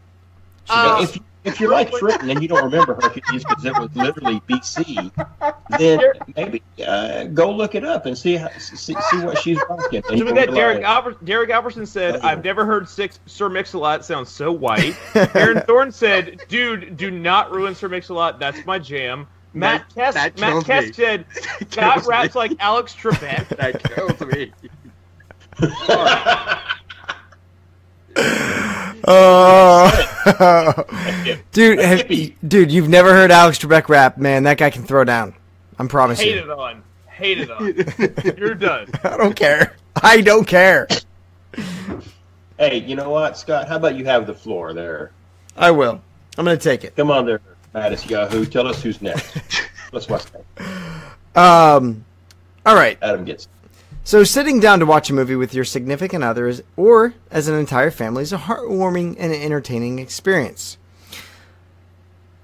Speaker 2: Uh,
Speaker 5: if, if you're like Triton and you don't remember her because it was literally BC, then maybe uh, go look it up and see how, see, see what she's rocking. And
Speaker 2: so we
Speaker 5: you'll
Speaker 2: got Derek,
Speaker 5: realize-
Speaker 2: Alver- Derek Alverson said,
Speaker 5: Uh-huh.
Speaker 2: I've never heard six Sir Mix-a-Lot sound so white. Aaron Thorne said, dude, do not ruin Sir Mix-a-Lot. That's my jam. Matt Kess,
Speaker 7: that
Speaker 2: Matt
Speaker 7: kills me.
Speaker 2: Kess said,
Speaker 7: kills
Speaker 2: Scott
Speaker 7: me.
Speaker 2: raps like Alex Trebek.
Speaker 7: That kills me.
Speaker 6: Oh, dude, have-
Speaker 5: Yippee.
Speaker 6: dude, you've never heard Alex Trebek rap, man. That guy can throw down. I'm promising.
Speaker 2: Hate it on. Hate it on. You're done.
Speaker 6: I don't care. I don't care.
Speaker 5: Hey, you know what, Scott? How about you have the floor there?
Speaker 6: I will. I'm gonna take it.
Speaker 5: Come on there, Mattis Yahoo. Tell us who's next. Let's watch that.
Speaker 6: Um, all right.
Speaker 5: Adam gets.
Speaker 6: So sitting down to watch a movie with your significant other is, or as an entire family is a heartwarming and entertaining experience.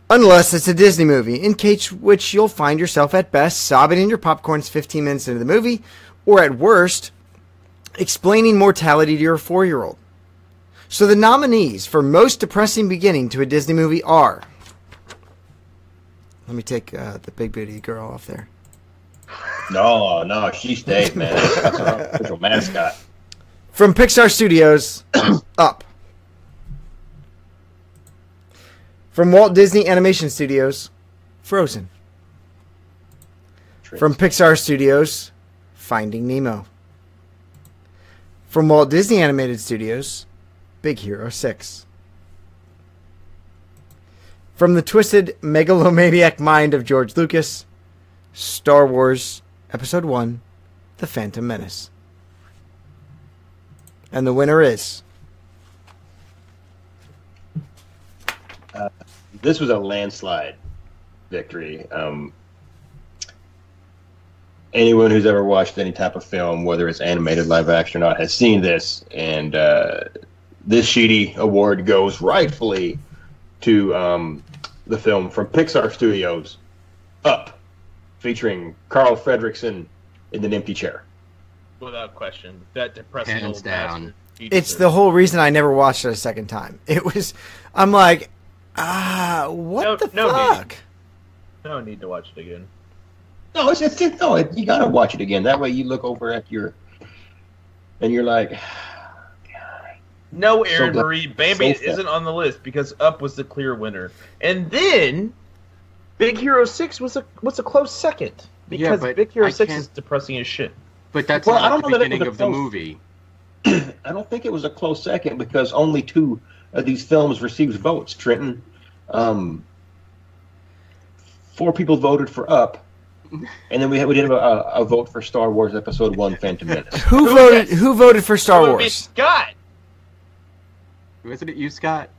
Speaker 6: Unless it's a Disney movie, in case which you'll find yourself at best sobbing in your popcorns 15 minutes into the movie, or at worst, explaining mortality to your four year old. So the nominees for most depressing beginning to a Disney movie are. Let me take uh, the big booty girl off there.
Speaker 5: No, no, she stayed, man. That's our official mascot.
Speaker 6: From Pixar Studios up. From Walt Disney Animation Studios, Frozen. From Pixar Studios, Finding Nemo. From Walt Disney Animated Studios, Big Hero 6. From the twisted megalomaniac mind of George Lucas, Star Wars Episode 1 The Phantom Menace. And the winner is.
Speaker 5: this was a landslide victory. Um, anyone who's ever watched any type of film, whether it's animated, live action, or not, has seen this, and uh, this Sheedy award goes rightfully to um, the film from Pixar Studios, Up, featuring Carl Fredrickson in an empty chair.
Speaker 2: Without question. That depressing
Speaker 7: Hands
Speaker 2: old
Speaker 7: down.
Speaker 2: bastard. He
Speaker 6: It's
Speaker 2: deserves
Speaker 6: the whole reason I never watched it a second time. It was, I'm like, ah, what
Speaker 2: No-
Speaker 6: the
Speaker 2: no need.
Speaker 6: fuck?
Speaker 2: No need to watch it again.
Speaker 5: No, it's just no. Oh, It, you gotta watch it again. That way, you look over at your, and you're like,
Speaker 2: No,
Speaker 5: So
Speaker 2: Aaron
Speaker 5: glad-
Speaker 2: Marie, Bambi
Speaker 5: so sad.
Speaker 2: isn't on the list because Up was the clear winner, and then Big Hero Six was a was a close second
Speaker 7: Yeah,
Speaker 2: because
Speaker 7: but
Speaker 2: Big Hero
Speaker 7: I
Speaker 2: Six
Speaker 7: can't-
Speaker 2: is depressing as shit.
Speaker 7: But that's
Speaker 5: Well, I don't
Speaker 7: not the
Speaker 5: know that it was
Speaker 7: beginning
Speaker 5: a
Speaker 7: of the
Speaker 5: close-
Speaker 7: movie.
Speaker 5: I don't think it was a close second because only two of these films received votes. Trenton, um, four people voted for Up, and then we had, we did have a, a vote for Star Wars Episode One: Phantom Menace.
Speaker 6: Who,
Speaker 2: Who
Speaker 6: voted?
Speaker 2: guessed?
Speaker 6: Who voted for Star
Speaker 2: So it would be
Speaker 6: Wars?
Speaker 2: Scott.
Speaker 7: Wasn't it you, Scott?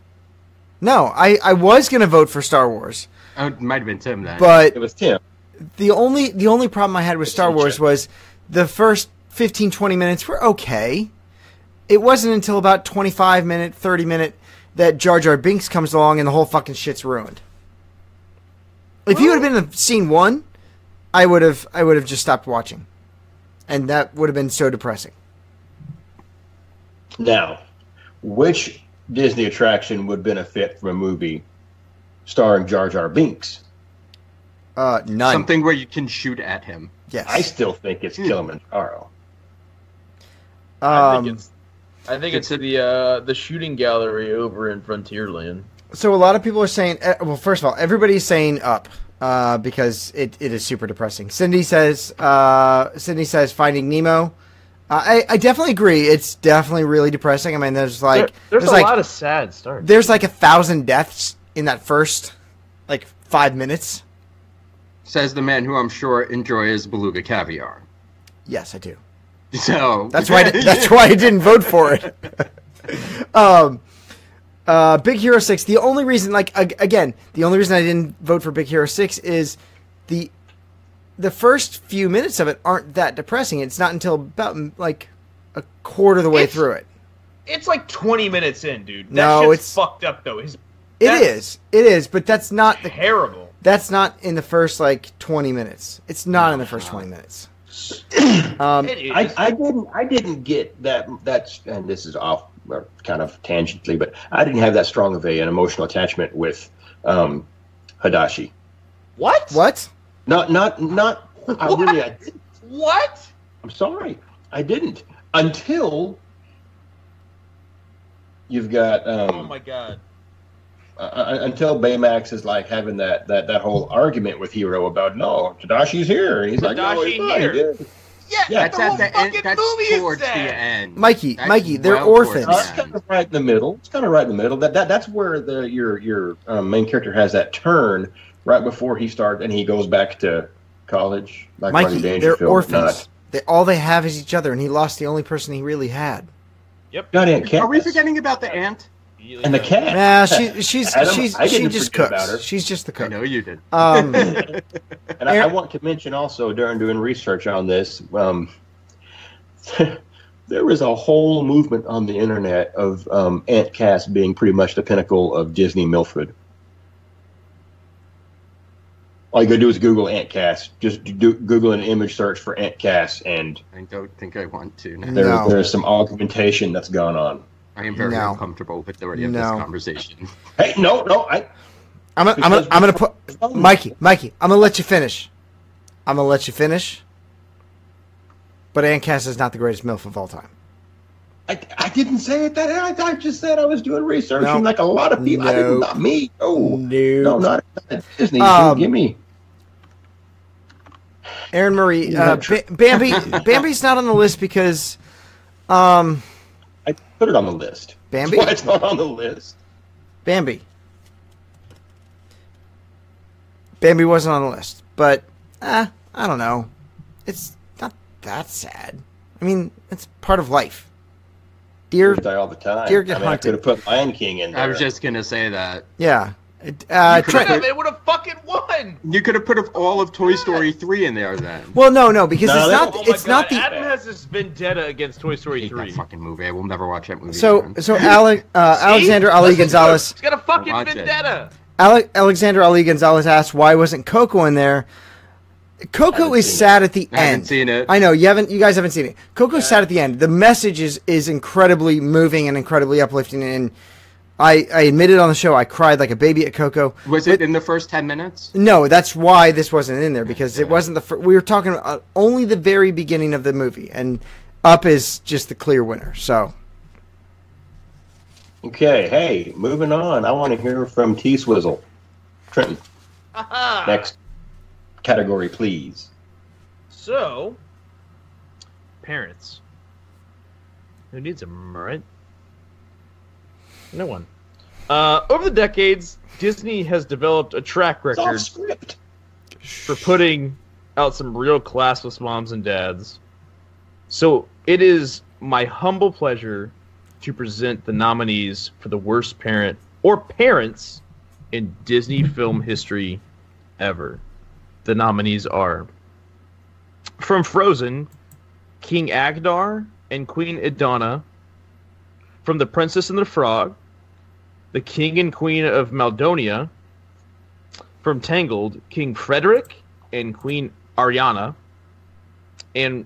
Speaker 6: No, I, I was gonna vote for Star Wars,
Speaker 7: Oh, it might have been Tim then.
Speaker 6: but
Speaker 5: It was Tim.
Speaker 6: the only the only problem I had with Star Wars was the first 15, 20 minutes were okay. It wasn't until about twenty five minute, thirty minute that Jar Jar Binks comes along and the whole fucking shit's ruined. If you would have been in scene one, I would have I would have just stopped watching, and that would have been so depressing.
Speaker 5: Now, which Disney attraction would benefit from a movie starring Jar Jar Binks?
Speaker 6: Uh, none.
Speaker 7: Something where you can shoot at him.
Speaker 5: I
Speaker 6: yes.
Speaker 5: still think
Speaker 2: Hmm.
Speaker 5: it's Kilimanjaro.
Speaker 2: I think
Speaker 6: Um,
Speaker 2: it's, I think
Speaker 7: it's
Speaker 2: it's
Speaker 7: a-
Speaker 2: the uh, the shooting gallery over in Frontierland.
Speaker 6: so a lot of people are saying. eh, Well, first of all, everybody's saying up uh, because it, it is super depressing. Cindy says. Uh, Cindy says Finding Nemo. I, I definitely agree. It's definitely really depressing. I mean, there's like
Speaker 2: There- there's, a
Speaker 6: like
Speaker 2: lot of sad starts.
Speaker 6: there's like a thousand deaths in that first like five minutes.
Speaker 7: Says the man who I'm sure enjoys beluga caviar.
Speaker 6: Yes, I do.
Speaker 7: So
Speaker 6: That's why. I di- that's why I didn't vote for it. um, uh, Big Hero Six. The only reason, like ag- again, the only reason I didn't vote for Big Hero Six is the the first few minutes of it aren't that depressing. It's not until about mm, like a quarter of the way
Speaker 8: It's-
Speaker 6: through it.
Speaker 8: It's like 20 minutes in, dude. That
Speaker 6: No,
Speaker 8: shit's
Speaker 6: it's-
Speaker 8: fucked up though. It's
Speaker 6: It
Speaker 8: that's
Speaker 6: is. It is. But that's not the.
Speaker 8: terrible.
Speaker 6: That's not in the first like twenty minutes. It's not in the first twenty minutes. Um,
Speaker 8: It is.
Speaker 5: I, I didn't I didn't get that that's and this is off or kind of tangentially, but I didn't have that strong of a an emotional attachment with um, Hadashi.
Speaker 8: what?
Speaker 6: what?
Speaker 5: Not not not I really I,
Speaker 8: What?
Speaker 5: I'm sorry. I didn't until you've got um,
Speaker 8: Oh my god.
Speaker 5: uh, until Baymax is like having that, that, that whole argument with Hero about no, Tadashi's here. And he's like, no, he's
Speaker 8: Tadashi
Speaker 5: not.
Speaker 8: here.
Speaker 5: He did.
Speaker 8: Yeah,
Speaker 7: That's
Speaker 8: the
Speaker 7: at
Speaker 8: whole
Speaker 7: the end.
Speaker 8: fucking movie
Speaker 7: That's
Speaker 8: is
Speaker 7: towards the
Speaker 8: sad.
Speaker 7: end.
Speaker 6: Mikey,
Speaker 7: That's
Speaker 6: Mikey, they're
Speaker 7: well towards
Speaker 6: orphans.
Speaker 7: the
Speaker 5: Uh, it's
Speaker 7: end.
Speaker 5: kind of right in the middle. It's kind of right in the middle. That that that's where the your your um, main character has that turn right before he starts and he goes back to college. Like
Speaker 6: Mikey,
Speaker 5: Rodney
Speaker 6: they're
Speaker 5: Dangerfield,
Speaker 6: orphans.
Speaker 5: not-
Speaker 6: They, all they have is each other, and he lost the only person he really had.
Speaker 5: God, Aunt
Speaker 7: Are we
Speaker 5: Katniss.
Speaker 7: forgetting about the ant?
Speaker 5: And the cat.
Speaker 6: Nah, she, she's
Speaker 5: Adam,
Speaker 6: she's
Speaker 5: I
Speaker 6: she
Speaker 5: didn't
Speaker 6: just
Speaker 5: forget about her.
Speaker 6: cooks. She's just the
Speaker 7: I
Speaker 6: cook.
Speaker 7: know you did.
Speaker 6: Um,
Speaker 5: And I, I
Speaker 6: Aaron-
Speaker 5: want to mention also during doing research on this, um, there was a whole movement on the internet of um, Aunt Cass being pretty much the pinnacle of Disney Milford. All you gotta do is Google Aunt Cass. Just do, Google an image search for Aunt Cass, and
Speaker 7: I don't think I want to. now.
Speaker 5: there,
Speaker 6: No.
Speaker 5: there's some augmentation that's gone on.
Speaker 7: I am very
Speaker 6: No.
Speaker 7: uncomfortable with the idea of
Speaker 6: No.
Speaker 7: this conversation.
Speaker 5: Hey, no, no, I
Speaker 6: I'm gonna, I'm gonna, I'm gonna put Mikey, Mikey. I'm gonna let you finish. I'm gonna let you finish. But Aunt Cass is not the greatest milf of all time.
Speaker 5: I, I didn't say it that I, I just said I was doing research
Speaker 6: No.
Speaker 5: and like a lot of people I
Speaker 6: No.
Speaker 5: did not me. Oh
Speaker 6: No.
Speaker 5: no, not, not Disney.
Speaker 6: Um,
Speaker 5: give me
Speaker 6: Aaron Marie, uh, ba- Bambi, Bambi's not on the list because um,
Speaker 5: I put it on the list.
Speaker 6: Bambi?
Speaker 5: That's why it's not on the list.
Speaker 6: Bambi. Bambi wasn't on the list, but eh, I don't know. It's not that sad. I mean, it's part of life. Dear,
Speaker 5: I die all the time.
Speaker 6: Deer get
Speaker 5: I, mean, I
Speaker 6: hunted.
Speaker 5: could have put Lion King in there.
Speaker 7: I was just gonna say that
Speaker 6: yeah. Uh,
Speaker 7: could've
Speaker 6: Trent,
Speaker 8: Yeah, they would have fucking won.
Speaker 7: you could have put all of Toy Story three in there then.
Speaker 6: well, no, no, because
Speaker 5: No,
Speaker 6: it's
Speaker 5: they-
Speaker 6: not.
Speaker 2: Oh my
Speaker 6: it's
Speaker 2: god.
Speaker 6: not the.
Speaker 2: Adam has this vendetta against Toy
Speaker 7: I
Speaker 2: Story
Speaker 7: hate
Speaker 2: three.
Speaker 7: that fucking movie. I will never watch that movie.
Speaker 6: so,
Speaker 7: again.
Speaker 6: so Ale, uh, Alexander Ali Gonzalez.
Speaker 2: He's got a fucking
Speaker 7: Watch it.
Speaker 2: vendetta.
Speaker 6: Ale- Alexander Ali Gonzalez asked why wasn't Coco in there. Coco
Speaker 5: Haven't
Speaker 6: is
Speaker 5: seen
Speaker 6: sad at the
Speaker 7: I haven't
Speaker 6: end.
Speaker 7: seen it.
Speaker 6: I know you haven't. You guys haven't seen it. Coco's sad at the end. The message is is incredibly moving and incredibly uplifting. And I I admitted on the show I cried like a baby at Coco.
Speaker 7: was it in the first ten minutes?
Speaker 6: No, that's why this wasn't in there because it wasn't the. Fir- we were talking about only the very beginning of the movie, and Up is just the clear winner. So
Speaker 5: okay. Hey, moving on. I want to hear from T Swizzle, Trenton. Next category, please.
Speaker 8: So, parents. Who needs them, right?
Speaker 2: No one. Uh, over the decades, Disney has developed a track
Speaker 5: It's off
Speaker 2: record
Speaker 5: script.
Speaker 2: for putting out some real classless moms and dads. So it is my humble pleasure to present the nominees for the worst parent or parents in Disney film history ever. The nominees are from Frozen, King Agdar and Queen Idana, from The Princess and the Frog, the King and Queen of Maldonia, from Tangled, King Frederick and Queen Ariana, and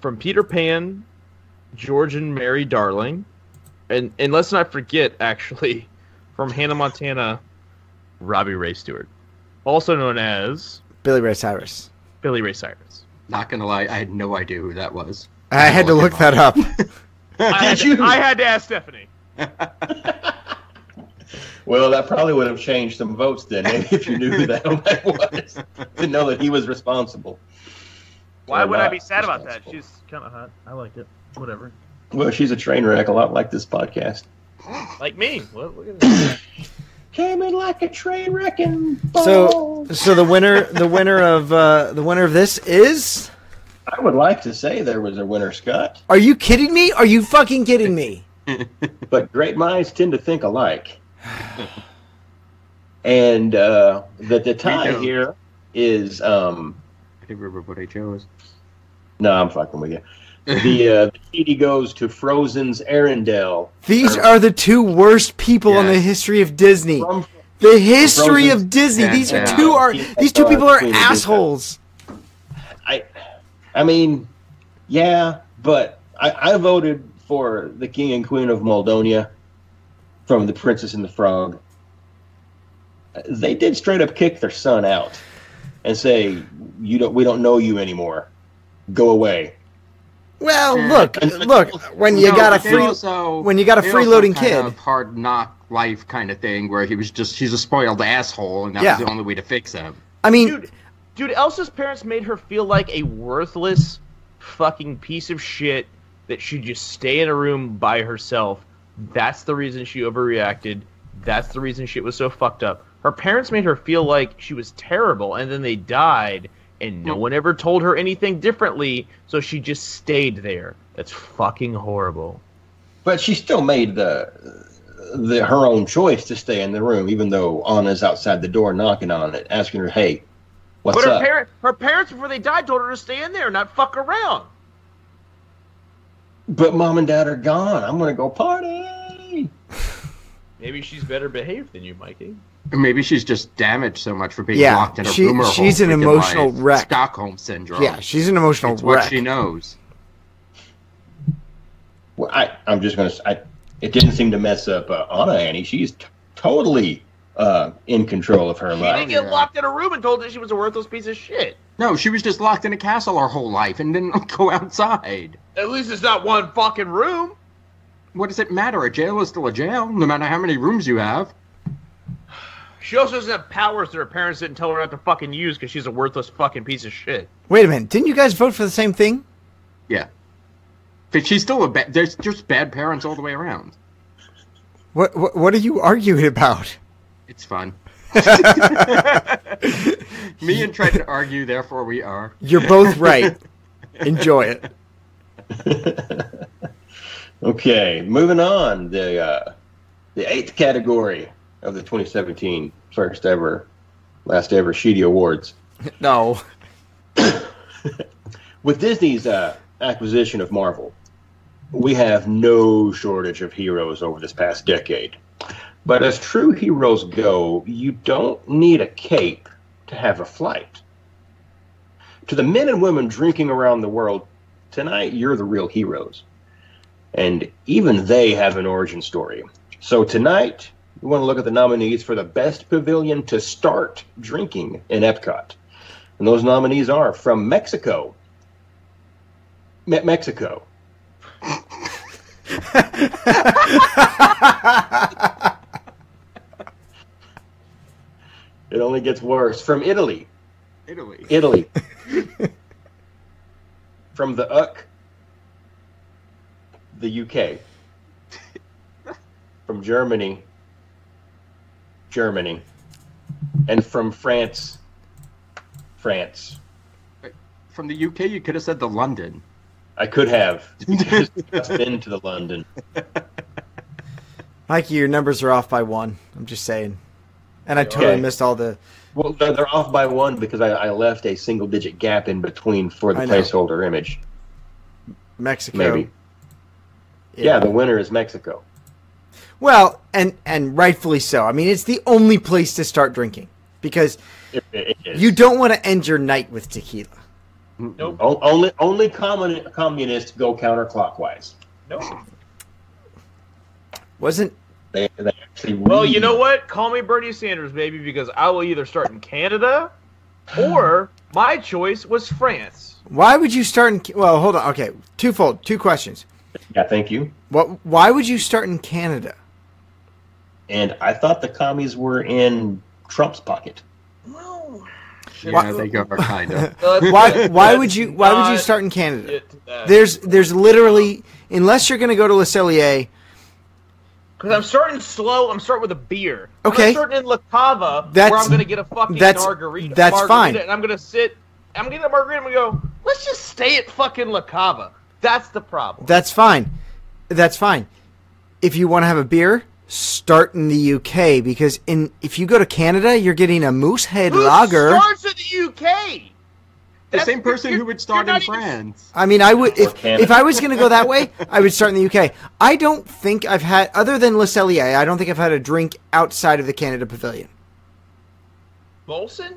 Speaker 2: from Peter Pan, George and Mary Darling, and and let's not forget actually from Hannah Montana, Robbie Ray Stewart, also known as
Speaker 6: Billy Ray Cyrus.
Speaker 2: Billy Ray Cyrus.
Speaker 7: Not gonna lie, I had no idea who that was.
Speaker 6: I had to
Speaker 7: Look
Speaker 6: look that up.
Speaker 8: I had,
Speaker 5: you?
Speaker 8: to, I had to ask Stephanie.
Speaker 5: Well, that probably would have changed some votes then, maybe if you knew who the hell that was, to know that he was responsible.
Speaker 8: Why
Speaker 5: Or
Speaker 8: would I
Speaker 5: not
Speaker 8: be sad about that?
Speaker 5: responsible.
Speaker 8: She's kind of hot. I liked it. Whatever.
Speaker 5: Well, she's a train wreck, a lot like this podcast.
Speaker 8: Like me. What, look at this.
Speaker 5: Came in like a train wreck and
Speaker 6: So, so the winner, the winner of uh, the winner of this is.
Speaker 5: I would like to say there was a winner, Scott,
Speaker 6: Are you kidding me? Are you fucking kidding me?
Speaker 5: but great minds tend to think alike. and uh, that the tie
Speaker 7: don't.
Speaker 5: here is um,
Speaker 7: I can't remember what I chose.
Speaker 5: no, I'm fucking with you. The uh, the TD goes to Frozen's Arendelle.
Speaker 6: These are the two worst people in the
Speaker 7: Yes.
Speaker 6: history of Disney.
Speaker 5: From
Speaker 6: The history
Speaker 5: Frozen.
Speaker 6: of Disney.
Speaker 7: Yeah,
Speaker 6: these
Speaker 7: yeah.
Speaker 6: two are these two people are
Speaker 5: Yeah.
Speaker 6: assholes.
Speaker 5: I, I mean, yeah, but I, I voted for the King and Queen of Moldonia from The Princess and the Frog. They did straight up kick their son out and say, "You don't, we don't know you anymore. Go away."
Speaker 6: Well,
Speaker 7: Yeah.
Speaker 6: look, look. When you
Speaker 7: No,
Speaker 6: got a
Speaker 7: but they
Speaker 6: free,
Speaker 7: also-
Speaker 6: when you got a
Speaker 7: they also
Speaker 6: freeloading
Speaker 7: kind
Speaker 6: kid.
Speaker 7: of hard knock life kind of thing, where he was just she's a spoiled asshole, and that
Speaker 6: Yeah.
Speaker 7: was the only way to fix him.
Speaker 6: I mean,
Speaker 2: dude, dude, Elsa's parents made her feel like a worthless fucking piece of shit that should just stay in a room by herself. That's the reason she overreacted. That's the reason shit was so fucked up. Her parents made her feel like she was terrible, and then they died, and no one ever told her anything differently, so she just stayed there. That's fucking horrible.
Speaker 5: But she still made the, the her own choice to stay in the room, even though Anna's outside the door knocking on it, asking her, "Hey, what's
Speaker 2: But her,
Speaker 5: up?"
Speaker 2: parent, her parents, before they died, told her to stay in there, not fuck around.
Speaker 5: but mom and dad are gone. I'm gonna go party.
Speaker 2: Maybe she's better behaved than you, Mikey.
Speaker 7: Or Maybe she's just damaged so much for being
Speaker 6: Yeah,
Speaker 7: locked in a
Speaker 6: she-
Speaker 7: rumor hole
Speaker 6: she's an
Speaker 7: freaking
Speaker 6: emotional
Speaker 7: by
Speaker 6: wreck.
Speaker 7: Stockholm syndrome.
Speaker 6: yeah, she's an emotional
Speaker 7: it's what
Speaker 6: wreck.
Speaker 7: she knows.
Speaker 5: Well, I, I'm just going to. It didn't seem to mess up uh, Anna Annie. She's t- totally uh, in control of her
Speaker 2: She
Speaker 5: life.
Speaker 2: didn't get
Speaker 7: yeah.
Speaker 2: locked in a room and told that she was a worthless piece of shit.
Speaker 7: No, she was just locked in a castle her whole life and didn't go outside.
Speaker 2: At least it's not one fucking room.
Speaker 7: What does it matter? A jail is still a jail, no matter how many rooms you have.
Speaker 2: She also doesn't have powers that her parents didn't tell her not to fucking use because she's a worthless fucking piece of shit.
Speaker 6: Wait a minute. Didn't you guys vote for the same thing?
Speaker 7: Yeah, but she's still a bad. There's just bad parents all the way around.
Speaker 6: What what, what are you arguing about?
Speaker 7: It's fun. Me and Trent argue, therefore we are.
Speaker 6: You're both right. Enjoy it.
Speaker 5: Okay, moving on. The uh, the eighth category of the 2017 first ever, last ever Sheedy Awards.
Speaker 6: No.
Speaker 5: With Disney's uh, acquisition of Marvel, we have no shortage of heroes over this past decade. But as true heroes go, you don't need a cape to have a flight. To the men and women drinking around the world, tonight you're the real heroes. And even they have an origin story. So tonight, we want to look at the nominees for the best pavilion to start drinking in Epcot. And those nominees are from Mexico. Me- Mexico. It only gets worse. From Italy.
Speaker 7: Italy.
Speaker 5: Italy. From the UC. The UK. From Germany. Germany. And from France. France.
Speaker 7: From the UK, you could have said the London.
Speaker 5: I could have just been to the London.
Speaker 6: Mikey, your numbers are off by one. I'm just saying. And I totally
Speaker 5: Okay.
Speaker 6: missed all the.
Speaker 5: Well, they're, they're off by one because I, I left a single digit gap in between for the
Speaker 6: I know.
Speaker 5: placeholder image.
Speaker 6: Mexico.
Speaker 5: Maybe. Yeah. the winner is Mexico.
Speaker 6: Well, and and rightfully so. I mean, it's the only place to start drinking because
Speaker 5: It, it is.
Speaker 6: you don't want to end your night with tequila.
Speaker 5: O- only only commun, communists go counterclockwise.
Speaker 6: Wasn't
Speaker 5: They, they actually
Speaker 2: Well,
Speaker 5: read-
Speaker 2: you know what? Call me Bernie Sanders, baby, because I will either start in Canada or my choice was France.
Speaker 6: why would you start in? Well, hold on. Okay, twofold. Two questions.
Speaker 5: Yeah, thank you.
Speaker 6: What? Why would you start in Canada?
Speaker 5: And I thought the commies were in Trump's pocket.
Speaker 7: Yeah, they go kind of.
Speaker 2: Uh,
Speaker 6: Why? Why
Speaker 2: let's
Speaker 6: would you? Why would you
Speaker 2: not uh,
Speaker 6: start in Canada?
Speaker 2: get to that.
Speaker 6: There's there's literally unless you're going to go to Le Cellier.
Speaker 2: Because I'm starting slow. I'm starting with a beer.
Speaker 6: Okay.
Speaker 2: I'm starting in La Cava, where
Speaker 6: That's-
Speaker 2: I'm going to get a fucking
Speaker 6: that's-
Speaker 2: margarita.
Speaker 6: that's
Speaker 2: margarita,
Speaker 6: fine.
Speaker 2: And I'm going to sit. I'm going to get a margarita and I'm gonna go, let's just stay at fucking La Cava. That's the problem.
Speaker 6: That's fine. That's fine. If you want to have a beer, start in the UK because in if you go to Canada, you're getting a Moosehead
Speaker 2: Who
Speaker 6: Lager.
Speaker 2: starts in the UK?
Speaker 7: The
Speaker 2: That's-
Speaker 7: same person
Speaker 2: you're-
Speaker 7: who would start
Speaker 2: you're
Speaker 7: in
Speaker 2: not even-
Speaker 7: France.
Speaker 6: I mean, I would if
Speaker 5: Canada.
Speaker 6: if I was going to go that way, I would start in the UK. I don't think I've had other than Le Cellier. I don't think I've had a drink outside of the Canada Pavilion.
Speaker 2: Molson?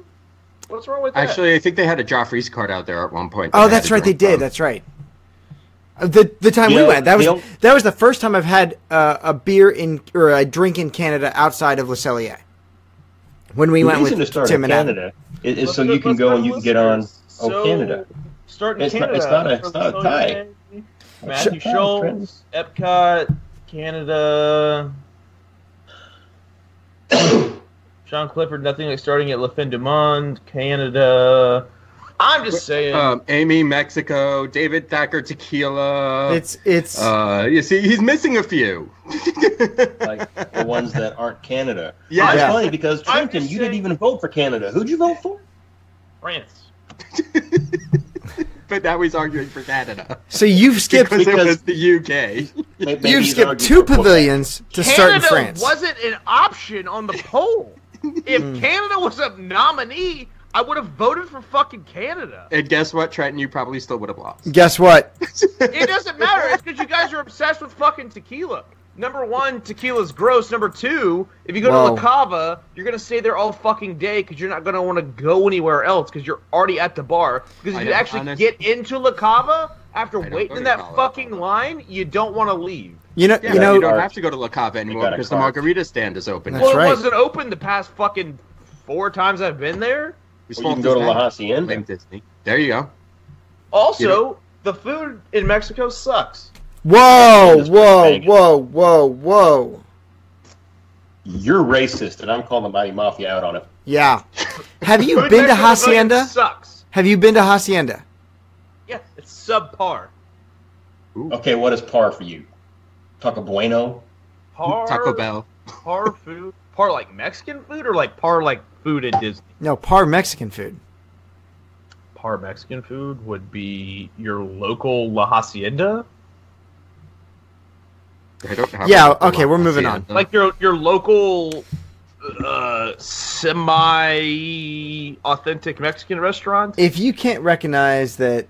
Speaker 2: What's wrong with that?
Speaker 7: Actually, I think they had a Joffrey's card out there at one point.
Speaker 6: Oh, that's right, they did. That's right. Uh, The the time
Speaker 5: Yeah,
Speaker 6: we went, that was
Speaker 5: Neil?
Speaker 6: that was the first time I've had uh, a beer in or a drink in Canada outside of Le Cellier. When we
Speaker 5: The
Speaker 6: went
Speaker 5: reason to
Speaker 6: with
Speaker 5: start
Speaker 6: Tim
Speaker 5: in
Speaker 6: and Adam.
Speaker 5: Canada is, is
Speaker 2: Let's
Speaker 5: so
Speaker 2: go-
Speaker 5: you can
Speaker 2: let's
Speaker 5: go
Speaker 2: go
Speaker 5: and you can get on
Speaker 2: listeners.
Speaker 5: Oh
Speaker 2: So-
Speaker 5: Canada.
Speaker 2: Start in
Speaker 5: It's not-
Speaker 2: Canada.
Speaker 5: it's not a- it's not a tie.
Speaker 2: From Matthew
Speaker 5: Shut up,
Speaker 2: Schultz,
Speaker 5: Prince.
Speaker 2: Epcot, Canada. Sean Clifford, nothing like starting at La Fin du Monde, Canada. I'm just saying.
Speaker 7: Um, Amy, Mexico, David Thacker, tequila.
Speaker 6: It's it's
Speaker 7: uh, you see, he's missing a few.
Speaker 5: like the ones that aren't Canada.
Speaker 7: Yeah.
Speaker 5: it's
Speaker 6: Yeah.
Speaker 5: funny because
Speaker 2: I'm
Speaker 5: Trenton,
Speaker 2: just
Speaker 5: you
Speaker 2: saying-
Speaker 5: didn't even vote for Canada. Who'd you vote for?
Speaker 2: France.
Speaker 7: but now he's arguing for Canada
Speaker 6: so you've skipped
Speaker 7: because,
Speaker 5: Because-
Speaker 7: it was the UK.
Speaker 5: May- maybe
Speaker 6: you've
Speaker 5: he's
Speaker 6: skipped
Speaker 5: arguing
Speaker 6: two
Speaker 5: for Quebec.
Speaker 6: pavilions to start in
Speaker 2: Canada
Speaker 6: France.
Speaker 2: wasn't an option on the poll. if Canada was a nominee, I would have voted for fucking Canada.
Speaker 7: And guess what, Trenton? You probably still would have lost.
Speaker 6: Guess what?
Speaker 2: It doesn't matter. It's because you guys are obsessed with fucking tequila. Number one, tequila's gross. Number two, if you go to
Speaker 6: Whoa.
Speaker 2: La Cava, you're gonna stay there all fucking day because you're not gonna want to go anywhere else because you're already at the bar. Because
Speaker 7: I
Speaker 2: if you
Speaker 7: don't-
Speaker 2: actually
Speaker 7: honest-
Speaker 2: get into La Cava after
Speaker 7: I don't
Speaker 2: waiting
Speaker 7: go
Speaker 2: in
Speaker 7: to
Speaker 2: that
Speaker 7: La Cava.
Speaker 2: fucking line, you don't want to leave.
Speaker 6: You know
Speaker 7: Yeah,
Speaker 6: you know
Speaker 7: you don't
Speaker 5: Art-
Speaker 7: have to go to La Cava anymore
Speaker 5: got a
Speaker 7: because the
Speaker 5: card.
Speaker 7: margarita stand is open.
Speaker 6: That's
Speaker 2: well,
Speaker 6: right.
Speaker 2: it wasn't open the past fucking four times I've been
Speaker 7: We
Speaker 2: there.
Speaker 5: Or you
Speaker 7: smoked
Speaker 5: can go to
Speaker 7: this
Speaker 5: La
Speaker 7: down.
Speaker 5: Hacienda.
Speaker 7: Blame Disney. There you go.
Speaker 2: Also, the food in Mexico sucks.
Speaker 6: Whoa,
Speaker 5: It's
Speaker 6: whoa,
Speaker 5: Vegas.
Speaker 6: whoa, whoa, whoa.
Speaker 5: You're racist, and I'm calling the Mighty Mafia out on it.
Speaker 6: Yeah. Have you
Speaker 2: Food in
Speaker 6: been to
Speaker 2: Mexico
Speaker 6: Hacienda?
Speaker 2: Sucks.
Speaker 6: Have you been to Hacienda?
Speaker 2: Yeah, it's subpar.
Speaker 5: Okay, what is par for you? Taco Bueno?
Speaker 2: Par,
Speaker 7: Taco Bell.
Speaker 2: par food, par like Mexican food, or like par like food at Disney.
Speaker 6: No, par Mexican food.
Speaker 2: Par Mexican food would be your local La Hacienda,
Speaker 7: I don't know how
Speaker 6: Yeah,
Speaker 7: we got to
Speaker 6: okay,
Speaker 7: La
Speaker 6: we're moving
Speaker 7: Hacienda.
Speaker 2: like your your local uh, semi authentic Mexican restaurant.
Speaker 6: if you can't recognize that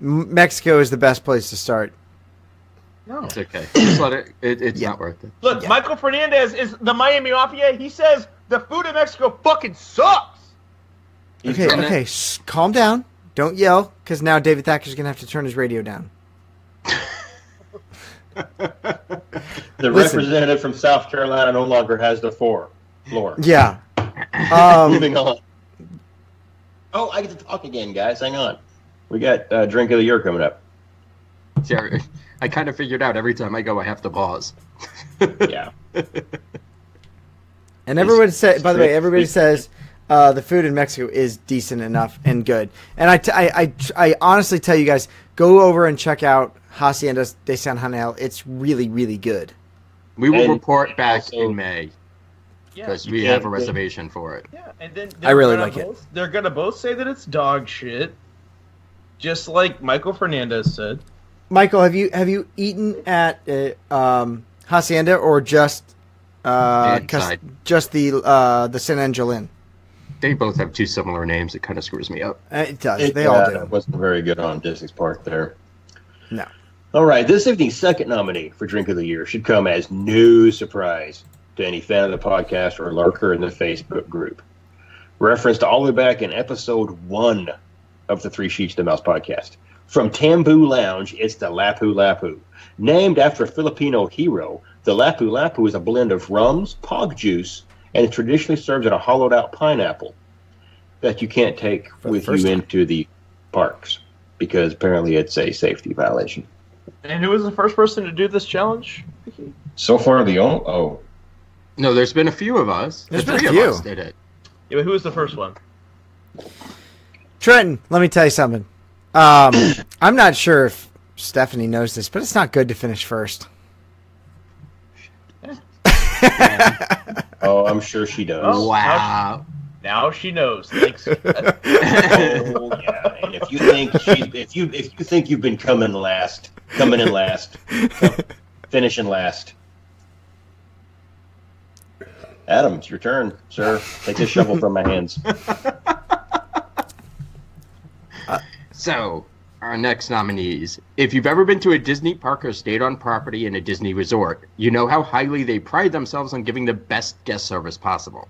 Speaker 6: M- Mexico is the best place to start,
Speaker 2: No,
Speaker 7: It's okay. Just let it, it- it's
Speaker 6: Yeah.
Speaker 7: not worth it.
Speaker 2: look, Michael Fernandez is the Miami Mafia. He says the food in Mexico fucking sucks.
Speaker 5: He's
Speaker 6: okay,
Speaker 5: drunk.
Speaker 6: okay, s calm down. Don't yell, because now David Thacker's gonna have to turn his radio down.
Speaker 5: The
Speaker 6: Listen.
Speaker 5: representative from South Carolina no longer has the four floor.
Speaker 6: Yeah. Um,
Speaker 5: Moving on. Oh, I get to talk again, guys. Hang on. We got uh, drink of the year coming up.
Speaker 7: Sorry. I kind of figured out every time I go, I have to pause.
Speaker 5: Yeah.
Speaker 6: and everybody said. By the way, everybody says uh, the food in Mexico is decent enough and good. And I, t- I, I, tr- I honestly tell you guys, go over and check out Hacienda de San Janel. It's really, really good.
Speaker 7: We will
Speaker 5: And-
Speaker 7: report
Speaker 5: and
Speaker 7: back
Speaker 5: also-
Speaker 7: in May
Speaker 2: Yeah,
Speaker 7: because we
Speaker 5: can't
Speaker 7: have a
Speaker 5: get-
Speaker 7: reservation for it.
Speaker 2: yeah, and then
Speaker 6: I really
Speaker 2: they're
Speaker 6: like
Speaker 2: gonna
Speaker 6: it.
Speaker 2: both- They're gonna both say that it's dog shit, just like Michael Fernandez said.
Speaker 6: Michael, have you have you eaten at uh, um, Hacienda or just uh,
Speaker 7: The
Speaker 6: cus-
Speaker 7: inside.
Speaker 6: just the uh, the San Angelin?
Speaker 7: They both have two similar names. It kind of screws me up.
Speaker 6: Uh, It does.
Speaker 5: It,
Speaker 6: they
Speaker 5: uh,
Speaker 6: all do.
Speaker 5: wasn't very good on Disney's part there.
Speaker 6: No.
Speaker 5: All right, this evening's second nominee for Drink of the Year should come as no surprise to any fan of the podcast or lurker in the Facebook group. Referenced all the way back in episode one of the Three Sheets to Mouse podcast. From Tambu Lounge, it's the Lapu Lapu. Named after a Filipino hero, the Lapu Lapu is a blend of rums, pog juice, and it traditionally serves in a hollowed out pineapple that you can't take
Speaker 6: the
Speaker 5: with you
Speaker 6: first time.
Speaker 5: into the parks because apparently it's a safety violation.
Speaker 2: And who was the first person to do this challenge?
Speaker 5: So far, the only. Oh.
Speaker 7: No, there's been a few of us.
Speaker 6: There's
Speaker 7: the
Speaker 6: been a
Speaker 7: three
Speaker 6: few.
Speaker 7: of us did it.
Speaker 2: Yeah, but who was the first one?
Speaker 6: Trenton, let me tell you something. Um, I'm not sure if Stephanie knows this, but it's not good to finish first.
Speaker 5: Oh, I'm sure she does.
Speaker 7: Wow.
Speaker 8: Now she knows. Thanks.
Speaker 5: Oh, yeah. And if you think she, if you if you think you've been coming last, coming in last, come- finishing last. Adam, it's your turn, sir. Take this shovel from my hands.
Speaker 7: So, our next nominees. If you've ever been to a Disney park or stayed on property in a Disney resort, you know how highly they pride themselves on giving the best guest service possible.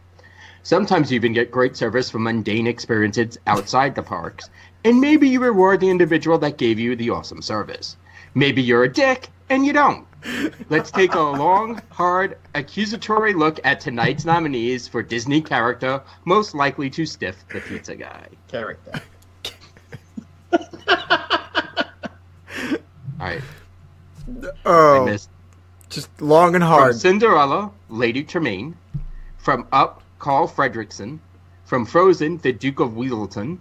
Speaker 7: Sometimes you even get great service from mundane experiences outside the parks, and maybe you reward the individual that gave you the awesome service. Maybe you're a dick and you don't. Let's take a long, hard, accusatory look at tonight's nominees for Disney character most likely to stiff the pizza guy.
Speaker 8: Character.
Speaker 7: All right, I
Speaker 6: Oh,
Speaker 7: missed
Speaker 6: just long and
Speaker 7: From
Speaker 6: hard.
Speaker 7: Cinderella, Lady Tremaine. From Up, Carl Fredrickson. From Frozen, the Duke of Weedleton.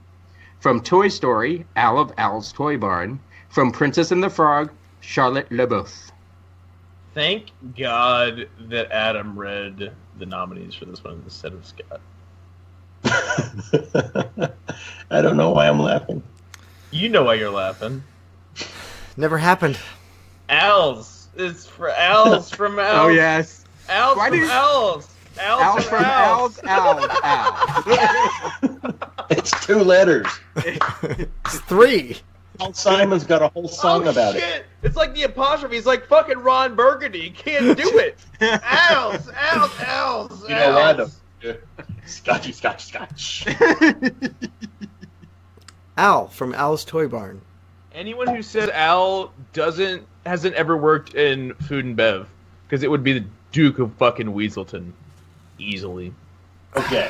Speaker 7: From Toy Story, Al of Al's Toy Barn. From Princess and the Frog, Charlotte LeBeouf.
Speaker 8: Thank God that Adam read the nominees for this one instead of Scott.
Speaker 5: I don't know why I'm laughing.
Speaker 8: You know why you're laughing.
Speaker 6: Never happened.
Speaker 8: Al's. It's for Al's
Speaker 5: Oh,
Speaker 8: from Al's.
Speaker 7: Oh, yes.
Speaker 8: Al's
Speaker 7: Why
Speaker 8: from
Speaker 7: do you-
Speaker 8: Al's. Al's,
Speaker 7: Al
Speaker 8: from
Speaker 7: from
Speaker 8: Al's.
Speaker 7: Al's, Al, Al.
Speaker 5: It's two letters.
Speaker 6: It's three.
Speaker 5: Paul Simon's got a whole song
Speaker 8: oh,
Speaker 5: about
Speaker 8: shit.
Speaker 5: it.
Speaker 8: It's like the apostrophe. He's like fucking Ron Burgundy. He can't do it. Al's. Al's. Al's.
Speaker 5: You know why
Speaker 8: Al's.
Speaker 5: though? Scotchy, scotch, scotch.
Speaker 6: Al from Al's Toy Barn.
Speaker 2: Anyone who says Al doesn't hasn't ever worked in food and bev because it would be the Duke of fucking Weaselton easily.
Speaker 5: Okay.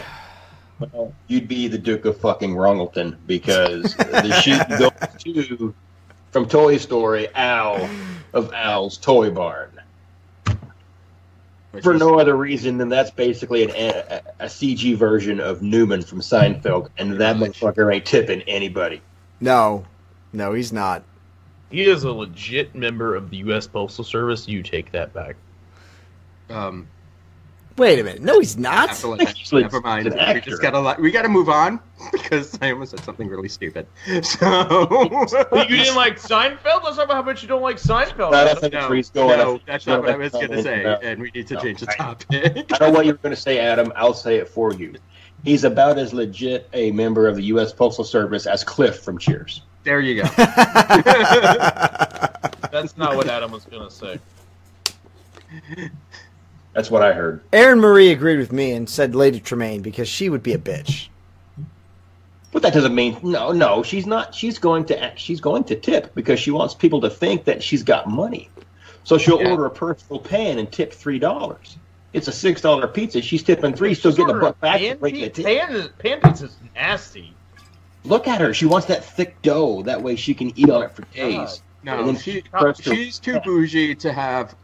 Speaker 5: Well, you'd be the Duke of fucking Wrongleton because the sheep goes to from Toy Story Owl of Owl's Toy Barn for no other reason than that's basically an, a, a CG version of Newman from Seinfeld, and that motherfucker ain't tipping anybody.
Speaker 6: No, no, he's not.
Speaker 2: He is a legit member of the U.S. Postal Service. You take that back.
Speaker 7: Um,
Speaker 6: Wait a minute. No, he's not.
Speaker 7: Excellent.
Speaker 5: Actually,
Speaker 7: Never mind.
Speaker 5: it's an
Speaker 7: We
Speaker 5: actor.
Speaker 7: just got a lot. We got to move on because I almost said something really stupid. So
Speaker 2: You didn't like Seinfeld? Let's talk about how much you don't like Seinfeld.
Speaker 5: I don't think it's
Speaker 7: Oh, no,
Speaker 5: where he's going. I
Speaker 7: no,
Speaker 5: think
Speaker 7: that's
Speaker 5: you know
Speaker 7: not what I was going to
Speaker 5: comment
Speaker 7: say,
Speaker 5: about-
Speaker 7: and we need to
Speaker 5: No,
Speaker 7: change the
Speaker 5: I-
Speaker 7: topic.
Speaker 5: I know what you're going to say, Adam. I'll say it for you. He's about as legit a member of the U.S. Postal Service as Cliff from Cheers.
Speaker 7: there you go.
Speaker 8: That's not what Adam was gonna say.
Speaker 5: That's what I heard.
Speaker 6: Aaron Marie agreed with me and said Lady Tremaine because she would be a bitch.
Speaker 5: But that doesn't mean no, no. She's not. She's going to act. She's going to tip because she wants people to think that she's got money. So she'll
Speaker 7: Yeah.
Speaker 5: order a personal pan and tip three dollars. It's a six dollar pizza. She's tipping three. She's still getting a buck back. and breaking the tip.
Speaker 8: Pan, pan pizza's nasty.
Speaker 5: Look at her. She wants that thick dough. That way she can eat on it for days. And
Speaker 7: No,
Speaker 5: then
Speaker 7: she,
Speaker 5: pressed her-
Speaker 7: she's too bougie to have.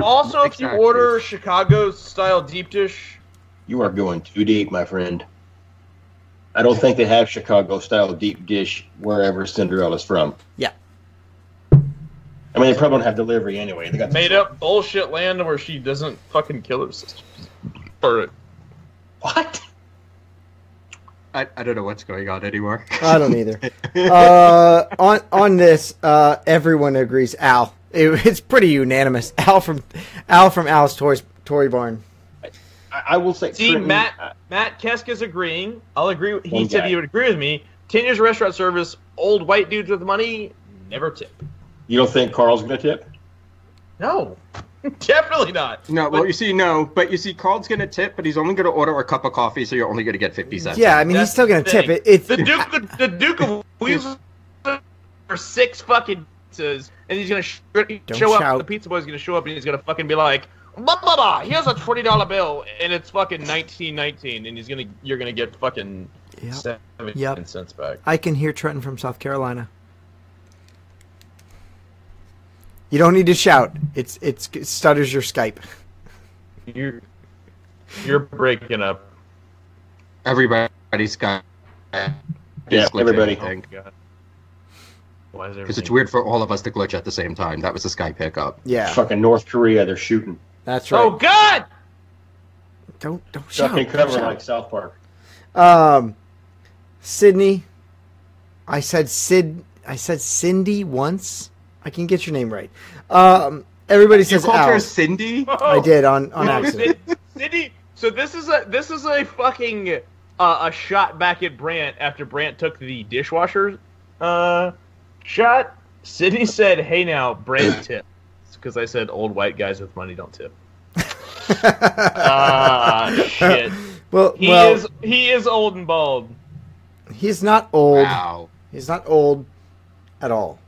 Speaker 8: Also, if you
Speaker 7: Exactly.
Speaker 8: order Chicago style deep dish,
Speaker 5: You are going too deep, my friend. I don't think they have Chicago style deep dish wherever Cinderella's from.
Speaker 6: Yeah.
Speaker 5: I mean, they probably don't have delivery anyway. They got
Speaker 8: made up bullshit land where she doesn't fucking kill herself.
Speaker 2: For it.
Speaker 5: What?
Speaker 7: I, I don't know what's going on anymore.
Speaker 6: I don't either. Uh, on on this, uh, everyone agrees. Al, It- it's pretty unanimous. Al from Al from Al's Toys Toy Barn.
Speaker 5: I, I will say.
Speaker 8: See,
Speaker 5: Trenton,
Speaker 6: uh,
Speaker 8: Matt Matt Kesk is agreeing. I'll agree. With, he
Speaker 5: One
Speaker 8: said
Speaker 5: guy.
Speaker 8: he would agree with me. Ten years of restaurant service, old white dudes with money never tip.
Speaker 5: You don't think Carl's going to tip?
Speaker 8: No, definitely not.
Speaker 7: No, well, you see, no, but you see, Carl's going to tip, but he's only going to order a cup of coffee, so you're only going to get 50 cents.
Speaker 6: Yeah, I mean he's
Speaker 8: That's
Speaker 6: still gonna
Speaker 8: the
Speaker 6: tip
Speaker 8: thing.
Speaker 6: it. It's
Speaker 8: The Duke, the, the Duke of Weasel for six fucking pizzas, and he's gonna sh- show
Speaker 6: shout.
Speaker 8: up. The pizza boy's gonna show up, and he's gonna fucking be like, blah blah blah. Here's a twenty dollar bill, and it's fucking nineteen nineteen, and he's gonna you're gonna get fucking
Speaker 6: Yep.
Speaker 8: seven
Speaker 6: Yep.
Speaker 8: cents back.
Speaker 6: I can hear Trenton from South Carolina. You don't need to shout. It's it's it stutters your Skype.
Speaker 8: You're you're breaking up.
Speaker 7: Everybody's got
Speaker 5: Yeah,
Speaker 7: glitching,
Speaker 5: everybody.
Speaker 7: I think.
Speaker 2: Why
Speaker 7: Because
Speaker 2: is
Speaker 7: it's
Speaker 2: everything-
Speaker 7: weird for all of us to glitch at the same time. That was a Sky pickup.
Speaker 6: Yeah,
Speaker 5: Fucking North Korea, they're shooting.
Speaker 6: that's right.
Speaker 8: Oh God!
Speaker 6: don't don't shout.
Speaker 5: Duck and
Speaker 6: don't
Speaker 5: cover
Speaker 6: shout.
Speaker 5: like South Park.
Speaker 6: Um, Sydney. I said Sid. I said Cindy once. I can get your name right. Um, everybody
Speaker 7: You
Speaker 6: says
Speaker 7: called
Speaker 6: Al.
Speaker 7: her Cindy?
Speaker 6: I did on on
Speaker 2: Oh,
Speaker 6: accident.
Speaker 2: Sid- Sidney. So this is a this is a fucking uh, a shot back at Brant after Brant took the dishwasher uh, shot. Sydney said, "Hey now, Brant tip," because I said old white guys with money don't tip. Ah shit.
Speaker 6: Well,
Speaker 2: He
Speaker 6: well,
Speaker 2: is he is old and bald.
Speaker 6: he's not old.
Speaker 7: Wow.
Speaker 6: He's not old at all.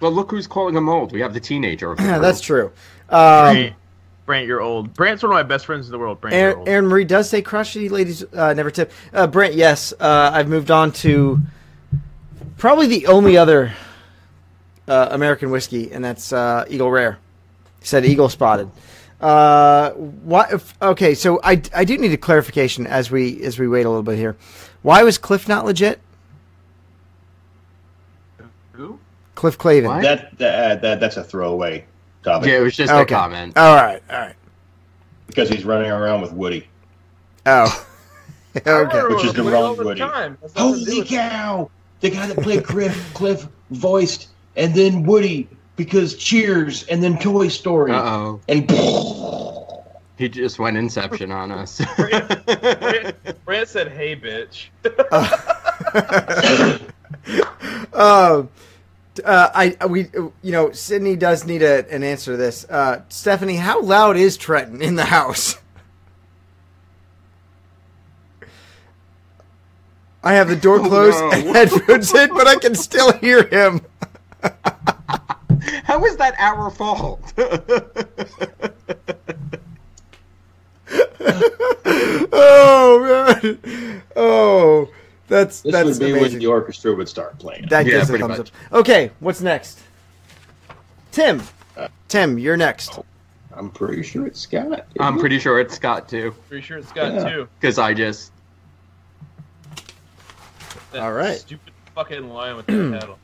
Speaker 7: Well, look who's calling him old. We have the teenager. Of the
Speaker 6: Yeah,
Speaker 7: group.
Speaker 6: that's true. Um,
Speaker 2: Brant, Brant, you're old. Brant's one of my best friends in the world. Brant, you're
Speaker 6: Aaron,
Speaker 2: old.
Speaker 6: Aaron Marie does say crotchety ladies uh, never tip. Uh, Brent, yes, uh, I've moved on to probably the only other uh, American whiskey, and that's uh, Eagle Rare. Said Eagle Spotted. Uh, what? If, okay, so I, I do need a clarification as we as we wait a little bit here. Why was Cliff not legit?
Speaker 8: Who?
Speaker 6: Cliff Clavin.
Speaker 7: What?
Speaker 5: That that, uh, that that's a throwaway topic
Speaker 7: Yeah, it was just a
Speaker 6: Okay.
Speaker 7: comment.
Speaker 6: All right. All right.
Speaker 5: because he's running around with Woody.
Speaker 6: Oh. okay.
Speaker 5: Which is the wrong
Speaker 8: all the
Speaker 5: Woody.
Speaker 8: time. That's nothing to do
Speaker 5: Holy
Speaker 8: with it.
Speaker 5: cow! The guy that played Cliff, Cliff voiced, and then Woody because Cheers, and then Toy Story,
Speaker 6: Um,
Speaker 7: Uh oh.
Speaker 5: and
Speaker 7: He just went Inception on us.
Speaker 2: Brant, Brant said, "Hey bitch."
Speaker 6: Um, t- uh, I we you know Sydney does need a, an answer to this. Uh, Stephanie, how loud is Trenton in the house? I have the door closed
Speaker 7: no.
Speaker 6: and headphones in, but I can still hear him.
Speaker 7: How is that our fault?
Speaker 6: Oh man! Oh, that's
Speaker 5: this
Speaker 6: that's
Speaker 5: would be
Speaker 6: amazing.
Speaker 5: when the orchestra would start playing.
Speaker 6: that
Speaker 7: Yeah,
Speaker 6: gives a
Speaker 7: pretty
Speaker 6: thumbs
Speaker 7: much.
Speaker 6: up. Okay, what's next? Tim,
Speaker 5: Uh,
Speaker 6: Tim, you're next.
Speaker 5: I'm pretty sure it's Scott. isn't
Speaker 7: I'm
Speaker 5: it?
Speaker 7: pretty sure it's Scott too,
Speaker 2: Pretty sure it's got
Speaker 5: Yeah.
Speaker 2: two.
Speaker 7: because I just
Speaker 2: That
Speaker 6: All right.
Speaker 2: Stupid fucking lion with that paddle.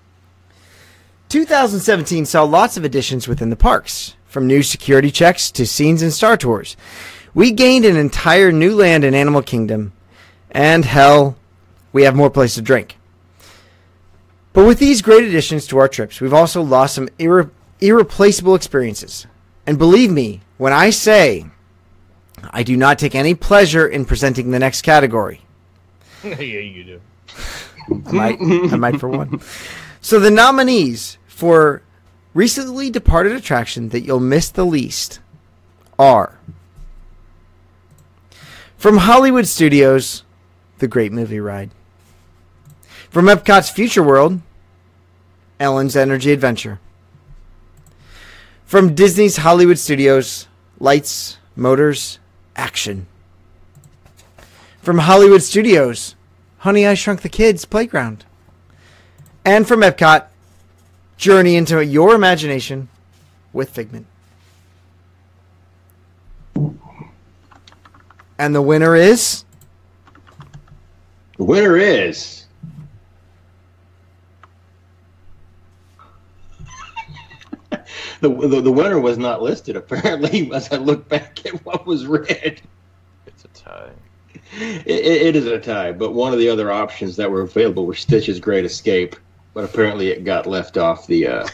Speaker 6: 2017 saw lots of additions within the parks, from new security checks to scenes and Star Tours. We gained an entire new land in Animal Kingdom, and hell, we have more place to drink. But with these great additions to our trips, we've also lost some irre- irreplaceable experiences. And believe me when I say I do not take any pleasure in presenting the next category.
Speaker 2: yeah, you do.
Speaker 6: I might, I might for one. So the nominees for recently departed attraction that you'll miss the least are from Hollywood Studios, The Great Movie Ride. From Epcot's Future World, Ellen's Energy Adventure. From Disney's Hollywood Studios, Lights, Motors, Action. From Hollywood Studios, Honey, I Shrunk the Kids Playground. And from Epcot, Journey into Your Imagination with Figment. And the winner is
Speaker 5: The winner is the, the the winner was not listed apparently. As I look back at what was read,
Speaker 2: It's a tie.
Speaker 5: it, it it is a tie. But one of the other options that were available were Stitch's Great Escape, but apparently it got left off the uh,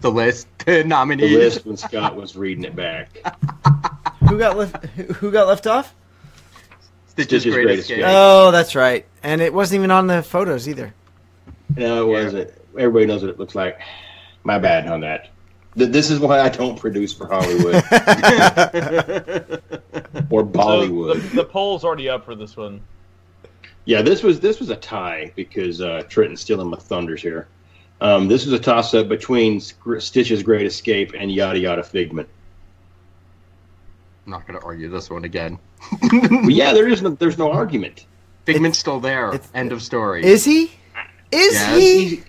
Speaker 7: the list the
Speaker 5: the
Speaker 7: nominees.
Speaker 5: list when Scott was reading it back.
Speaker 6: who got left who who got left off?
Speaker 7: Stitch's
Speaker 5: Stitch's
Speaker 7: Great
Speaker 5: Great
Speaker 7: Escape.
Speaker 5: Escape.
Speaker 6: Oh, that's right. And it wasn't even on the photos either.
Speaker 5: No, it wasn't. Everybody knows what it looks like. My bad on that. Th- This is why I don't produce for Hollywood or Bollywood.
Speaker 2: So the, the poll's already up for this one.
Speaker 5: Yeah, this was this was a tie because uh, Trenton's stealing my thunders here. Um, this was a toss up between Sc- Stitch's Great Escape and Yada Yada Figment.
Speaker 7: I'm not going to argue this one again.
Speaker 5: But yeah, there is no, there's no argument.
Speaker 7: Figment's still there.
Speaker 6: it's-
Speaker 7: End of story.
Speaker 6: Is he? Is
Speaker 7: Yes.
Speaker 6: he?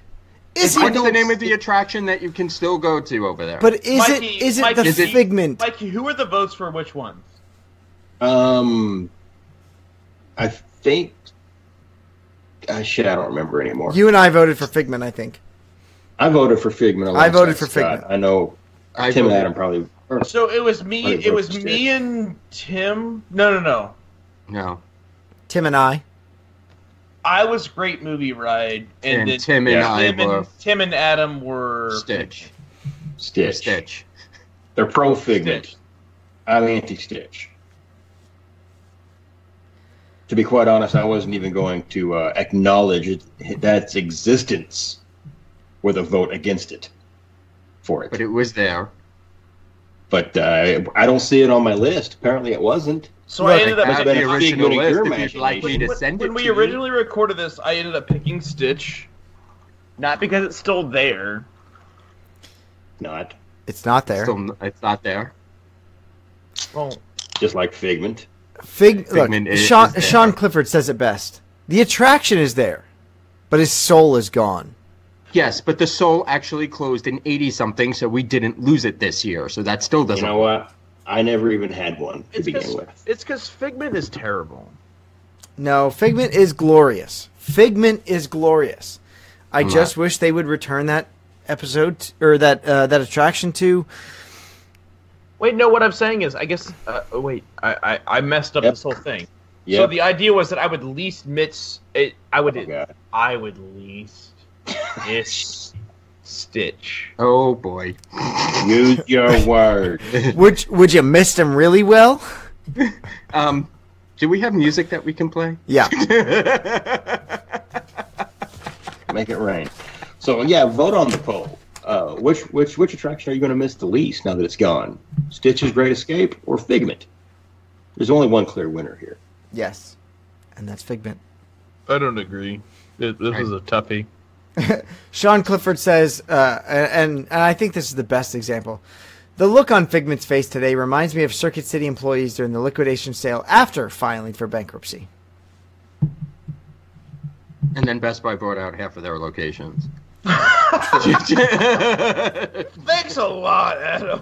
Speaker 6: Is he?
Speaker 7: What's the name of the attraction that you can still go to over there?
Speaker 6: But is
Speaker 8: Mikey-
Speaker 6: it is it
Speaker 8: Mikey-
Speaker 6: the
Speaker 7: Is it-
Speaker 6: figment?
Speaker 8: Like, who are the votes for which ones?
Speaker 5: Um, I think ah, shit, I don't remember anymore.
Speaker 6: You and I voted for Figment, I think.
Speaker 5: I voted for Figment.
Speaker 6: I voted
Speaker 5: alongside
Speaker 6: for Figment.
Speaker 5: Scott. I know
Speaker 7: I
Speaker 5: Tim and
Speaker 7: voted-
Speaker 5: Adam probably. or-
Speaker 8: So it was me.
Speaker 5: Like
Speaker 8: It was
Speaker 5: Brooks
Speaker 8: me and Tim. No, no, no.
Speaker 7: No.
Speaker 6: Tim and I.
Speaker 8: I was great movie ride, and,
Speaker 7: And
Speaker 8: then
Speaker 7: Tim and I
Speaker 8: Tim and,
Speaker 7: were-
Speaker 8: Tim and Adam were
Speaker 7: Stitch.
Speaker 5: Stitch.
Speaker 7: Stitch.
Speaker 5: They're pro Figment.
Speaker 8: Stitch.
Speaker 5: I'm anti Stitch. To be quite honest, I wasn't even going to uh, acknowledge it, its existence with a vote against it for it.
Speaker 7: But it was there.
Speaker 5: But uh, I don't see it on my list. Apparently, it wasn't.
Speaker 8: So
Speaker 7: Look,
Speaker 8: I ended up
Speaker 7: I have
Speaker 5: been
Speaker 7: the
Speaker 5: a
Speaker 7: original
Speaker 5: figment of
Speaker 7: list
Speaker 5: your
Speaker 7: if you'd like me
Speaker 5: imagination.
Speaker 7: to
Speaker 8: when,
Speaker 7: send it
Speaker 8: when we
Speaker 7: to you.
Speaker 8: originally recorded this, I ended up picking Stitch, not because it's still there.
Speaker 5: Not
Speaker 6: It's not there.
Speaker 7: Still, n- it's not there.
Speaker 8: Well,
Speaker 5: just like Figment.
Speaker 6: Fig,
Speaker 7: Figment
Speaker 6: look,
Speaker 7: is-
Speaker 6: Sean,
Speaker 7: is there.
Speaker 6: Sean Clifford says it best. The attraction is there, but his soul is gone.
Speaker 7: Yes, but the soul actually closed in 80 something, so we didn't lose it this year. So that still
Speaker 5: You
Speaker 7: doesn't.
Speaker 5: know what? I never even had one to
Speaker 2: It's
Speaker 5: begin
Speaker 2: because
Speaker 5: with.
Speaker 2: it's because Figment is terrible.
Speaker 6: No, Figment is glorious. Figment is glorious. I
Speaker 7: Hmm.
Speaker 6: just wish they would return that episode t- or that uh, that attraction to.
Speaker 2: Wait, no. What I'm saying is, I guess. Uh, oh, wait, I, I I messed up
Speaker 5: Yep.
Speaker 2: this whole thing.
Speaker 5: Yeah.
Speaker 2: So the idea was that I would least miss it. I would.
Speaker 5: Oh, God.
Speaker 2: I would least miss Stitch.
Speaker 7: Oh boy.
Speaker 5: Use your word.
Speaker 6: Would Would you missed him really well?
Speaker 7: Um, do we have music that we can play?
Speaker 6: Yeah.
Speaker 5: Make it rain. So yeah, vote on the poll. Uh, which which which attraction are you going to miss the least now that it's gone? Stitch's Great Escape or Figment? There's only one clear winner here.
Speaker 6: yes, and that's Figment.
Speaker 2: I don't agree. This is a toughie.
Speaker 6: Sean Clifford says, uh, and, and I think this is the best example. The look on Figment's face today reminds me of Circuit City employees during the liquidation sale after filing for bankruptcy.
Speaker 7: And then Best Buy bought out half of their locations.
Speaker 8: thanks a lot, Adam.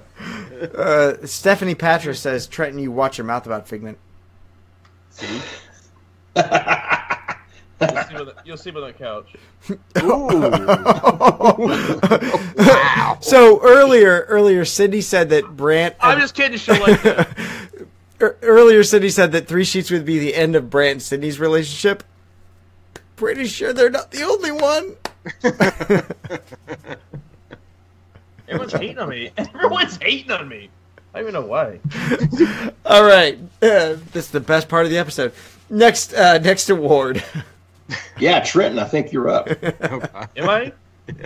Speaker 6: Uh, Stephanie Patra says, Trenton, you watch your mouth about Figment.
Speaker 8: You'll sleep on the, you'll sleep on the couch.
Speaker 7: wow.
Speaker 6: So earlier, earlier, Cindy said that Brant.
Speaker 8: I'm just kidding. She'll like that.
Speaker 6: er- earlier, Cindy said that three sheets would be the end of Brant and Cindy's relationship. Pretty sure they're not the only one.
Speaker 8: Everyone's hating on me. Everyone's hating on me. I don't even know why.
Speaker 6: All right, uh, this is the best part of the episode. Next, uh, next award.
Speaker 5: Yeah, Trenton, I think you're up.
Speaker 8: Am I?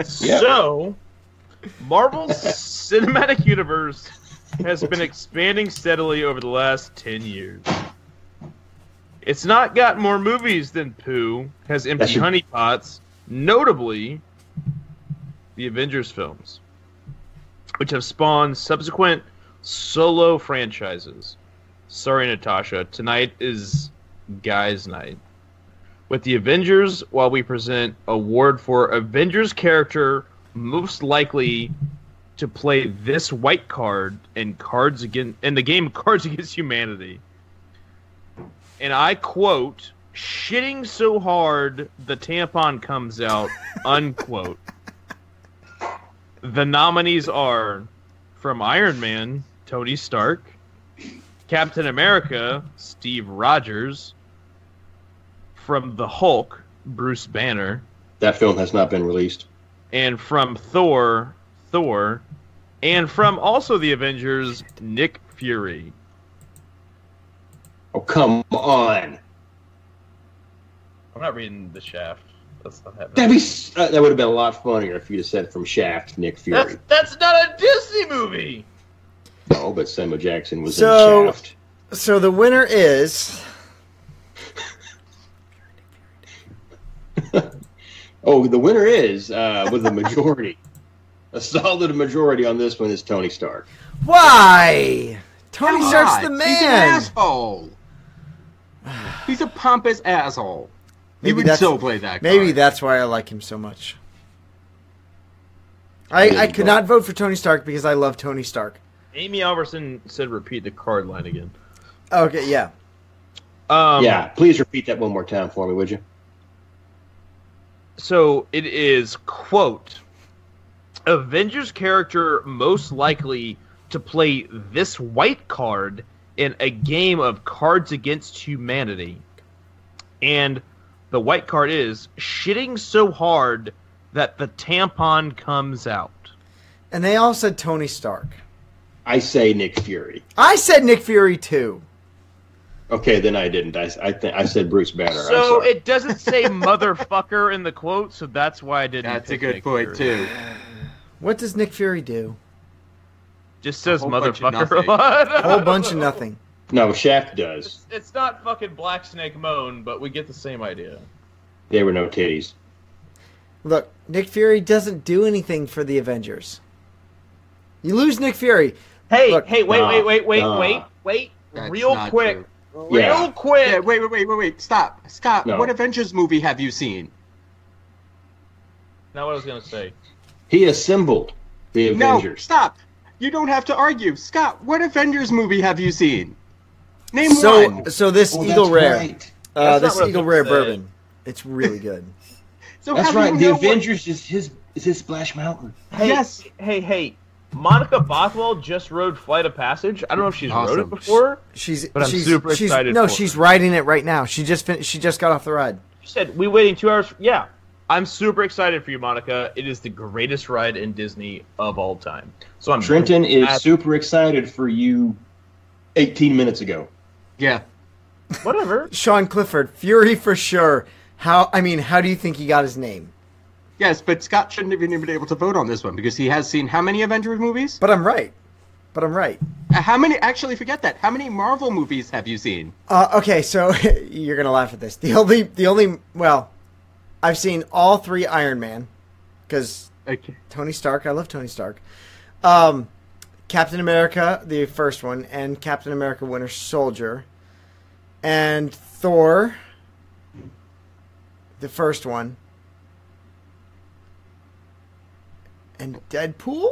Speaker 8: So, Marvel's cinematic universe has been expanding steadily over the last 10 years. It's not got more movies than Pooh, has empty
Speaker 5: should-
Speaker 8: honey pots, notably the Avengers films, which have spawned subsequent solo franchises. Sorry, Natasha. Tonight is Guys Night with the Avengers while we present award for Avengers character most likely to play this white card in cards again in the game Cards Against Humanity. And I quote, shitting so hard the tampon comes out, unquote. the nominees are from Iron Man, Tony Stark, Captain America, Steve Rogers, from the Hulk, Bruce Banner,
Speaker 5: That film has not been released.
Speaker 8: and from Thor, Thor, and from also the Avengers, Nick Fury.
Speaker 5: Oh come on!
Speaker 8: I'm not reading the Shaft. That's not happening.
Speaker 5: That'd be s- uh, that would have been a lot funnier if you'd have said from Shaft, Nick Fury.
Speaker 8: That's that's not a Disney movie.
Speaker 5: No, but Samuel Jackson was
Speaker 6: So-
Speaker 5: in Shaft.
Speaker 6: So the winner is
Speaker 5: Oh, the winner is uh, with a majority, a solid majority on this one is Tony Stark.
Speaker 6: why Tony Stark's the
Speaker 7: God, He's an
Speaker 6: man.
Speaker 7: asshole. He's a pompous asshole.
Speaker 6: Maybe
Speaker 7: he would
Speaker 6: that's-
Speaker 7: still play that.
Speaker 6: Maybe
Speaker 7: card.
Speaker 6: that's why I like him so much. I, I could not vote for Tony Stark because I love Tony Stark.
Speaker 8: Amy Alverson said, "Repeat the card line again."
Speaker 6: Okay, yeah.
Speaker 8: Um,
Speaker 5: yeah, please repeat that one more time for me, would you?
Speaker 2: so it is quote Avengers character most likely to play this white card in a game of Cards Against Humanity. And the white card is shitting so hard that the tampon comes out.
Speaker 6: And they all said Tony Stark.
Speaker 5: I say Nick Fury.
Speaker 6: I said Nick Fury too.
Speaker 5: Okay, then I didn't. I I, th- I said Bruce Banner. I'm
Speaker 2: So
Speaker 5: sorry.
Speaker 2: it doesn't say motherfucker in the quote, so that's why I didn't.
Speaker 7: That's a
Speaker 2: pick
Speaker 7: good
Speaker 2: Nick
Speaker 7: point
Speaker 2: Fury.
Speaker 7: too.
Speaker 6: What does Nick Fury do?
Speaker 2: Just says
Speaker 7: whole bunch of
Speaker 2: motherfucker
Speaker 7: nothing.
Speaker 2: a lot.
Speaker 6: A whole bunch of nothing.
Speaker 5: no, Shaft does.
Speaker 2: It's not fucking Black Snake Moan, but we get the same idea.
Speaker 5: There were no titties.
Speaker 6: Look, Nick Fury doesn't do anything for the Avengers. You lose Nick Fury.
Speaker 2: Hey,
Speaker 6: Look,
Speaker 2: hey, wait,
Speaker 5: nah,
Speaker 2: wait, wait, wait,
Speaker 5: nah.
Speaker 2: wait, wait,
Speaker 7: That's
Speaker 2: real
Speaker 7: not
Speaker 2: quick,
Speaker 7: true.
Speaker 2: real
Speaker 5: Yeah.
Speaker 2: quick.
Speaker 7: Yeah, wait, wait, wait, wait, wait. Stop, Scott.
Speaker 5: No.
Speaker 7: What Avengers movie have you seen?
Speaker 2: Not what I was gonna say.
Speaker 5: He assembled the
Speaker 7: No,
Speaker 5: Avengers.
Speaker 7: stop. You don't have to argue, Scott. What Avengers movie have you seen? Name
Speaker 6: So,
Speaker 7: one.
Speaker 6: so this Eagle Rare, uh,
Speaker 2: That's
Speaker 6: this
Speaker 2: not what I was
Speaker 6: Eagle
Speaker 2: gonna
Speaker 6: Rare
Speaker 2: say.
Speaker 6: bourbon, it's really good.
Speaker 7: So
Speaker 5: That's
Speaker 7: how do you
Speaker 5: right. The
Speaker 7: know what-
Speaker 5: Avengers is his is his Splash Mountain.
Speaker 2: Hey,
Speaker 7: Yes.
Speaker 2: Hey, hey, Monica Bothwell just rode Flight of Passage. I don't know if she's rode
Speaker 7: Awesome.
Speaker 2: it before.
Speaker 6: She's,
Speaker 2: But I'm
Speaker 6: she's,
Speaker 2: super
Speaker 6: she's,
Speaker 2: excited
Speaker 6: No,
Speaker 2: for
Speaker 6: she's
Speaker 2: her.
Speaker 6: riding it right now. She just fin- she just got off the ride.
Speaker 2: She said, "We waiting two hours." Yeah, I'm super excited for you, Monica. It is the greatest ride in Disney of all time. So I'm
Speaker 5: Trenton is
Speaker 2: That's-
Speaker 5: super excited for you. 18 minutes ago.
Speaker 7: Yeah.
Speaker 2: whatever.
Speaker 6: Sean Clifford, Fury for sure. How I mean, how do you think he got his name?
Speaker 7: Yes, but Scott shouldn't have even been able to vote on this one because he has seen how many Avengers movies?
Speaker 6: But I'm right. But I'm right.
Speaker 7: Uh, How many? Actually, forget that. How many Marvel movies have you seen?
Speaker 6: Uh, okay, so you're gonna laugh at this. The only, the only, well, I've seen all three Iron Man because
Speaker 7: Okay.
Speaker 6: Tony Stark. I love Tony Stark. Um, Captain America, the first one, and Captain America: Winter Soldier, and Thor, the first one, and Deadpool.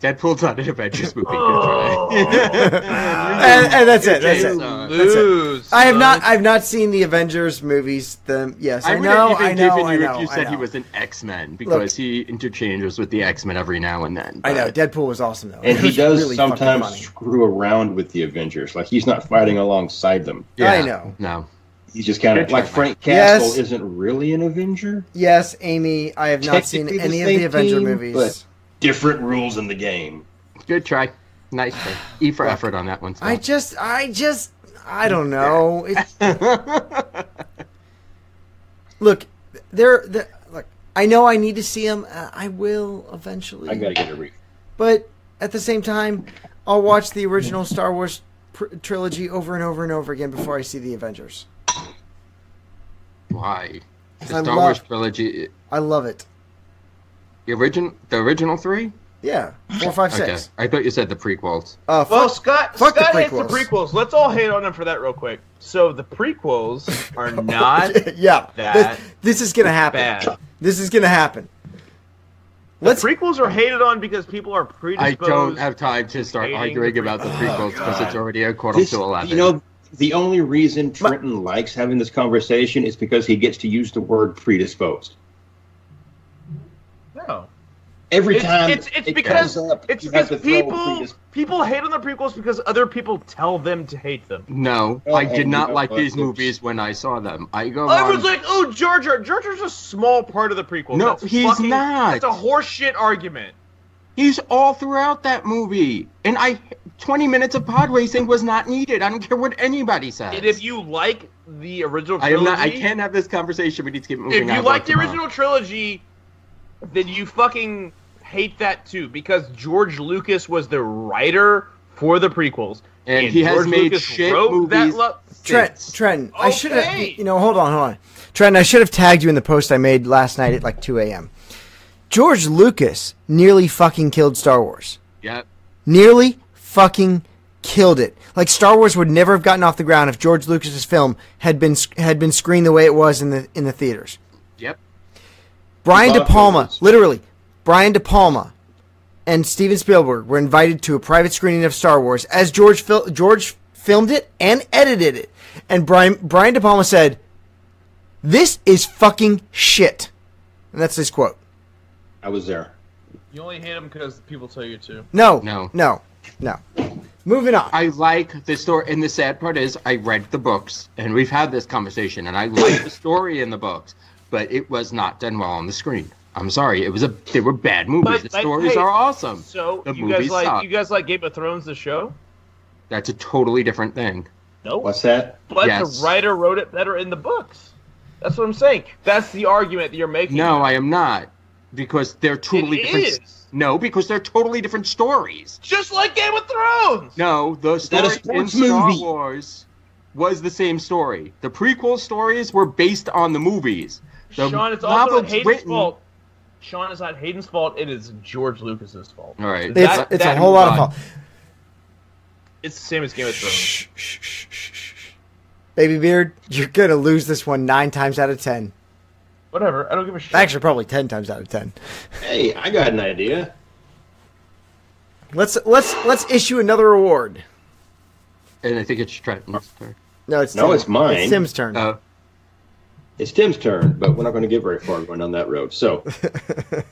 Speaker 7: Deadpool's not an Avengers movie.
Speaker 5: Oh.
Speaker 7: that's right.
Speaker 6: And, and that's it. That's it.
Speaker 7: Uh,
Speaker 6: That's it.
Speaker 2: Lose.
Speaker 6: I have not.
Speaker 2: son.
Speaker 6: I've not seen the Avengers movies. The yes, I,
Speaker 7: I would
Speaker 6: know.
Speaker 7: have even
Speaker 6: I know.
Speaker 7: given
Speaker 6: I
Speaker 7: you
Speaker 6: know.
Speaker 7: if you
Speaker 6: I
Speaker 7: said he
Speaker 6: know.
Speaker 7: was an X Men because he interchanges with the X Men every now and then.
Speaker 6: I know.
Speaker 7: but-
Speaker 6: Deadpool was awesome though.
Speaker 5: And
Speaker 6: It
Speaker 5: he
Speaker 6: was
Speaker 5: does
Speaker 6: really fucking
Speaker 5: sometimes
Speaker 6: funny.
Speaker 5: screw around with the Avengers. Like he's not fighting alongside them.
Speaker 6: I know.
Speaker 7: No.
Speaker 5: He's just kind of
Speaker 7: Good
Speaker 5: like
Speaker 7: try,
Speaker 5: Frank
Speaker 6: Yes.
Speaker 5: Castle isn't really an Avenger.
Speaker 6: Yes, Amy. I have not seen
Speaker 5: Technically the
Speaker 6: any of the
Speaker 5: same
Speaker 6: Avenger
Speaker 5: team,
Speaker 6: movies.
Speaker 5: but- Different rules in the game.
Speaker 7: Good try. Nice try. E for effort on that one.
Speaker 6: I
Speaker 7: Scott.
Speaker 6: just, I just, I don't know. It's, look, there, there. Look, I know I need to see him. Uh, I will eventually.
Speaker 5: I gotta get a reef.
Speaker 6: But at the same time, I'll watch the original Star Wars pr- trilogy over and over and over again before I see the Avengers.
Speaker 7: Why? The
Speaker 6: I
Speaker 7: Star
Speaker 6: love-
Speaker 7: Wars trilogy,
Speaker 6: I love it.
Speaker 7: the original, the original three.
Speaker 6: Yeah, four, five, six.
Speaker 7: I thought you said the prequels.
Speaker 6: Uh,
Speaker 2: Well,
Speaker 6: fuck-
Speaker 2: Scott,
Speaker 6: fuck the
Speaker 2: Scott hates the
Speaker 6: prequels.
Speaker 2: prequels. Let's all hate on him for that real quick. So the prequels are not
Speaker 6: yeah,
Speaker 2: that
Speaker 6: this, this is gonna happen.
Speaker 2: bad.
Speaker 6: This is gonna happen. Let's-
Speaker 2: Let's... The prequels are hated on because people are
Speaker 7: I
Speaker 2: predisposed.
Speaker 7: don't have time to start
Speaker 2: Hating
Speaker 7: arguing
Speaker 2: the Oh,
Speaker 7: about the prequels because it's already a quarter
Speaker 5: This,
Speaker 7: to eleven.
Speaker 5: you know, the only reason Trenton likes having this conversation is because he gets to use the word predisposed.
Speaker 2: No.
Speaker 5: Every
Speaker 2: It's,
Speaker 5: time
Speaker 2: it's, it's
Speaker 5: it
Speaker 2: because
Speaker 5: comes up,
Speaker 2: it's
Speaker 5: you have to
Speaker 2: because
Speaker 5: throw
Speaker 2: people
Speaker 5: predis-
Speaker 2: people hate on the prequels because other people tell them to hate them.
Speaker 7: no,
Speaker 5: Oh,
Speaker 7: I did
Speaker 5: and
Speaker 7: not
Speaker 5: you-
Speaker 7: like
Speaker 5: uh,
Speaker 7: these
Speaker 5: oops.
Speaker 7: movies when I saw them. I go.
Speaker 2: I
Speaker 7: on-
Speaker 2: was like, oh, Jar Jar. Jar Jar's a small part of the prequel.
Speaker 7: No,
Speaker 2: That's
Speaker 7: he's
Speaker 2: fucking-
Speaker 7: not.
Speaker 2: That's a horseshit argument.
Speaker 7: He's all throughout that movie, and I twenty minutes of pod racing was not needed. I don't care what anybody says.
Speaker 2: And if you like the original
Speaker 7: I
Speaker 2: trilogy,
Speaker 7: am not. I can't have this conversation. We need to keep moving.
Speaker 2: if
Speaker 7: I
Speaker 2: you
Speaker 7: have
Speaker 2: like
Speaker 7: work
Speaker 2: the
Speaker 7: tomorrow.
Speaker 2: original trilogy, then you fucking hate that too because George Lucas was the writer for the prequels,
Speaker 7: And he has
Speaker 2: George
Speaker 7: made
Speaker 2: Lucas
Speaker 7: shit
Speaker 2: wrote That
Speaker 7: movies.
Speaker 2: lo-
Speaker 6: Trent,
Speaker 7: Six.
Speaker 6: Trent, I should have.
Speaker 2: Okay.
Speaker 6: You know, hold on, hold on. Trent, I should have tagged you in the post I made last night at like 2 a.m. George Lucas nearly fucking killed Star Wars.
Speaker 7: Yep.
Speaker 6: Nearly fucking killed it. Like Star Wars would never have gotten off the ground if George Lucas's film had been sc- had been screened the way it was in the in the theaters.
Speaker 7: Yep.
Speaker 6: Brian De
Speaker 5: Bob
Speaker 6: Palma,
Speaker 5: Evans.
Speaker 6: literally, Brian De Palma and Steven Spielberg were invited to a private screening of Star Wars as George fil- George filmed it and edited it. And Brian Brian De Palma said, "This is fucking shit." And that's his quote.
Speaker 5: I was there.
Speaker 8: You only hate them because people tell you to.
Speaker 6: No.
Speaker 7: No.
Speaker 6: No. No. Moving on.
Speaker 7: I like the story, and the sad part is, I read the books, and we've had this conversation, and I like the story in the books, but it was not done well on the screen. I'm sorry, it was a they were bad movies.
Speaker 8: But,
Speaker 7: the
Speaker 8: like,
Speaker 7: stories
Speaker 8: hey,
Speaker 7: are awesome.
Speaker 8: So
Speaker 7: The
Speaker 8: you guys
Speaker 7: movies
Speaker 8: like
Speaker 7: suck.
Speaker 8: you guys like Game of Thrones the show?
Speaker 7: That's a totally different thing.
Speaker 8: No,
Speaker 5: What's that?
Speaker 8: but
Speaker 7: Yes.
Speaker 8: the writer wrote it better in the books. That's what I'm saying. That's the argument that you're making.
Speaker 7: No, I am not, because they're totally
Speaker 8: It
Speaker 7: different.
Speaker 8: is.
Speaker 7: No, because they're totally different stories.
Speaker 8: just like Game of Thrones.
Speaker 7: No, the
Speaker 5: that a
Speaker 7: story in
Speaker 5: sports
Speaker 7: Star
Speaker 5: movie?
Speaker 7: Wars was the same story. The prequel stories were based on the movies. The
Speaker 8: Sean, it's also
Speaker 7: novels
Speaker 8: not Hayden's
Speaker 7: written-
Speaker 8: fault. Sean, it's not Hayden's fault. It is George Lucas's fault.
Speaker 7: All right.
Speaker 6: it's
Speaker 8: that-
Speaker 6: it's
Speaker 8: that-
Speaker 6: a whole lot of
Speaker 7: God.
Speaker 6: fault.
Speaker 8: It's the same as Game of Thrones.
Speaker 6: Baby Beard, you're going to lose this one nine times out of ten.
Speaker 8: Whatever. I don't give a shit.
Speaker 6: Actually, probably ten times out of ten.
Speaker 5: Hey, I got an idea.
Speaker 6: Let's let's let's issue another award.
Speaker 7: And I think it's Trenton's turn.
Speaker 6: No, it's
Speaker 5: No,
Speaker 6: Tim.
Speaker 5: it's mine.
Speaker 6: Tim's turn.
Speaker 7: Uh,
Speaker 5: It's Tim's turn, but we're not going to get very far going on that road. So,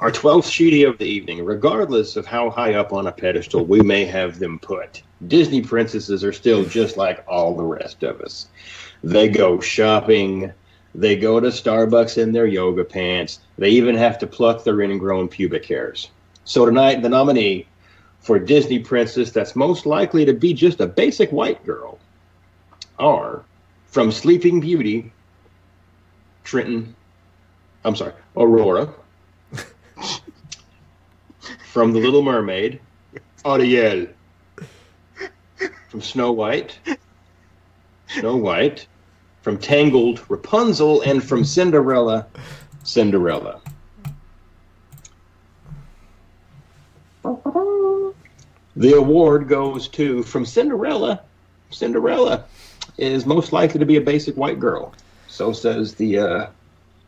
Speaker 5: our 12th sheedy of the evening, regardless of how high up on a pedestal we may have them put, Disney princesses are still just like all the rest of us. They go shopping, they go to Starbucks in their yoga pants, they even have to pluck their ingrown pubic hairs. So, tonight, the nominee for Disney princess that's most likely to be just a basic white girl are from Sleeping Beauty Trenton. I'm sorry, Aurora. from The Little Mermaid, Ariel. From Snow White, Snow White. From Tangled, Rapunzel, and from Cinderella, Cinderella. The award goes to from Cinderella. Cinderella is most likely to be a basic white girl. So says the uh,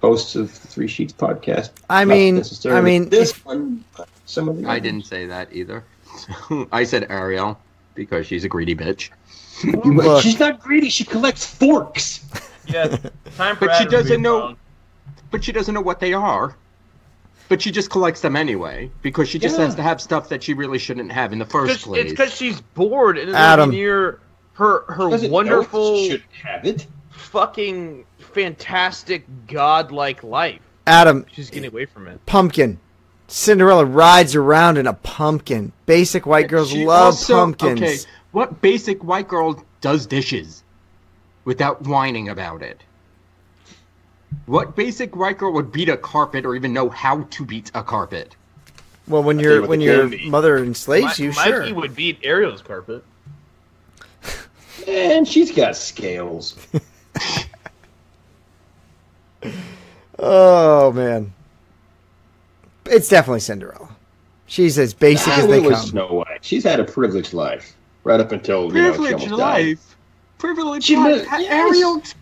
Speaker 5: hosts of the Three Sheets podcast.
Speaker 6: I
Speaker 5: Not
Speaker 6: mean-
Speaker 5: necessarily
Speaker 6: I mean,
Speaker 5: this one. but Some of the
Speaker 7: I
Speaker 5: others.
Speaker 7: didn't say that either. I said Ariel because she's a greedy bitch.
Speaker 5: You-
Speaker 6: Look.
Speaker 5: she's not greedy. She collects forks.
Speaker 8: Yeah, time for
Speaker 7: But she
Speaker 8: Adam
Speaker 7: doesn't
Speaker 8: being
Speaker 7: know-
Speaker 8: wrong.
Speaker 7: But she doesn't know what they are. But she just collects them anyway because she just
Speaker 5: Yeah.
Speaker 7: has to have stuff that she really shouldn't have in the first
Speaker 8: Just- It's
Speaker 7: place.
Speaker 8: because she's bored and it's
Speaker 6: Adam.
Speaker 8: near her her
Speaker 5: Doesn't know
Speaker 8: wonderful,
Speaker 5: She should have it.
Speaker 8: fucking, fantastic, godlike life.
Speaker 6: Adam,
Speaker 8: She's getting away from it.
Speaker 6: pumpkin. Cinderella rides around in a pumpkin. Basic white girls
Speaker 7: She
Speaker 6: love
Speaker 7: also-
Speaker 6: pumpkins.
Speaker 7: Okay, what basic white girl does dishes without whining about it? What basic white girl would beat a carpet or even know how to beat a carpet?
Speaker 6: Well, when
Speaker 5: you
Speaker 6: your
Speaker 5: what
Speaker 6: when
Speaker 5: they
Speaker 6: your
Speaker 5: can be.
Speaker 6: mother enslaves
Speaker 8: Mi-
Speaker 6: you,
Speaker 8: Mikey
Speaker 6: sure.
Speaker 8: would beat Ariel's carpet.
Speaker 5: And she's got scales.
Speaker 6: Oh man, it's definitely Cinderella. She's as basic as they
Speaker 5: Highway was
Speaker 6: come.
Speaker 5: Snow White. She's had a privileged life right up until you know, she
Speaker 7: Privileged
Speaker 5: almost died.
Speaker 7: life. Privileged
Speaker 5: She
Speaker 7: life.
Speaker 5: li-
Speaker 7: Ha-
Speaker 5: yes.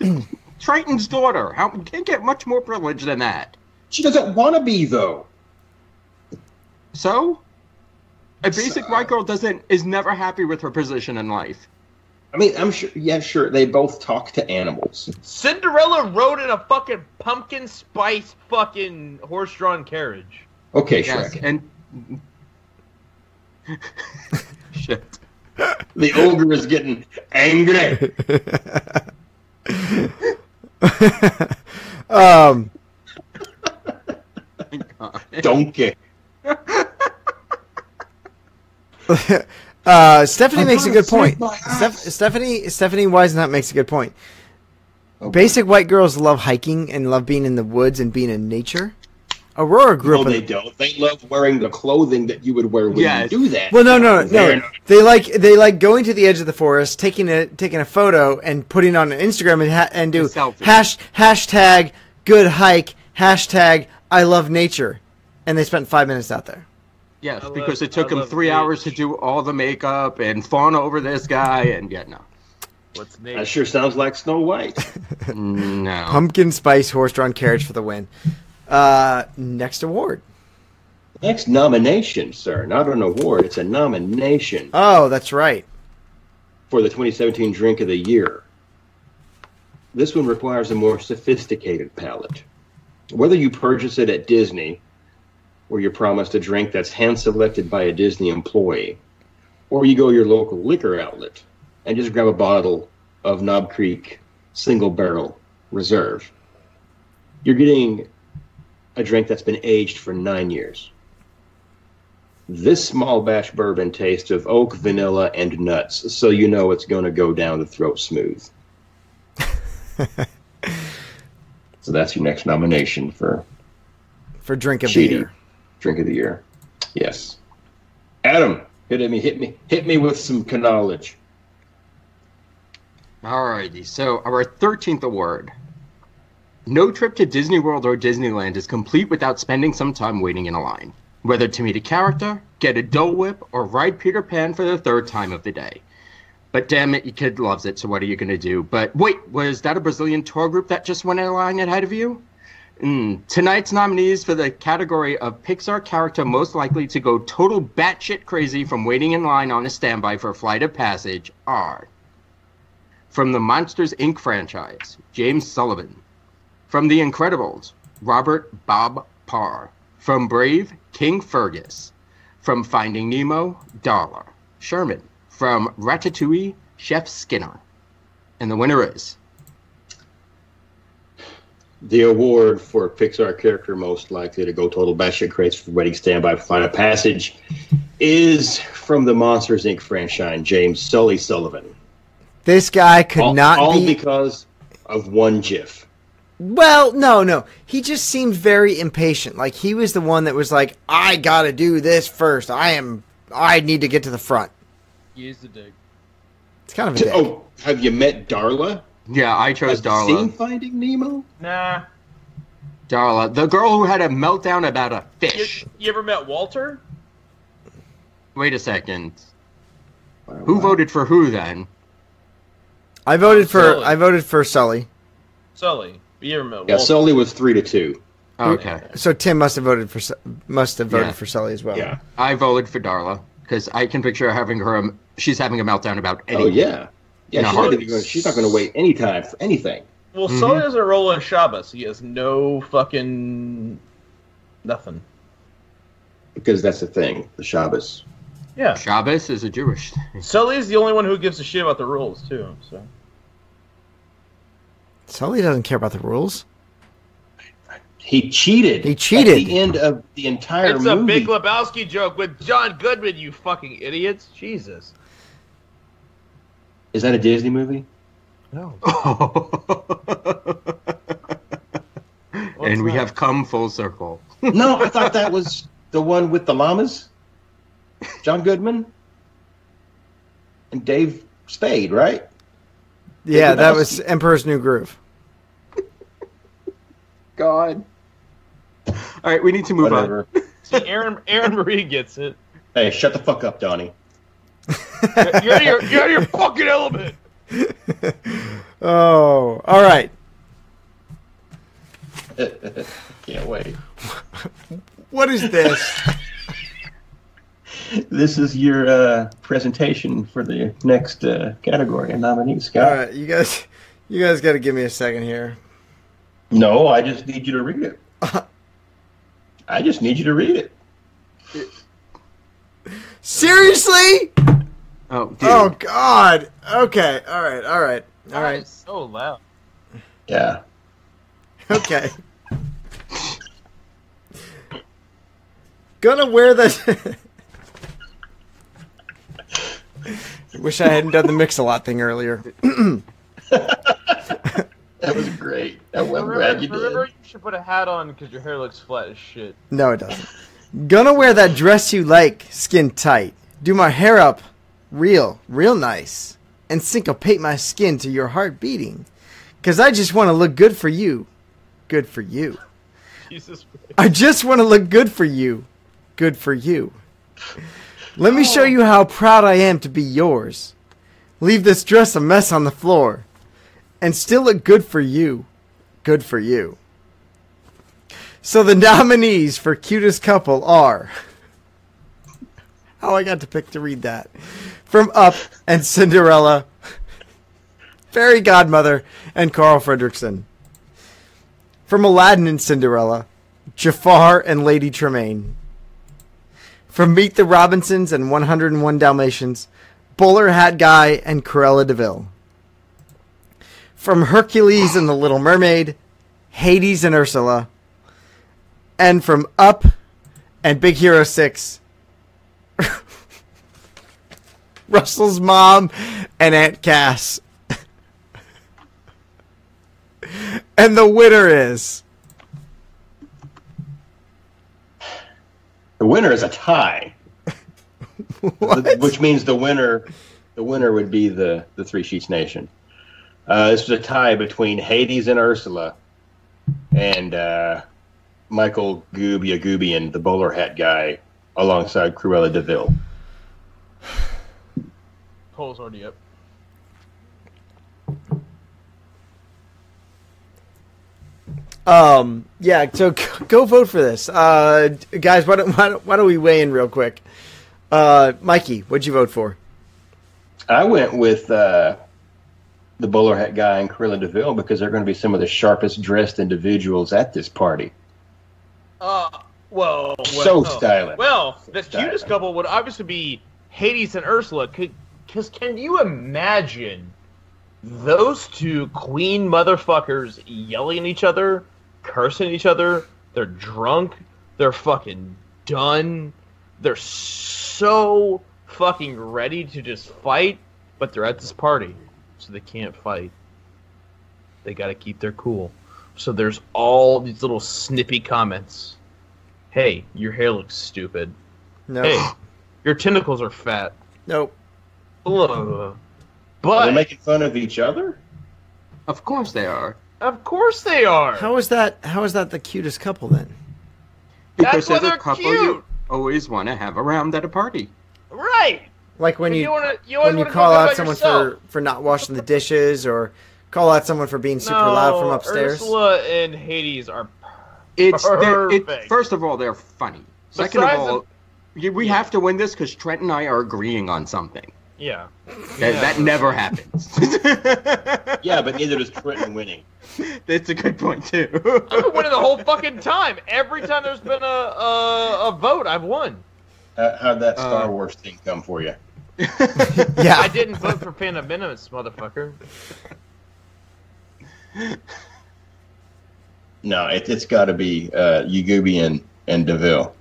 Speaker 7: Ariel Triton's daughter. How can't get much more privileged than that.
Speaker 5: She doesn't want to be though.
Speaker 7: So? A basic white girl doesn't is never happy with her position in life.
Speaker 5: I mean, I'm sure. Yeah, sure. They both talk to animals.
Speaker 8: Cinderella rode in a fucking pumpkin spice fucking horse drawn carriage.
Speaker 5: Okay,
Speaker 7: Yes.
Speaker 5: Shrek.
Speaker 7: And shit.
Speaker 5: The ogre is getting angry.
Speaker 6: Um,
Speaker 5: Donkey.
Speaker 6: uh, Stephanie makes a
Speaker 5: gonna
Speaker 6: good
Speaker 5: save
Speaker 6: point.
Speaker 5: my
Speaker 6: Steph-
Speaker 5: ass.
Speaker 6: Stephanie Stephanie Wisnot makes a good point. Basic white girls love hiking and love being in the woods and being in nature. Aurora grew
Speaker 5: No,
Speaker 6: up in
Speaker 5: Oh, they don't. They love wearing the clothing that you would wear when
Speaker 7: Yes.
Speaker 5: you do that.
Speaker 6: Well, no, no,
Speaker 5: They're
Speaker 6: no.
Speaker 5: not-
Speaker 6: They like they like going to the edge of the forest, taking a taking a photo and putting it on Instagram and ha- and do
Speaker 7: A selfie.
Speaker 6: hash hashtag good hike hashtag I love nature, and they spent five minutes out there.
Speaker 7: Yes,
Speaker 8: love-
Speaker 7: because it
Speaker 8: I
Speaker 7: took him
Speaker 8: love
Speaker 7: three
Speaker 8: Paige.
Speaker 7: hours to do all the makeup and fawn over this guy, and yeah, no,
Speaker 8: What's
Speaker 5: That
Speaker 8: next?
Speaker 5: sure sounds like Snow White.
Speaker 7: no.
Speaker 6: Pumpkin spice horse drawn carriage for the win. Uh, next award.
Speaker 5: Next nomination, sir. Not an award. It's a nomination
Speaker 6: Oh, that's right.
Speaker 5: for the 2017 Drink of the Year. This one requires a more sophisticated palate. whether you purchase it at Disney, where you're promised a drink that's hand selected by a Disney employee, or you go to your local liquor outlet and just grab a bottle of Knob Creek single barrel reserve, you're getting a drink that's been aged for nine years. This small batch bourbon tastes of oak, vanilla, and nuts, so you know it's going to go down the throat smooth. so that's your next nomination for
Speaker 6: for drink of
Speaker 5: Cheaty.
Speaker 6: the year.
Speaker 5: drink of the year. Yes, Adam, hit me, hit me, hit me with some knowledge.
Speaker 7: Alrighty, so our 13th award. No trip to Disney World or Disneyland is complete without spending some time waiting in a line, whether to meet a character, get a Dole Whip, or ride Peter Pan for the third time of the day. But damn it, your kid loves it, so what are you going to do? But wait, was that a Brazilian tour group that just went in a line ahead of you? Mm, Tonight's nominees for the category of Pixar character most likely to go total batshit crazy from waiting in line on a standby for a flight of passage are from the Monsters Inc. franchise, James Sullivan. From The Incredibles, Robert Bob Parr. From Brave, King Fergus. From Finding Nemo, Darla Sherman. From Ratatouille, Chef Skinner. And the winner is
Speaker 5: The award for Pixar character most likely to go total batshit crazy for waiting standby for Final Passage is from the Monsters Inc. franchise, James Sully Sullivan.
Speaker 6: This guy could
Speaker 5: All,
Speaker 6: not
Speaker 5: all
Speaker 6: be.
Speaker 5: because of one GIF.
Speaker 6: Well, no, no. He just seemed very impatient. Like he was the one that was like, "I got to do this first. I am. I need to get to the front."
Speaker 2: He's the dig.
Speaker 6: It's kind of a dick.
Speaker 5: Oh, have you met Darla?
Speaker 7: yeah, I chose
Speaker 5: Have you Seen
Speaker 7: Darla.
Speaker 5: Finding Nemo?
Speaker 8: Nah.
Speaker 7: Darla, the girl who had a meltdown about a
Speaker 2: You,
Speaker 7: fish.
Speaker 2: you ever met Walter?
Speaker 7: Wait a second. Who voted for who then?
Speaker 6: I voted for.
Speaker 2: Sully.
Speaker 6: I voted for Sully.
Speaker 2: Sully. You ever met
Speaker 5: Yeah,
Speaker 2: Walter?
Speaker 5: Sully was three to two.
Speaker 7: Okay,
Speaker 6: So Tim must have voted for. Su- Must have voted
Speaker 7: Yeah.
Speaker 6: for Sully as well.
Speaker 5: Yeah.
Speaker 2: Oh,
Speaker 7: I voted for Darla because I can picture having her. um, She's having a meltdown about anything.
Speaker 5: Oh yeah. Yeah,
Speaker 7: No.
Speaker 5: she's, not even gonna, she's not going to wait any time for anything.
Speaker 2: Well, Sully doesn't roll in Shabbos. He has no fucking nothing.
Speaker 5: Because that's the thing, the Shabbos.
Speaker 2: Yeah.
Speaker 7: Shabbos is a Jewish thing.
Speaker 2: Sully's the only one who gives a shit about the rules too. So
Speaker 6: Sully doesn't care about the rules.
Speaker 5: He cheated.
Speaker 6: He cheated.
Speaker 5: At the end of the entire
Speaker 2: it's a
Speaker 5: movie.
Speaker 2: big Lebowski joke with John Goodman. You fucking idiots! Jesus.
Speaker 5: Is that a Disney movie?
Speaker 2: No.
Speaker 7: and we have come full circle.
Speaker 5: No, I thought that was the one with the llamas. John Goodman and Dave Spade, right?
Speaker 6: Yeah, that
Speaker 5: Lebowski.
Speaker 6: was Emperor's New Groove.
Speaker 7: God. All right, we need to move
Speaker 5: Whatever.
Speaker 2: See, Aaron Aaron Marie gets it.
Speaker 5: Hey, shut the fuck up, Donnie.
Speaker 2: You're out of your, you're out of your fucking element.
Speaker 6: Oh, all right.
Speaker 5: Can't wait.
Speaker 6: What is this?
Speaker 5: This is your uh, presentation for the next uh, category and nominee, Scott.
Speaker 6: all right, you guys. You guys got to give me a second here.
Speaker 5: No, I just need you to read it. I just need you to read it.
Speaker 6: Seriously?
Speaker 7: on. Oh, dude.
Speaker 6: Oh God. Okay. All right. All right. All
Speaker 2: That
Speaker 6: right.
Speaker 2: is So loud.
Speaker 5: Yeah.
Speaker 6: Okay. Gonna wear the. Wish I hadn't done the mix a lot thing earlier.
Speaker 5: That was great. I'm glad
Speaker 2: Remember,
Speaker 5: you
Speaker 2: remember
Speaker 5: did.
Speaker 2: you should put a hat on because your hair looks flat as shit.
Speaker 6: No, it doesn't. Gonna wear that dress you like, skin tight. Do my hair up, real, real nice, and syncopate my skin to your heart beating. Cause I just wanna look good for you. Good for you.
Speaker 2: Jesus. Christ.
Speaker 6: I just want to look good for you. Good for you. Let me show you how proud I am to be yours. Leave this dress a mess on the floor and still look good for you. Good for you. So the nominees for cutest couple are How I got to pick to read that. From Up and Cinderella, Fairy Godmother and Carl Fredrickson. From Aladdin and Cinderella, Jafar and Lady Tremaine. From Meet the Robinsons and 101 Dalmatians, Bowler Hat Guy and Corella DeVille. From Hercules and the Little Mermaid, Hades and Ursula. And from Up and Big Hero 6, Russell's mom and Aunt Cass. and the winner is.
Speaker 5: The winner is a tie, th- which means the winner, the winner would be the the Three Sheets Nation. Uh, this was a tie between Hades and Ursula, and uh, Michael Goob Yagubian, the bowler hat guy, alongside Cruella Deville.
Speaker 8: Poll's already up.
Speaker 6: Um, yeah, so g- go vote for this. Uh, d- guys, why don't, why, don't, why don't we weigh in real quick? Uh, Mikey, what'd you vote for?
Speaker 5: I went with uh, the bowler hat guy and Cruella Deville because they're going to be some of the sharpest dressed individuals at this party.
Speaker 8: Uh, well, well
Speaker 5: So stylish.
Speaker 8: Well, the
Speaker 5: stylish.
Speaker 8: cutest couple would obviously be Hades and Ursula. Because can you imagine those two queen motherfuckers yelling at each other, cursing at each other? They're drunk. They're fucking done. They're so fucking ready to just fight, but they're at this party, so they can't fight. They gotta keep their cool. So there's all these little snippy comments. Hey, your hair looks stupid.
Speaker 6: No.
Speaker 8: Hey, your tentacles are fat.
Speaker 6: Nope.
Speaker 8: Ugh.
Speaker 5: Are they
Speaker 8: But
Speaker 5: making fun of each other?
Speaker 7: Of course they are.
Speaker 8: of course they are.
Speaker 6: How is that? How is that the cutest couple then?
Speaker 8: That's
Speaker 7: they're
Speaker 8: why
Speaker 7: the
Speaker 8: they're
Speaker 7: couple
Speaker 8: cute.
Speaker 7: you always want to have around at a party.
Speaker 8: Right.
Speaker 6: Like when
Speaker 8: But
Speaker 6: you,
Speaker 8: you wanna- you always
Speaker 6: when you
Speaker 8: wanna
Speaker 6: call
Speaker 8: talk
Speaker 6: out
Speaker 8: about
Speaker 6: someone
Speaker 8: yourself.
Speaker 6: for for not washing the dishes or call out someone for being super loud from
Speaker 8: No,
Speaker 6: upstairs.
Speaker 8: Ursula and Hades are.
Speaker 7: It's they're- it,
Speaker 8: Perfect.
Speaker 7: first of all they're funny. Second
Speaker 8: Besides
Speaker 7: of all, you- we have to win this because Trent and I are agreeing on something.
Speaker 8: Yeah.
Speaker 7: That, that never happens.
Speaker 5: Yeah, but neither does Trenton winning.
Speaker 7: That's a good point too.
Speaker 8: I've been winning the whole fucking time. Every time there's been a a, a vote, I've won.
Speaker 5: How, how'd that Star
Speaker 7: Uh,
Speaker 5: Wars thing come for you?
Speaker 6: yeah,
Speaker 8: I didn't vote for Phantom Menace, motherfucker.
Speaker 5: No, it, it's got to be uh, Yagubian and Deville.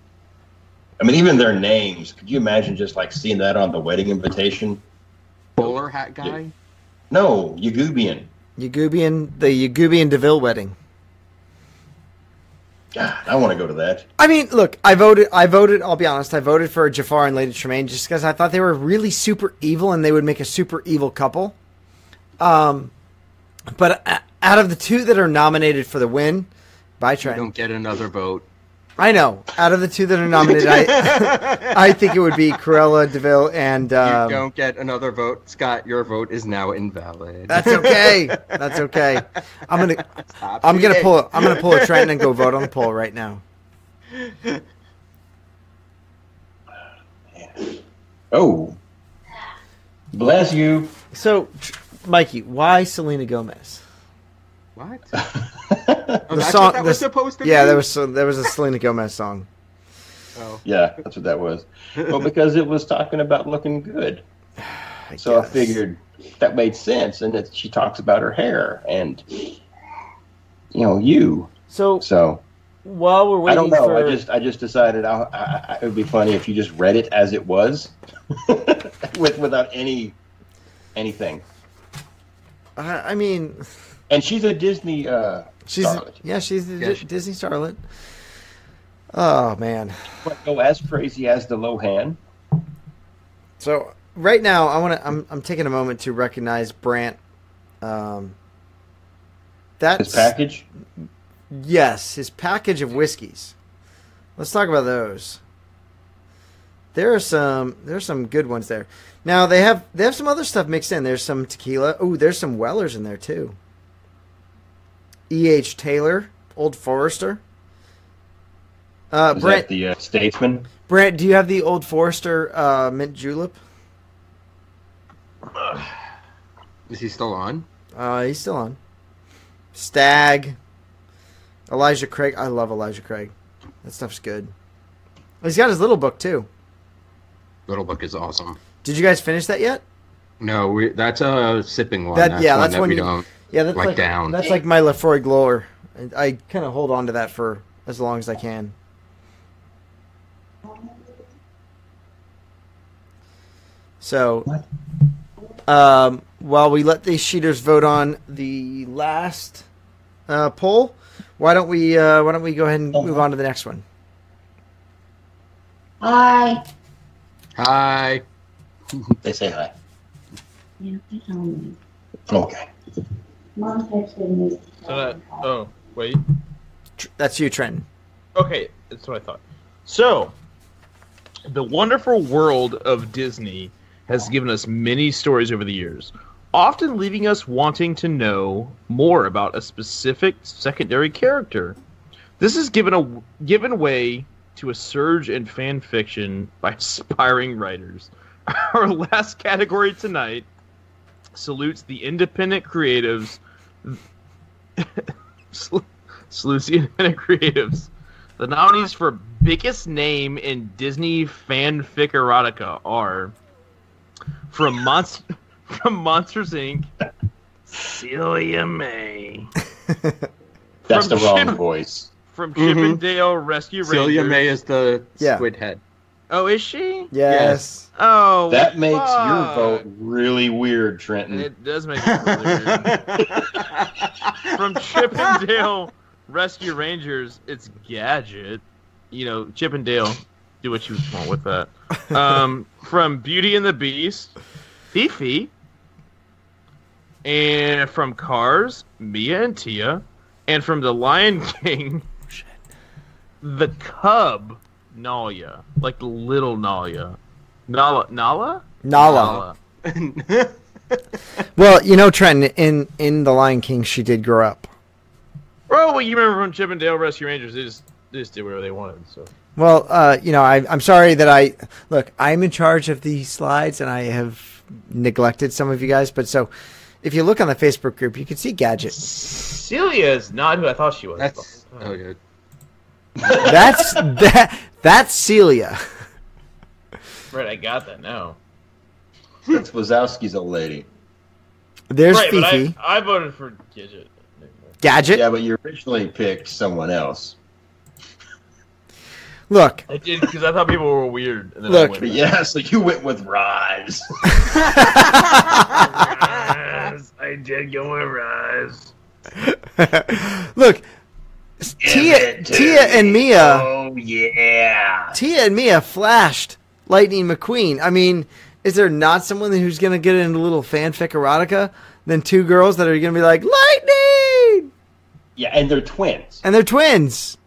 Speaker 5: I mean, even their names. Could you imagine just like seeing that on the wedding invitation?
Speaker 7: Bowler hat guy.
Speaker 5: No, Yagubian.
Speaker 6: Yagubian the Yagubian Deville wedding.
Speaker 5: God, I want to go to that.
Speaker 6: I mean, look, I voted. I voted. I'll be honest. I voted for Jafar and Lady Tremaine just because I thought they were really super evil and they would make a super evil couple. Um, but uh, out of the two that are nominated for the win, by Trent,
Speaker 7: Don't get another vote.
Speaker 6: I know. Out of the two that are nominated, I, I think it would be Corella Deville and.
Speaker 7: You
Speaker 6: Um,
Speaker 7: don't get another vote, Scott. Your vote is now invalid.
Speaker 6: That's okay. That's okay. I'm gonna
Speaker 7: Stop
Speaker 6: I'm gonna
Speaker 7: cheating.
Speaker 6: pull a, I'm gonna pull a Trenton and go vote on the poll right now.
Speaker 5: Oh, bless you.
Speaker 6: So, Tr- Mikey, why Selena Gomez?
Speaker 7: What? oh,
Speaker 6: The
Speaker 7: that's
Speaker 6: song-
Speaker 7: what that
Speaker 6: the-
Speaker 7: was supposed to be.
Speaker 6: Yeah, there was some, there was a Selena Gomez song.
Speaker 7: Oh.
Speaker 5: Yeah, that's what that was. Well, because it was talking about looking good. so I
Speaker 6: guess.
Speaker 5: figured that made sense, and that she talks about her hair and you know you.
Speaker 6: So
Speaker 5: So
Speaker 6: while we're
Speaker 5: I don't
Speaker 6: waiting
Speaker 5: know.
Speaker 6: for
Speaker 5: I just I just decided I, I, I, it would be funny if you just read it as it was, with without any anything.
Speaker 6: I, I mean,
Speaker 5: And she's a Disney. Uh,
Speaker 6: she's
Speaker 5: starlet.
Speaker 6: yeah, she's the
Speaker 7: Yeah,
Speaker 6: Di-
Speaker 7: she-
Speaker 6: Disney starlet. Oh man.
Speaker 5: But go as crazy as the Lohan.
Speaker 6: So right now, I want to. I'm, I'm taking a moment to recognize Brant. Um,
Speaker 5: His
Speaker 6: that's
Speaker 5: package.
Speaker 6: yes, his package of whiskeys. Let's talk about those. There are some. There's some good ones there. Now they have they have some other stuff mixed in. There's some tequila. Oh, there's some Wellers in there too. E. H. Taylor, Old Forester. Uh,
Speaker 5: Is
Speaker 6: Brant,
Speaker 5: that the uh, Statesman?
Speaker 6: Brant, do you have the Old Forester uh, mint julep?
Speaker 7: Is he still on?
Speaker 6: Uh, he's still on. Stag. Elijah Craig. I love Elijah Craig. That stuff's good. He's got his little book too.
Speaker 7: Little Book is awesome.
Speaker 6: Did you guys finish that yet?
Speaker 7: No, we, that's a sipping one.
Speaker 6: That-
Speaker 7: that's
Speaker 6: yeah,
Speaker 7: one
Speaker 6: that's
Speaker 7: that
Speaker 6: one
Speaker 7: we
Speaker 6: you-
Speaker 7: don't.
Speaker 6: Yeah, that's
Speaker 7: Like
Speaker 6: like,
Speaker 7: down.
Speaker 6: That's like my Lefroy Glower. I- I kind of hold on to that for as long as I can. So, um, while we let these cheaters vote on the last uh, poll, why don't we uh, why don't we go ahead and move on to the next one?
Speaker 2: Hi.
Speaker 7: Hi.
Speaker 5: They say hi.
Speaker 2: Yeah, I don't know.
Speaker 5: Okay.
Speaker 2: Mom texted me.
Speaker 8: So that, oh, wait.
Speaker 6: Tr- That's you, Trenton.
Speaker 8: Okay, that's what I thought. So, the wonderful world of Disney has given us many stories over the years, often leaving us wanting to know more about a specific secondary character. This has given a given way to a surge in fan fiction by aspiring writers. Our last category tonight salutes the independent creatives. salutes the independent creatives. The nominees for biggest name in Disney fanfic erotica are from Monst- from Monsters Inc. oh, Celia May
Speaker 5: That's
Speaker 8: From
Speaker 5: the wrong
Speaker 8: Chip-
Speaker 5: voice.
Speaker 8: from
Speaker 7: Mhm.
Speaker 8: Chippendale Rescue Rangers.
Speaker 7: Celia May is the
Speaker 6: Yeah.
Speaker 7: squid head.
Speaker 8: Oh, is she?
Speaker 6: Yes.
Speaker 8: Oh,
Speaker 5: That makes your
Speaker 8: fuck.
Speaker 5: vote really weird, Trenton.
Speaker 8: It does make it really weird. From Chippendale Rescue Rangers, it's Gadget. You know, Chippendale, do what you want with that. Um, from Beauty and the Beast, Fifi. And from Cars, Mia and Tia. And from The Lion King, the cub, Nalia. Like little Nalia. Nala? Nala?
Speaker 6: Nala. Well, you know, Trenton in in the Lion King, she did grow up.
Speaker 8: Oh, well, you remember from Chip and Dale Rescue Rangers, they just, they just did whatever they wanted. So
Speaker 6: Well, uh, you know, I, I'm sorry that I look. I'm in charge of the slides, and I have neglected some of you guys. But so, if you look on the Facebook group, you can see Gadget.
Speaker 8: Celia is not who I thought she was.
Speaker 7: That's oh yeah.
Speaker 6: That's that. That's Celia.
Speaker 8: right. I got that now.
Speaker 5: That's Wazowski's old lady.
Speaker 6: There's
Speaker 8: right,
Speaker 6: Fifi.
Speaker 8: but I, I voted for Gidget.
Speaker 6: Gadget.
Speaker 5: Yeah, but you originally picked someone else.
Speaker 6: Look,
Speaker 8: I did because I thought people were weird. And then
Speaker 6: Look,
Speaker 8: I
Speaker 5: But
Speaker 8: went,
Speaker 5: yeah, so you went with Roz.
Speaker 8: "Yes, I did go with Rise.
Speaker 6: look. Tia, Tia, and Mia.
Speaker 5: Oh yeah.
Speaker 6: Tia and Mia flashed Lightning McQueen. I mean, is there not someone who's going to get into a little fanfic erotica than two girls that are going to be like, Lightning!
Speaker 5: Yeah, and they're twins.
Speaker 6: And they're twins.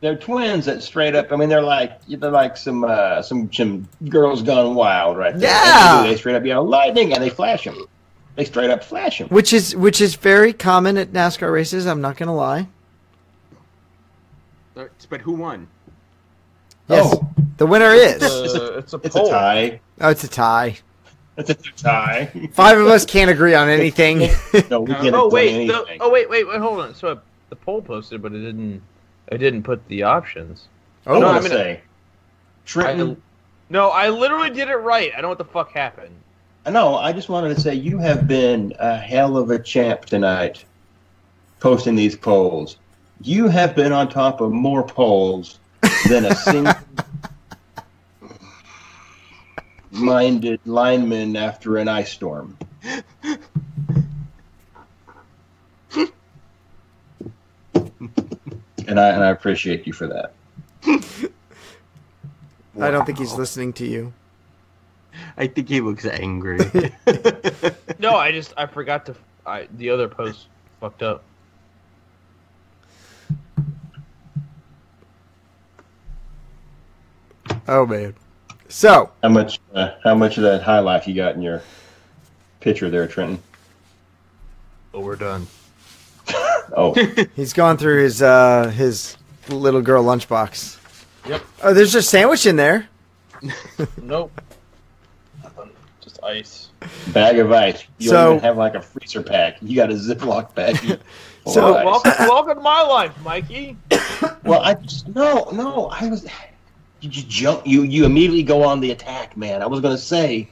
Speaker 5: They're twins that straight up. I mean, they're like they're like some uh, some some girls gone wild right there.
Speaker 6: Yeah.
Speaker 5: And They, do, they straight up yell lightning and they flash them. They straight up flash them.
Speaker 6: Which is which is very common at NASCAR races, I'm not going to lie.
Speaker 7: But- But who won?
Speaker 6: Yes.
Speaker 5: Oh,
Speaker 6: The winner is.
Speaker 8: Uh,
Speaker 5: It's
Speaker 8: it's
Speaker 5: a-
Speaker 8: a,
Speaker 5: it's a
Speaker 8: poll.
Speaker 5: tie.
Speaker 6: Oh, it's a tie.
Speaker 5: It's a tie.
Speaker 6: Five of us can't agree on anything.
Speaker 5: no, we can't
Speaker 8: Oh
Speaker 5: have done
Speaker 8: wait. the-
Speaker 5: anything.
Speaker 8: oh wait. Wait. Wait. Hold on. So I, the poll posted, but it didn't. I didn't put the options.
Speaker 5: I
Speaker 6: Oh.
Speaker 8: no,
Speaker 5: want
Speaker 8: I'm
Speaker 5: to
Speaker 8: gonna-
Speaker 5: say, Trenton.
Speaker 8: No, I literally did it right. I don't know what the fuck happened.
Speaker 5: No, I just wanted to say you have been a hell of a champ tonight posting these polls. You have been on top of more polls than a single minded lineman after an ice storm. and I and I appreciate you for that. uh,
Speaker 6: I don't think he's listening to you.
Speaker 7: I think he looks angry.
Speaker 8: No, I just I forgot to. I the other post fucked up.
Speaker 6: Oh, man. So,
Speaker 5: How much uh, how much of that high life you got in your picture there, Trenton?
Speaker 8: Oh, we're done.
Speaker 5: Oh.
Speaker 6: he's gone through his uh, his little girl lunchbox.
Speaker 8: Yep.
Speaker 6: Oh, there's a sandwich in there.
Speaker 8: Nope.
Speaker 2: Just ice.
Speaker 5: Bag of ice. You
Speaker 6: So-
Speaker 5: don't even have like a freezer pack. You got a Ziploc bag. full
Speaker 6: So-
Speaker 5: of ice.
Speaker 2: Welcome, welcome to my life, Mikey.
Speaker 5: Well, I just no, no. I was you just jump. You you immediately go on the attack, man. I was going to say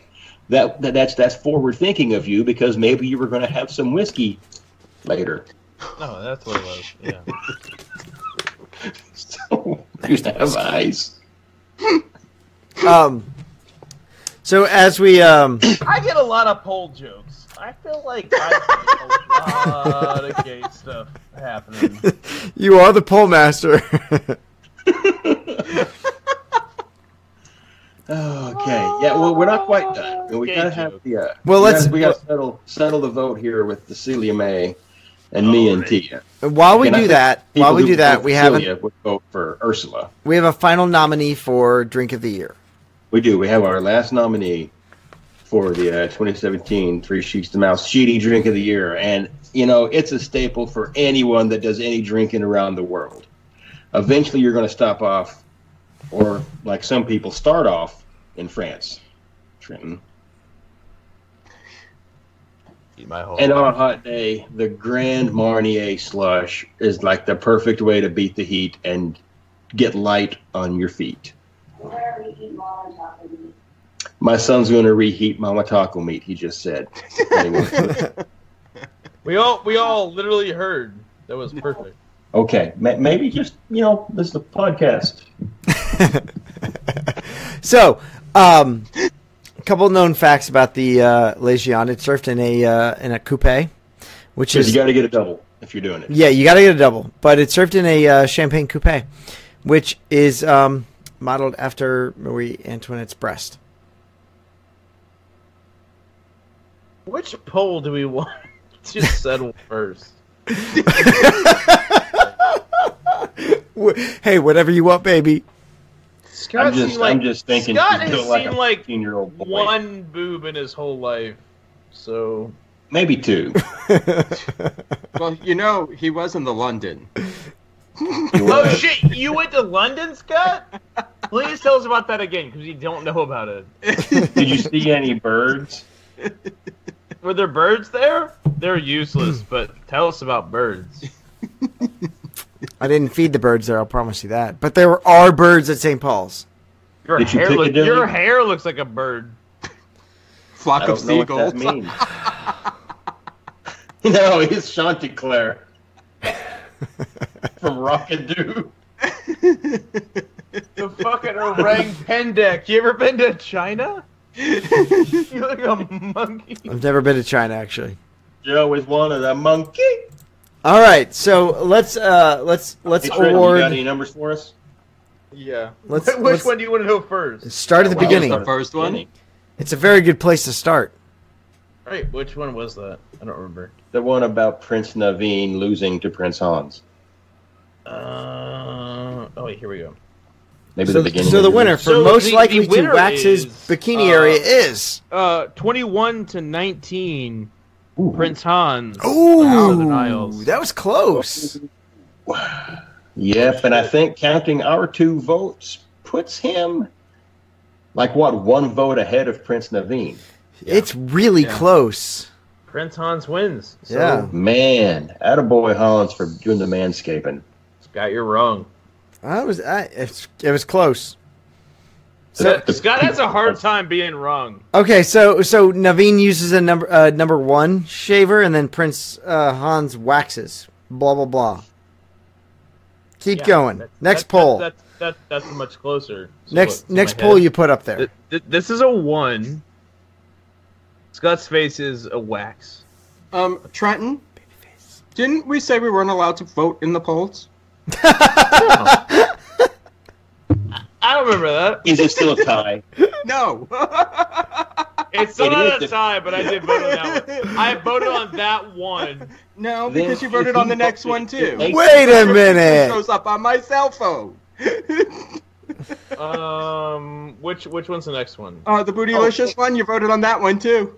Speaker 5: that, that that's that's forward thinking of you because maybe you were going to have some whiskey later.
Speaker 2: No, Oh, that's what it was. Yeah.
Speaker 5: So you have ice.
Speaker 6: Um, so as we um,
Speaker 8: I get a lot of pole jokes. I feel like I get a lot of gay stuff happening.
Speaker 6: you are the pole master.
Speaker 5: Okay. Yeah. Well, we're not quite done. We
Speaker 2: Gay
Speaker 5: got to have the. Uh,
Speaker 6: Well,
Speaker 5: we
Speaker 6: let's-
Speaker 5: gotta- we got to settle settle the vote here with the Celia May and me and Tia.
Speaker 6: while we
Speaker 5: And I think
Speaker 6: do that, while
Speaker 5: people
Speaker 6: we
Speaker 5: who
Speaker 6: do that,
Speaker 5: vote
Speaker 6: we
Speaker 5: for
Speaker 6: have
Speaker 5: Celia
Speaker 6: a,
Speaker 5: would vote for Ursula.
Speaker 6: we have a final nominee for drink of the year.
Speaker 5: We do. We have our last nominee for the uh, 2017 Three Sheets to Mouse Sheedy Drink of the Year, and you know it's a staple for anyone that does any drinking around the world. Eventually, you're going to stop off, or like some people start off in France, Trenton,
Speaker 2: Eat my whole
Speaker 5: and on a hot day, the Grand Marnier slush is like the perfect way to beat the heat and get light on your feet.
Speaker 9: Where are we eating while I'm talking to you?
Speaker 5: My son's going to reheat Mama Taco meat. He just said. Anyway.
Speaker 2: We all we all literally heard. That was perfect.
Speaker 5: Okay, ma- maybe just you know, this is a podcast.
Speaker 6: So, um, a couple known facts about the uh, Legion. It surfed in a uh, in a coupe, which
Speaker 5: Because
Speaker 6: is
Speaker 5: you got to get a double if you're doing it.
Speaker 6: yeah, you got to get a double. But it served in a uh, champagne coupe, which is um, modeled after Marie Antoinette's breast.
Speaker 2: Which poll do we want to settle first?
Speaker 6: Wh- Hey, whatever you want, baby.
Speaker 2: Scott
Speaker 5: I'm just,
Speaker 2: seemed like
Speaker 5: I'm just thinking.
Speaker 2: Scott
Speaker 5: he's
Speaker 2: has
Speaker 5: built like
Speaker 2: seen
Speaker 5: a
Speaker 2: like
Speaker 5: 15 year old boy.
Speaker 2: one boob in his whole life. So
Speaker 5: maybe two.
Speaker 7: Well, you know, he was in the London.
Speaker 2: Oh shit! You went to London, Scott? Please tell us about that again, because you don't know about it.
Speaker 5: Did you see any birds?
Speaker 2: Were there birds there? They're useless, but tell us about birds.
Speaker 6: I didn't feed the birds there. I'll promise you that. But there are birds at St. Paul's.
Speaker 2: Your
Speaker 5: Did you
Speaker 2: hair
Speaker 5: pick a
Speaker 2: look,
Speaker 5: dilly?
Speaker 2: Your hair looks like a bird.
Speaker 5: I
Speaker 7: Flock of
Speaker 5: don't know what
Speaker 7: seagulls.
Speaker 5: that means. no, it's Chanticleer from Rockadoo.
Speaker 2: The fucking orang pendek. You ever been to China? you look like a monkey.
Speaker 6: I've never been to China actually.
Speaker 5: Joe is one of the monkey.
Speaker 6: All right, so let's uh, let's let's
Speaker 5: Hey, Trent, you got
Speaker 6: award.
Speaker 5: any numbers for us?
Speaker 2: Yeah.
Speaker 6: Let's-
Speaker 2: Which
Speaker 6: let's-
Speaker 2: one do you want to know first?
Speaker 6: Start at the
Speaker 5: Wow.
Speaker 6: beginning.
Speaker 7: first one?
Speaker 5: Beginning.
Speaker 6: It's a very good place to start.
Speaker 2: Right. Which one was that? I don't remember.
Speaker 5: The one about Prince Naveen losing to Prince Hans.
Speaker 2: Uh, oh wait, here we go.
Speaker 5: Maybe
Speaker 6: So,
Speaker 5: the beginning.
Speaker 6: so
Speaker 5: of
Speaker 6: the
Speaker 5: your-
Speaker 6: winner for
Speaker 2: So
Speaker 6: most
Speaker 2: the- the
Speaker 6: likely to
Speaker 2: winner
Speaker 6: wax his
Speaker 2: is,
Speaker 6: bikini
Speaker 2: uh,
Speaker 6: area is
Speaker 2: Uh, twenty-one to nineteen.
Speaker 5: Ooh.
Speaker 2: Prince Hans.
Speaker 7: Oh,
Speaker 2: Southern
Speaker 6: ooh,
Speaker 2: Isles.
Speaker 6: that was close.
Speaker 5: Yep, and I think counting our two votes puts him like what one vote ahead of Prince Naveen.
Speaker 6: It's really close.
Speaker 2: Prince Hans wins. So,
Speaker 6: yeah,
Speaker 5: Man, attaboy Hans for doing the manscaping.
Speaker 2: Scott, you're wrong.
Speaker 6: I was. I, it's, it was close. So
Speaker 2: Scott, Scott has a hard time being wrong.
Speaker 6: okay, so so Naveen uses a number uh, number one shaver, and then Prince uh, Hans waxes. Blah blah blah. Keep
Speaker 2: Yeah,
Speaker 6: going.
Speaker 2: that's-
Speaker 6: next
Speaker 2: that's-
Speaker 6: poll.
Speaker 2: That's, that's, that's, that's much closer. to what-
Speaker 6: next
Speaker 2: to
Speaker 6: next
Speaker 2: my
Speaker 6: poll
Speaker 2: head.
Speaker 6: you put up there.
Speaker 2: Th- th- This is a one. Scott's face is a wax.
Speaker 7: Um, Trenton, didn't we say we weren't allowed to vote in the polls?
Speaker 2: I don't remember that.
Speaker 5: Is it still a tie?
Speaker 7: No.
Speaker 2: It's still
Speaker 5: It
Speaker 2: not
Speaker 5: is
Speaker 2: a
Speaker 5: the-
Speaker 2: tie, but I did vote on that one. I voted on that one.
Speaker 7: no,
Speaker 5: Then
Speaker 7: because you voted
Speaker 5: if
Speaker 7: on
Speaker 5: you
Speaker 7: the next
Speaker 5: voted
Speaker 7: one, too.
Speaker 5: late-
Speaker 6: Wait a
Speaker 7: It
Speaker 6: minute.
Speaker 7: shows up on my cell phone.
Speaker 2: Um, which which one's the next one?
Speaker 7: uh, the bootylicious one, you voted on that one, too.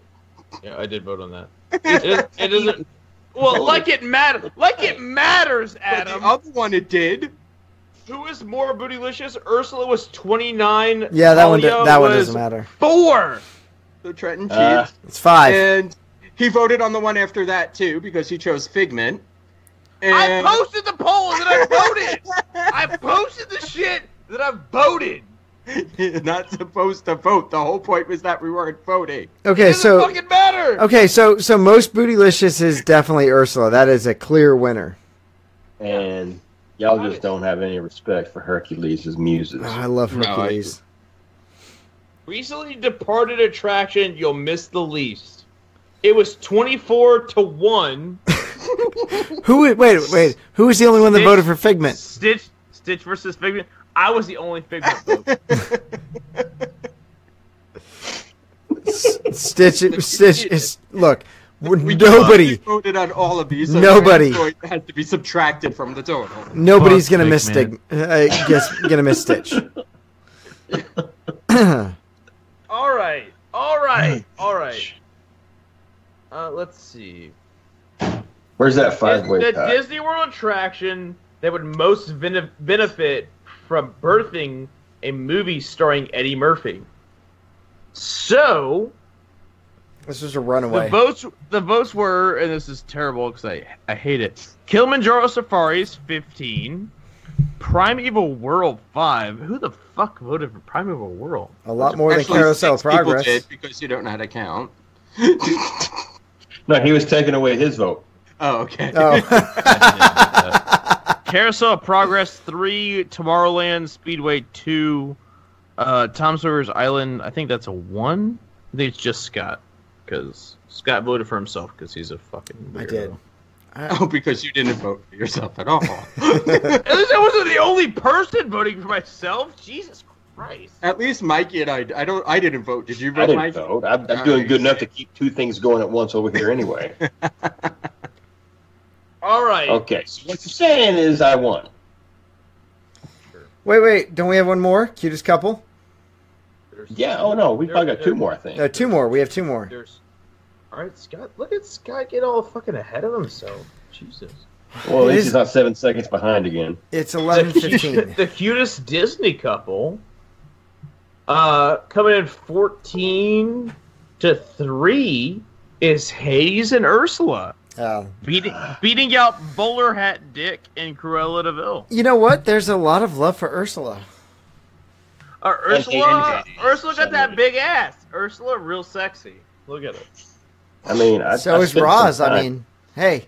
Speaker 2: Yeah, I did vote on that. It, is- it doesn't. Well, like it matters. Like it matters,
Speaker 7: But
Speaker 2: Adam.
Speaker 7: the other one it did.
Speaker 2: Who is more bootylicious? Ursula was 29.
Speaker 6: Yeah, that one.
Speaker 2: Talia
Speaker 6: do- That one
Speaker 2: was
Speaker 6: doesn't matter.
Speaker 2: Four.
Speaker 7: the Trenton Cheese.
Speaker 5: Uh,
Speaker 6: It's five.
Speaker 7: and he voted on the one after that too because he chose Figment.
Speaker 2: I
Speaker 7: And
Speaker 2: posted the poll that I voted. I posted the shit that I voted.
Speaker 7: You're not supposed to vote. The whole point was that we weren't voting.
Speaker 6: Okay,
Speaker 2: doesn't
Speaker 6: so Oh.
Speaker 2: fucking matter.
Speaker 6: okay, so so most bootylicious is definitely Ursula. That is a clear winner.
Speaker 5: and y'all just don't have any respect for Hercules' muses.
Speaker 6: Oh, I love
Speaker 7: No, I-
Speaker 6: Hercules.
Speaker 2: Recently departed attraction you'll miss the least. It was 24 to 1.
Speaker 6: Who? i- Wait, wait. Who was the only one that
Speaker 8: Stitch-
Speaker 6: voted for Figment?
Speaker 8: Stitch, Stitch versus Figment. I was the only Figment. vote.
Speaker 6: Stitch. Stitch is look.
Speaker 7: We
Speaker 6: nobody,
Speaker 7: just voted on all of these. So
Speaker 6: Nobody.
Speaker 7: Figment's vote Had to be subtracted from the total.
Speaker 6: nobody's
Speaker 8: Fuck
Speaker 6: gonna miss Stig.
Speaker 8: Figment.
Speaker 6: I guess gonna miss Stitch.
Speaker 2: All right. All right. All right. Uh, let's see.
Speaker 5: Where's that
Speaker 2: Dis-
Speaker 5: five way
Speaker 2: the
Speaker 5: tie?
Speaker 2: Disney World attraction that would most ven- benefit from birthing a movie starring Eddie Murphy. So
Speaker 6: This was a
Speaker 2: the
Speaker 6: runaway.
Speaker 2: votes, the votes were, and this is terrible because I, I hate it. Kilimanjaro Safaris fifteen, Primeval World five. Who the fuck voted for Primeval World?
Speaker 6: A lot more than
Speaker 7: Actually,
Speaker 6: Carousel of
Speaker 7: six people
Speaker 6: Progress.
Speaker 7: did because you don't know how to count.
Speaker 5: No, he was taking away his vote.
Speaker 7: oh, okay.
Speaker 6: Oh.
Speaker 2: Carousel of Progress three, Tomorrowland Speedway two, uh, Tom Sawyer's Island. I think that's a one. I think it's just Scott because Scott voted for himself because he's a fucking.
Speaker 6: I
Speaker 2: weirdo.
Speaker 6: did.
Speaker 7: Oh, because you didn't vote for yourself at all.
Speaker 2: At least I wasn't the only person voting for myself. Jesus Christ.
Speaker 7: at least Mikey and I. I don't. I didn't vote. Did you
Speaker 5: I
Speaker 7: vote,
Speaker 5: didn't
Speaker 7: Mikey?
Speaker 5: vote. I'm, I'm
Speaker 7: All
Speaker 5: doing
Speaker 7: right.
Speaker 5: good enough to keep two things going at once over here anyway.
Speaker 2: All right.
Speaker 5: Okay, so what you're saying is I won.
Speaker 6: Wait, wait. Don't we have one more? Cutest couple?
Speaker 5: Yeah, oh no, we probably got two more, I
Speaker 6: No,
Speaker 5: think.
Speaker 6: two more. We have two more.
Speaker 2: There's. All right, Scott. Look at Scott get all fucking ahead of himself. Jesus.
Speaker 5: Well, at
Speaker 6: It
Speaker 5: least
Speaker 6: is-
Speaker 5: he's not seven seconds behind again.
Speaker 6: It's eleven fifteen.
Speaker 2: the cutest Disney couple. Uh, coming in fourteen to three is Hayes and Ursula
Speaker 6: Oh.
Speaker 2: beating beating out Bowler Hat Dick and Cruella Deville.
Speaker 6: You know what? There's a lot of love for Ursula.
Speaker 2: Uh, Ursula,
Speaker 5: And Hayes.
Speaker 2: Ursula got that
Speaker 5: Somebody.
Speaker 2: big ass. Ursula, real sexy. Look at it.
Speaker 5: I mean, I,
Speaker 6: so
Speaker 5: I
Speaker 6: is
Speaker 5: spent some
Speaker 6: Roz. I
Speaker 5: time-
Speaker 6: mean, hey,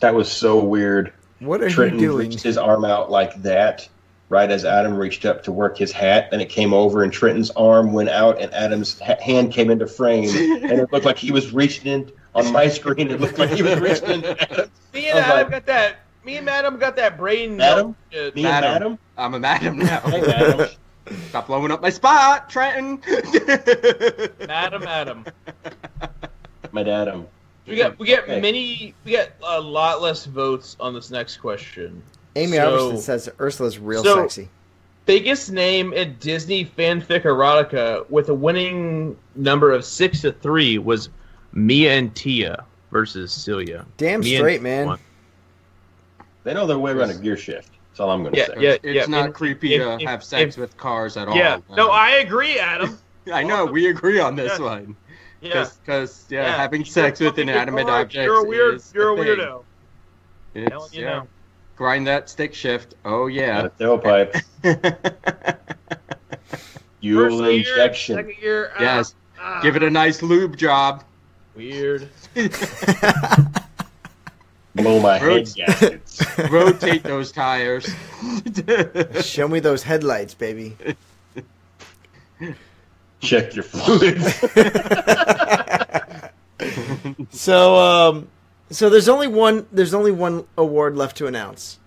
Speaker 5: that was so weird.
Speaker 6: what are
Speaker 5: Trenton
Speaker 6: you doing?
Speaker 5: reached his arm out like that, right as Adam reached up to work his hat, and it came over, and Trenton's arm went out, and Adam's ha- hand came into frame, and it looked like he was reaching in on my screen. It looked like he was reaching in. Adam,
Speaker 2: Me
Speaker 5: I was
Speaker 2: and Adam
Speaker 5: like-
Speaker 2: got that. Me and Adam got that brain.
Speaker 5: Adam?
Speaker 2: shit.
Speaker 5: me and Adam.
Speaker 7: I'm a madam
Speaker 5: Hey,
Speaker 7: now.
Speaker 5: Adam.
Speaker 7: Stop blowing up my spot, Trenton.
Speaker 2: Madam, Adam.
Speaker 5: My Adam.
Speaker 2: We got we get
Speaker 5: Okay.
Speaker 2: many we get a lot less votes on this next question.
Speaker 6: Amy
Speaker 2: So-
Speaker 6: Iverson says Ursula's real
Speaker 2: So-
Speaker 6: sexy.
Speaker 2: Biggest name in Disney fanfic erotica with a winning number of six to three was Mia and Tia versus Celia.
Speaker 6: Damn
Speaker 2: Mia and
Speaker 6: straight,
Speaker 2: Tia
Speaker 6: man.
Speaker 2: won.
Speaker 5: They know their way around a gear shift. That's all I'm going to
Speaker 2: Yeah,
Speaker 5: say.
Speaker 2: yeah,
Speaker 7: it's
Speaker 2: yeah.
Speaker 7: not
Speaker 2: if-
Speaker 7: creepy
Speaker 2: if-
Speaker 7: to
Speaker 2: if-
Speaker 7: have sex
Speaker 2: if-
Speaker 7: with cars at all.
Speaker 2: Yeah, no,
Speaker 7: Uh,
Speaker 2: I agree, Adam.
Speaker 7: I know we agree on this one.
Speaker 2: Yeah,
Speaker 7: Because yeah.
Speaker 2: yeah.
Speaker 7: uh, having
Speaker 2: You're
Speaker 7: sex with
Speaker 2: fucking
Speaker 7: inanimate
Speaker 2: retarded.
Speaker 7: objects.
Speaker 2: You're a weird.
Speaker 7: is
Speaker 2: You're a
Speaker 7: the thing.
Speaker 2: weirdo.
Speaker 7: It's-
Speaker 2: Telling you
Speaker 7: yeah.
Speaker 2: now.
Speaker 7: Grind that stick shift. Oh
Speaker 5: Got
Speaker 7: yeah.
Speaker 5: a tailpipe.
Speaker 2: First
Speaker 5: Fuel
Speaker 2: year,
Speaker 5: injection.
Speaker 2: second year. ah,
Speaker 7: yes.
Speaker 2: ah.
Speaker 7: Give it a nice lube job.
Speaker 2: weird.
Speaker 5: Blow my head
Speaker 7: Roots.
Speaker 5: gaskets.
Speaker 7: Rotate those tires.
Speaker 6: Show me those headlights, baby.
Speaker 5: Check your fluids.
Speaker 6: So, um, so there's only one. There's only one award left to announce,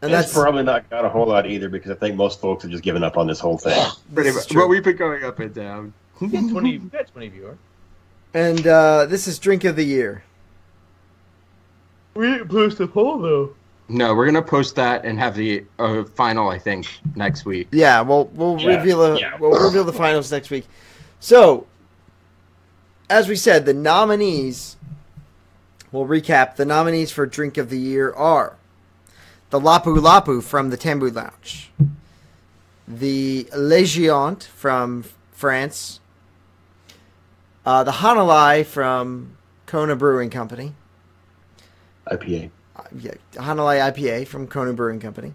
Speaker 6: and
Speaker 5: That's
Speaker 6: that's
Speaker 5: probably not got a whole lot either because I think most folks have just given up on this whole thing.
Speaker 7: Pretty
Speaker 6: This is
Speaker 7: much.
Speaker 6: true.
Speaker 7: Well, we've been going up and down.
Speaker 2: We got Twenty. We got twenty viewers.
Speaker 6: and uh, this is drink of the year.
Speaker 2: We didn't post a poll though.
Speaker 7: No, we're gonna post that and have the uh, final. I think next week.
Speaker 6: Yeah, well, we'll
Speaker 5: Yeah,
Speaker 6: reveal the
Speaker 5: yeah.
Speaker 6: we'll reveal the finals next week. So, as we said, the nominees. We'll recap. The nominees for Drink of the Year are the Lapu Lapu from the Tambu Lounge, the Legiant from France, uh, the Hanalei from Kona Brewing Company,
Speaker 5: IPA.
Speaker 6: uh, yeah, Hanalei IPA from Kona Brewing Company,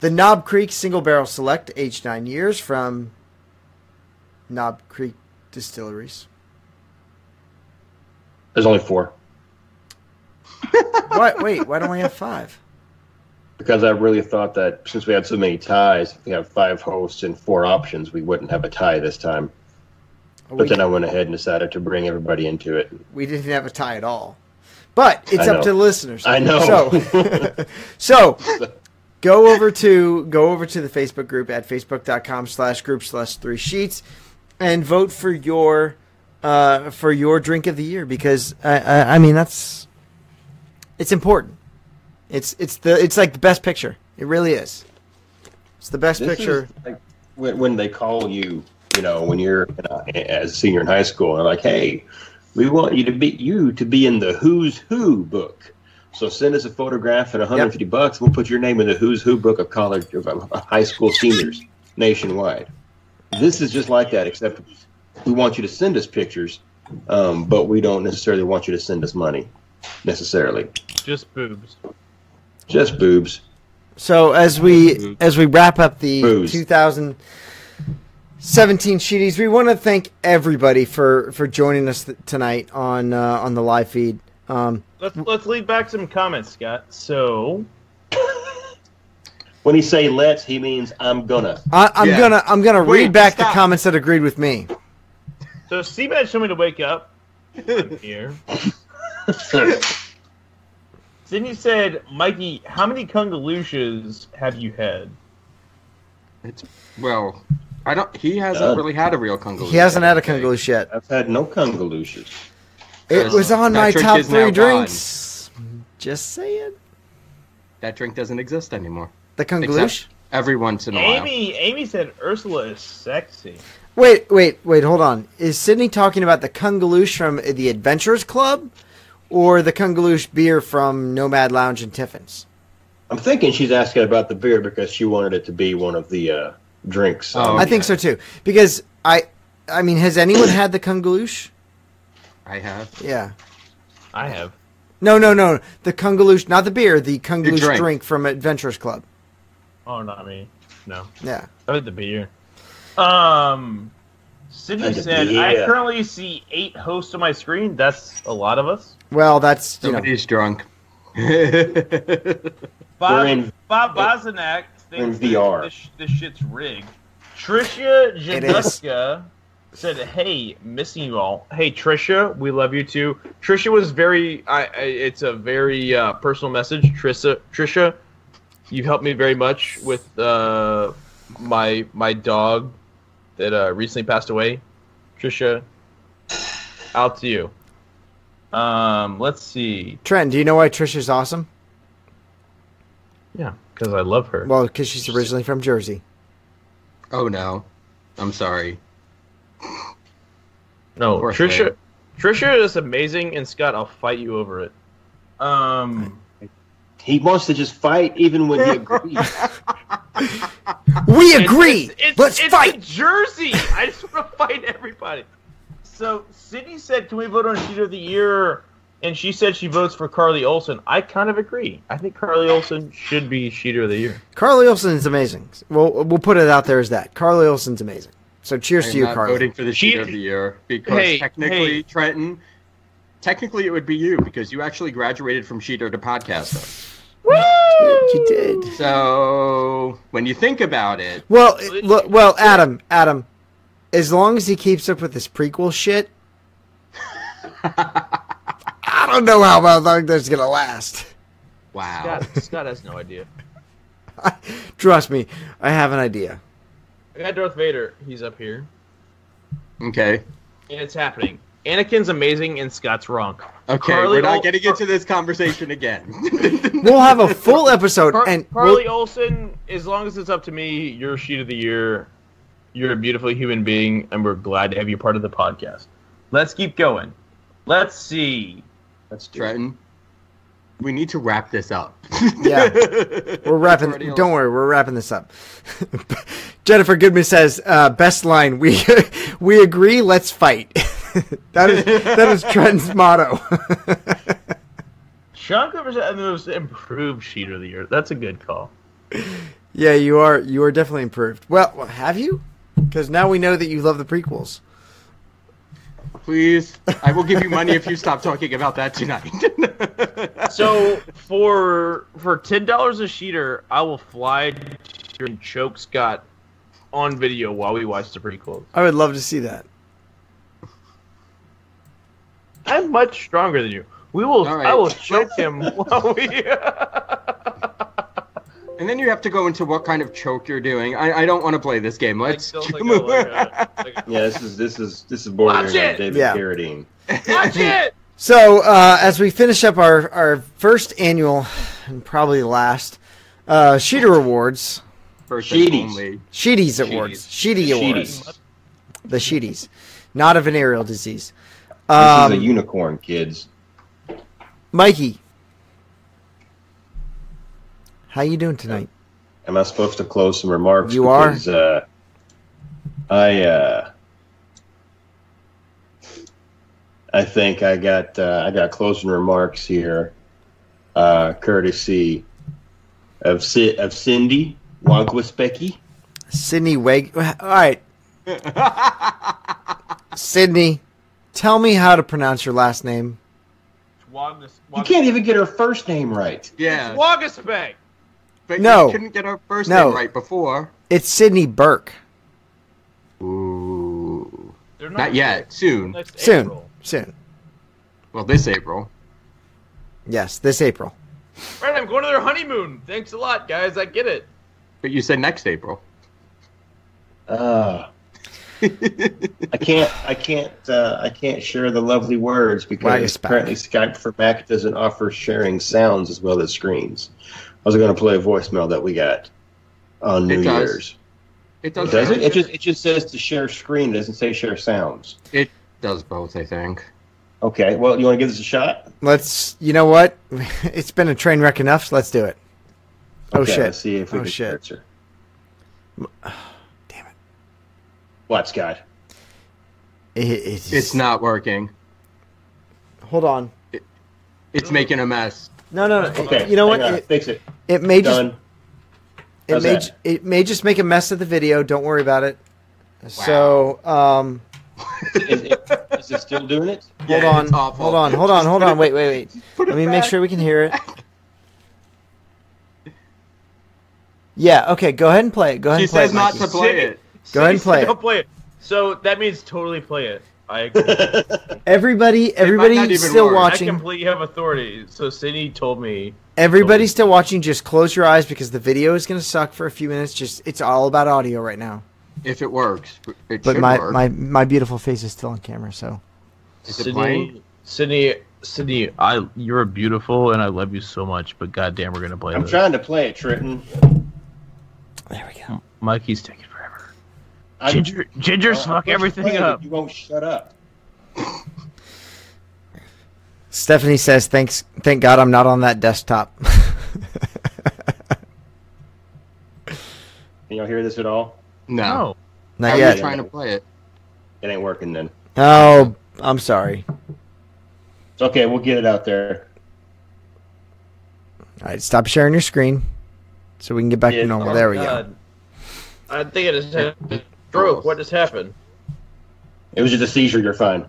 Speaker 6: the Knob Creek Single Barrel Select, aged nine years from Knob Creek Distilleries.
Speaker 5: There's only four
Speaker 6: What? Wait, why don't we have five?
Speaker 5: because I really thought that since we had so many ties, if we have five hosts and four options, we wouldn't have a tie this time.
Speaker 6: Oh, We-
Speaker 2: Oh,
Speaker 5: But then I went ahead and decided to bring everybody into it.
Speaker 6: we didn't have a tie at all. But it's
Speaker 5: I
Speaker 6: up
Speaker 5: know.
Speaker 6: to the listeners.
Speaker 5: I know.
Speaker 6: So, so go over to go over to the Facebook group at facebook.com slash group slash three sheets and vote for your uh, for your drink of the year because I, I, I mean that's it's important. It's it's the it's like the best picture. It really is. It's the best
Speaker 5: This
Speaker 6: picture.
Speaker 5: is, like, when, when they call you, you know, when you're you know, as a senior in high school, and they're like, "Hey, we want you to be you to be in the Who's Who book." So send us a photograph and 150 bucks. We'll put your name in the Who's Who book of college of uh, high school seniors nationwide. This is just like that, except we want you to send us pictures, um, but we don't necessarily want you to send us money necessarily.
Speaker 2: Just boobs.
Speaker 5: Just boobs.
Speaker 6: So as
Speaker 7: Mm-hmm.
Speaker 6: we as we wrap up the
Speaker 5: Booze.
Speaker 6: 2017 Sheeties, we want to thank everybody for for joining us th- tonight on uh, on the live feed. Um,
Speaker 8: Let's let's leave back some comments, Scott. So
Speaker 5: When he say let's, he means I'm gonna.
Speaker 6: I, I'm
Speaker 7: Yeah. Oh,
Speaker 6: gonna I'm gonna
Speaker 7: Wait,
Speaker 6: read back the
Speaker 7: stop.
Speaker 6: comments that agreed with me.
Speaker 8: so Seabed told me to wake up. I'm here. Sydney said, Mikey, how many Kungalooshas have you had?
Speaker 7: It's well, I don't. He hasn't
Speaker 5: None.
Speaker 7: really had a real Kungaloo.
Speaker 6: Uh, He hasn't had a
Speaker 7: yet.
Speaker 6: Kungaloosh yet.
Speaker 5: I've had no convolutions.
Speaker 6: It was on my
Speaker 7: Patrick
Speaker 6: top
Speaker 7: is now
Speaker 6: three
Speaker 7: gone.
Speaker 6: drinks. Just saying,
Speaker 7: That drink doesn't exist anymore.
Speaker 6: the Kungaloosh.
Speaker 7: Except every once in a while.
Speaker 8: Amy Amy said Ursula is sexy.
Speaker 6: Wait, wait, wait. Hold on. Is Sydney talking about the Kungaloosh from the Adventurers Club, or the Kungaloosh beer from Nomad Lounge and Tiffin's?
Speaker 5: I'm thinking she's asking about the beer because she wanted it to be one of the uh, drinks. Um,
Speaker 7: Oh.
Speaker 6: I think so too. Because I, I mean, has anyone had the Kungaloosh?
Speaker 7: I have.
Speaker 6: Yeah.
Speaker 2: I have.
Speaker 6: No, no, no. The Kungaloosh, not the beer, the Kungaloosh drink.
Speaker 7: drink.
Speaker 6: from Adventurers Club.
Speaker 8: Oh not me. No.
Speaker 6: Yeah.
Speaker 2: I had the beer.
Speaker 8: Um Sydney
Speaker 5: Like a
Speaker 8: said,
Speaker 5: beer.
Speaker 8: I currently see eight hosts on my screen. That's a lot of us.
Speaker 6: Well, that's you know.
Speaker 7: Somebody's drunk. That's
Speaker 8: Bob,
Speaker 5: We're in-
Speaker 8: Bob Bozanak thinks
Speaker 5: in VR.
Speaker 8: This, this shit's rigged. Trisha
Speaker 6: It is.
Speaker 8: Januska said, "Hey, missing you all. Hey, Trisha, we love you too. Trisha was very. I, I it's a very uh, personal message. Trisha, Trisha, you helped me very much with uh, my my dog that uh, recently passed away. Trisha, out to you. Um, let's see.
Speaker 6: Trent, do you know why Trisha's awesome?
Speaker 8: Yeah, because I love her.
Speaker 6: Well, because she's originally from Jersey.
Speaker 7: oh no, I'm sorry.
Speaker 8: No,
Speaker 7: Poor
Speaker 8: Trisha.
Speaker 7: thing.
Speaker 8: Trisha is amazing, and Scott, I'll fight you over it. Um,
Speaker 5: He wants to just fight even when he agrees.
Speaker 6: We
Speaker 8: it's-
Speaker 6: agree.
Speaker 8: It's, it's,
Speaker 6: Let's
Speaker 8: it's
Speaker 6: fight.
Speaker 8: New Jersey. I just want to fight everybody. So Sydney said, "Can we vote on Sheet of the Year?" And she said she votes for Carly Olson. I kind of agree. I think Carly Olson should be Sheet of the Year.
Speaker 6: Carly Olson is amazing. We'll we'll put it out there as that. Carly Olson's amazing. So cheers
Speaker 7: I'm
Speaker 6: to you,
Speaker 7: not
Speaker 6: Carly.
Speaker 7: voting for the sheet of the year because
Speaker 8: Hey,
Speaker 7: technically,
Speaker 8: hey.
Speaker 7: Trenton, technically it would be you because you actually graduated from sheeter to podcaster.
Speaker 6: You did.
Speaker 7: So when you think about it,
Speaker 6: Well, it- look, well, Adam, Adam, as long as he keeps up with this prequel shit, I don't know how long that's gonna last.
Speaker 7: wow,
Speaker 2: Scott, Scott has no idea.
Speaker 6: Trust me, I have an idea.
Speaker 2: I got Darth Vader. He's up here,
Speaker 7: okay,
Speaker 2: and it's happening. Anakin's amazing, and Scott's wrong.
Speaker 7: okay,
Speaker 2: Carly
Speaker 7: we're not
Speaker 2: Ol-
Speaker 7: getting into this conversation again.
Speaker 6: We'll have a full episode,
Speaker 2: Car-
Speaker 6: and we'll-
Speaker 2: Carly Olson, as long as it's up to me, you're sheet of the year. You're a beautiful human being, and we're glad to have you part of the podcast.
Speaker 8: Let's keep going. Let's see.
Speaker 5: That's true.
Speaker 7: Trenton, we need to wrap this up.
Speaker 6: Yeah. We're wrapping.
Speaker 7: Already
Speaker 6: Don't worry, we're wrapping this up. Jennifer Goodman says, uh, "Best line: We we agree, let's fight." that is that is Trenton's motto.
Speaker 2: Sean Clifford's the most improved cheater of the year. That's a good call.
Speaker 6: yeah, you are you are definitely improved. Well, have you? Because now we know that you love the prequels.
Speaker 7: Please, I will give you money if you stop talking about that tonight.
Speaker 2: So for for ten dollars a sheeter, I will fly to and choke Scott on video while we watch the prequel.
Speaker 6: I would love to see that.
Speaker 2: I'm much stronger than you. We will.
Speaker 7: All right.
Speaker 2: I will choke him while we.
Speaker 7: and then you have to go into what kind of choke you're doing. I, I don't want to play this game. Let's move.
Speaker 5: Yeah, this is this is this is bordering
Speaker 2: Watch
Speaker 5: on
Speaker 2: it!
Speaker 5: David
Speaker 6: Yeah.
Speaker 5: Carradine.
Speaker 2: Watch it.
Speaker 6: So, uh, as we finish up our, our first annual and probably last uh, Sheeter Awards,
Speaker 7: First and
Speaker 5: Sheeties.
Speaker 7: only.
Speaker 6: Sheeties Awards, Sheedy Awards,
Speaker 5: Sheeties.
Speaker 6: the Sheeties, not a venereal disease.
Speaker 5: this is a
Speaker 6: Um,
Speaker 5: unicorn, kids.
Speaker 6: Mikey, how you doing tonight?
Speaker 5: Am I supposed to close some remarks?
Speaker 6: You are.
Speaker 5: Because, uh, I uh, I think I got uh, I got closing remarks here, uh, courtesy of C- of Cindy Wankwispecky.
Speaker 6: Sydney Weg. All right, Sydney, tell me how to pronounce your last name.
Speaker 5: You can't even get her first name right.
Speaker 7: Yeah.
Speaker 2: Wagasbag.
Speaker 7: But
Speaker 6: No.
Speaker 7: You couldn't get our first
Speaker 6: No.
Speaker 7: name right before.
Speaker 6: It's Sydney Burke.
Speaker 7: Ooh.
Speaker 2: They're
Speaker 7: Not yet. Soon.
Speaker 2: Next
Speaker 6: Soon,
Speaker 2: April.
Speaker 6: soon.
Speaker 7: Well, this April.
Speaker 6: Yes, this April.
Speaker 2: Right, I'm going to their honeymoon. Thanks a lot, guys. I get it.
Speaker 7: But you said next April.
Speaker 5: Uh, I can't I can't uh, I can't share the lovely words because
Speaker 6: Wagasback.
Speaker 5: apparently Skype for Mac doesn't offer sharing sounds as well as screens. I was going to play a voicemail that we got on
Speaker 7: It
Speaker 5: New
Speaker 7: does.
Speaker 5: Year's.
Speaker 7: It does.
Speaker 5: Does it? It just it just says to share screen. It doesn't say share sounds.
Speaker 7: It does both, I think.
Speaker 5: Okay. Well, you want to give this a shot?
Speaker 6: Let's. You know what? It's been a train wreck enough. so let's do it. Oh
Speaker 5: okay,
Speaker 6: shit.
Speaker 5: Let's see if we
Speaker 6: Oh,
Speaker 5: can
Speaker 6: shit.
Speaker 5: answer.
Speaker 6: Damn it.
Speaker 5: What, Scott?
Speaker 6: It- it's,
Speaker 7: It's not working.
Speaker 6: Hold on.
Speaker 7: It's making a mess.
Speaker 6: No, no, no.
Speaker 5: Okay.
Speaker 6: you know what?
Speaker 5: hang on,
Speaker 6: It,
Speaker 5: Fix it.
Speaker 6: it may just
Speaker 5: Done.
Speaker 6: it
Speaker 5: How's
Speaker 6: may
Speaker 5: that?
Speaker 6: ju- it may just make a mess of the video. Don't worry about it. So, um,
Speaker 5: Is it, is it still doing it?
Speaker 6: hold
Speaker 7: Yeah,
Speaker 6: on,
Speaker 7: it's awful.
Speaker 6: hold on, hold on, hold on. Wait, wait, wait. Let me make sure we can hear it. Yeah. Okay. Go ahead and play it. Go ahead
Speaker 7: She
Speaker 6: and play
Speaker 7: says
Speaker 6: it.
Speaker 7: not
Speaker 6: Mikey.
Speaker 7: to play it.
Speaker 6: Go ahead and
Speaker 2: Say
Speaker 6: play it.
Speaker 2: Don't play it. So that means totally play it. I agree.
Speaker 6: Everybody,
Speaker 7: not
Speaker 6: everybody
Speaker 7: even
Speaker 6: still
Speaker 7: work. I
Speaker 2: I
Speaker 6: watching.
Speaker 2: completely have authority. So Sydney told me.
Speaker 6: Everybody still watching. Just close your eyes because the video is going to suck for a few minutes. Just it's all about audio right now.
Speaker 7: If it works, it
Speaker 6: But
Speaker 7: should
Speaker 6: my,
Speaker 7: work.
Speaker 6: my my beautiful face is still on camera. So
Speaker 7: Is it playing?
Speaker 2: Sydney, Sydney, I you're beautiful and I love you so much, but goddamn, we're gonna play
Speaker 5: I'm
Speaker 2: this.
Speaker 5: trying to play it, Trenton.
Speaker 6: there we
Speaker 7: Oh.
Speaker 6: go.
Speaker 2: Mikey's taking forever.
Speaker 5: I'm-
Speaker 2: Ginger, Ginger's
Speaker 5: I'm
Speaker 2: fuck
Speaker 5: just
Speaker 2: everything
Speaker 5: playing,
Speaker 2: up.
Speaker 5: You won't shut up.
Speaker 6: Stephanie says, "Thanks, thank God I'm not on that desktop."
Speaker 5: Can y'all hear this at all?
Speaker 7: No.
Speaker 2: No,
Speaker 6: not
Speaker 7: How are you
Speaker 6: yet.
Speaker 7: trying to play it?
Speaker 5: It ain't working then.
Speaker 6: Oh, I'm sorry.
Speaker 5: It's okay. We'll get it out there.
Speaker 6: All right, stop sharing your screen so we can get back
Speaker 5: Yeah,
Speaker 6: to normal.
Speaker 5: oh
Speaker 6: there we go.
Speaker 2: God. Uh, I think it is happened. Stroke. What just happened?
Speaker 5: It was just a seizure. You're fine.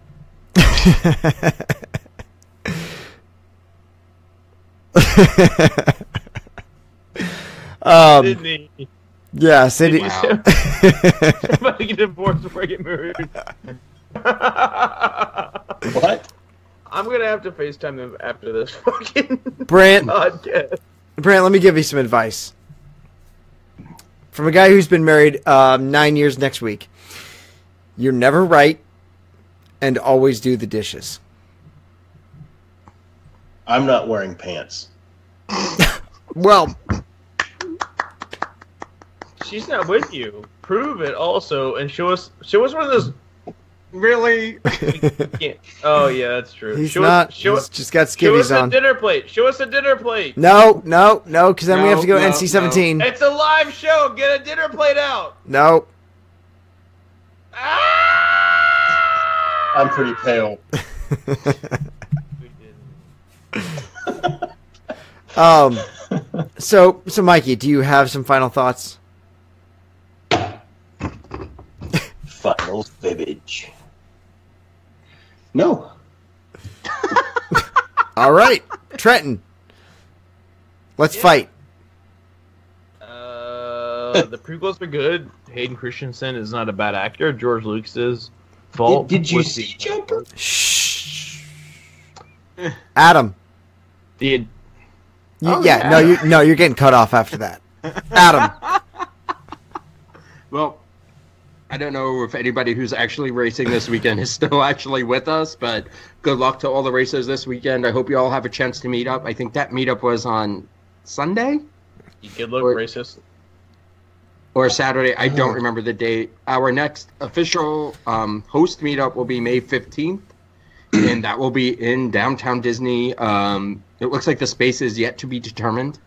Speaker 6: Um,
Speaker 2: Sydney,
Speaker 6: yeah, Cindy.
Speaker 7: Wow.
Speaker 2: somebody get divorced before I get married.
Speaker 5: What?
Speaker 2: I'm gonna have to Facetime them after this fucking
Speaker 6: Brant,
Speaker 2: podcast.
Speaker 6: Brant, let me give you some advice from a guy who's been married um, nine years next week. You're never right, and always do the dishes.
Speaker 5: I'm not wearing pants.
Speaker 6: Well,
Speaker 2: She's not with you. Prove it also, and show us show us one of those
Speaker 7: Really?
Speaker 8: Yeah. Oh yeah, that's true.
Speaker 6: He's
Speaker 8: show
Speaker 6: not.
Speaker 8: Us, show,
Speaker 6: he's just got
Speaker 8: show us
Speaker 6: skivvies
Speaker 8: a
Speaker 6: on.
Speaker 8: dinner plate. Show us a dinner plate.
Speaker 6: No, no, no, because then we
Speaker 7: No,
Speaker 6: have to go
Speaker 7: no,
Speaker 6: NC-17. No.
Speaker 8: It's a live show. Get a dinner plate out.
Speaker 2: Ah!
Speaker 5: I'm pretty pale.
Speaker 6: Um. so, so Mikey, do you have some final thoughts?
Speaker 5: Final fibbage. No.
Speaker 6: All right, Trenton. Let's fight.
Speaker 2: Uh, the prequels are good. Hayden Christensen is not a bad actor. George Lucas is.
Speaker 5: Did,
Speaker 2: Fault
Speaker 5: did you
Speaker 2: was
Speaker 5: see Jumper?
Speaker 6: Shh. Adam.
Speaker 2: The,
Speaker 6: You, yeah, no, you no, you're getting cut off after that. Adam.
Speaker 7: Well, I don't know if anybody who's actually racing this weekend is still actually with us, but good luck to all the racers this weekend. I hope you all have a chance to meet up. I think that meetup was on Sunday
Speaker 2: you could look
Speaker 7: Or-
Speaker 2: racist.
Speaker 7: or Saturday. I don't remember the date. Our next official um, host meetup will be May 15th, and that will be in downtown Disney. Um, it looks like the space is yet to be determined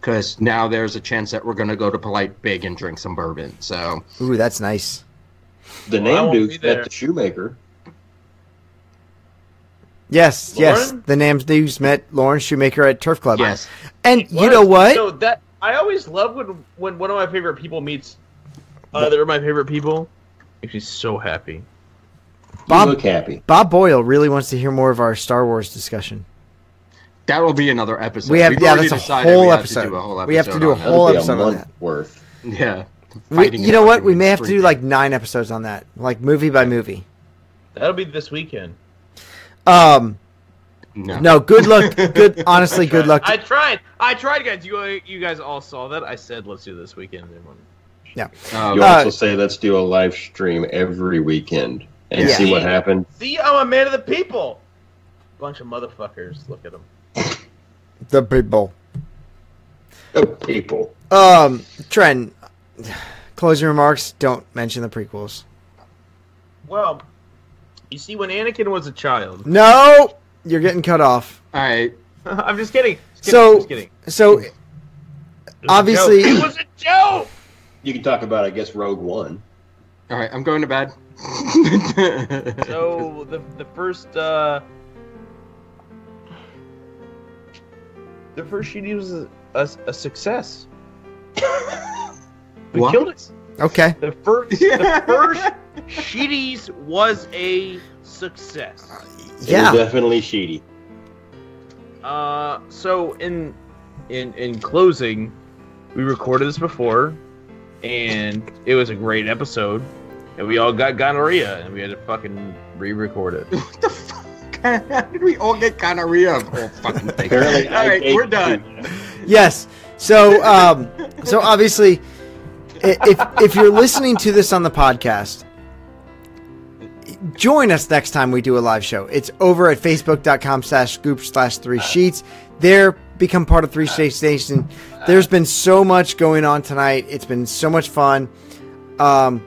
Speaker 7: because now there's a chance that we're going to go to Polite Big and drink some bourbon. So.
Speaker 6: Ooh, that's nice.
Speaker 5: The
Speaker 2: Well, I
Speaker 5: name
Speaker 2: won't be
Speaker 5: dude's
Speaker 2: there.
Speaker 5: met the shoemaker.
Speaker 6: Yes, yes.
Speaker 2: Lauren?
Speaker 6: The Nams News met Lauren Shoemaker at Turf Club.
Speaker 7: Yes.
Speaker 6: And you know what?
Speaker 2: So that I always love when when one of my favorite people meets other of my favorite people. Makes me so happy.
Speaker 6: Bob-
Speaker 5: you look happy.
Speaker 6: Bob Boyle really wants to hear more of our Star Wars discussion.
Speaker 7: That will be another episode.
Speaker 6: We have-
Speaker 7: We've
Speaker 6: yeah,
Speaker 7: already
Speaker 6: that's a
Speaker 7: decided we
Speaker 6: whole
Speaker 7: have to
Speaker 6: episode.
Speaker 7: do a whole
Speaker 6: We have to
Speaker 7: episode
Speaker 6: do a
Speaker 7: on that.
Speaker 6: Whole
Speaker 5: That'll be
Speaker 6: episode
Speaker 5: a
Speaker 6: on
Speaker 5: month
Speaker 6: that.
Speaker 5: worth.
Speaker 7: Yeah.
Speaker 6: We,
Speaker 7: Fighting
Speaker 6: you know what?
Speaker 7: fucking
Speaker 6: We may have to do
Speaker 7: freak.
Speaker 6: like nine episodes on that, like movie by movie.
Speaker 2: That'll be this weekend.
Speaker 6: Um,
Speaker 7: no.
Speaker 6: no, good luck. Good, honestly, good luck.
Speaker 2: I tried. I tried, guys. You you guys all saw that. I said let's do this weekend. And when-
Speaker 7: Um,
Speaker 5: You
Speaker 6: Uh,
Speaker 5: also say let's do a live stream every weekend and
Speaker 6: Yeah.
Speaker 5: see what happens.
Speaker 2: See, I'm a man of the people. Bunch of motherfuckers. Look at them.
Speaker 6: the people.
Speaker 5: Oh, people.
Speaker 6: Um, Trent, closing remarks. Don't mention the prequels.
Speaker 2: Well, you see, when Anakin was a child,
Speaker 6: No, you're getting cut off.
Speaker 7: all right.
Speaker 2: I'm just kidding. Just kidding,
Speaker 6: So-
Speaker 2: just kidding.
Speaker 6: So
Speaker 2: It was a
Speaker 6: Obviously-
Speaker 2: joke. it was a joke.
Speaker 5: You can talk about, I guess, Rogue One.
Speaker 7: All right. I'm going to bed.
Speaker 2: So the the first uh, the first shooting was a, a, a success. We
Speaker 7: What?
Speaker 2: killed it.
Speaker 6: okay,
Speaker 2: The first the
Speaker 7: Yeah.
Speaker 2: first Sheedy's was a success.
Speaker 6: yeah.
Speaker 5: It was definitely shitty.
Speaker 2: Uh, so in in in closing, we recorded this before, and it was a great episode, and we all got gonorrhea, and we had to fucking re-record it.
Speaker 7: what the fuck? How did we all get gonorrhea Oh, of all fucking things?
Speaker 5: Apparently,
Speaker 7: all
Speaker 5: I
Speaker 7: right.
Speaker 5: gave
Speaker 7: We're
Speaker 5: you-
Speaker 7: done.
Speaker 6: Yes. So, um, so obviously, i- if if you're listening to this on the podcast, join us next time we do a live show. It's over at facebook.com slash scoop slash three sheets. There, become part of Three States Nation. There's been so much going on tonight. It's been so much fun. Um,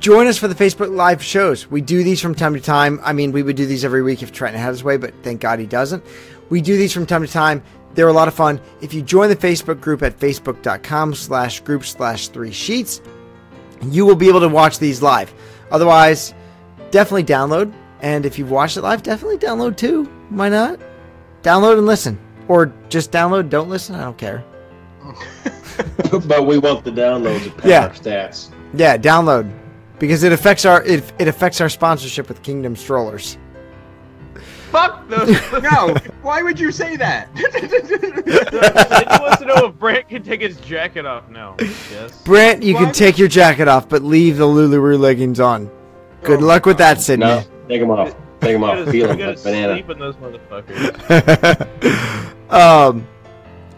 Speaker 6: join us for the Facebook live shows. We do these from time to time. I mean, we would do these every week if Trenton had his way, but thank God he doesn't. We do these from time to time. They're a lot of fun. If you join the Facebook group at facebook.com slash group slash three sheets, you will be able to watch these live. Otherwise, definitely download. And if you've watched it live, definitely download too. Why not? Download and listen. Or just download, don't listen. I don't care.
Speaker 5: but we want the downloads of
Speaker 6: Yeah.
Speaker 5: yeah. stats.
Speaker 6: Yeah, download because it affects our it, it affects our sponsorship with Kingdom Strollers.
Speaker 2: Fuck those.
Speaker 7: No. Why would you say that?
Speaker 2: Linda wants to know if Brant can take his jacket off now. Yes.
Speaker 6: Brant, you can
Speaker 7: What?
Speaker 6: take your jacket off, but leave the Lululemon leggings on. Good luck with that, Sydney.
Speaker 5: No, take them off. Take them
Speaker 2: You
Speaker 5: off.
Speaker 2: gotta,
Speaker 5: Peel
Speaker 2: you
Speaker 5: them
Speaker 2: gotta
Speaker 5: like banana.
Speaker 2: sleep in those motherfuckers.
Speaker 6: um,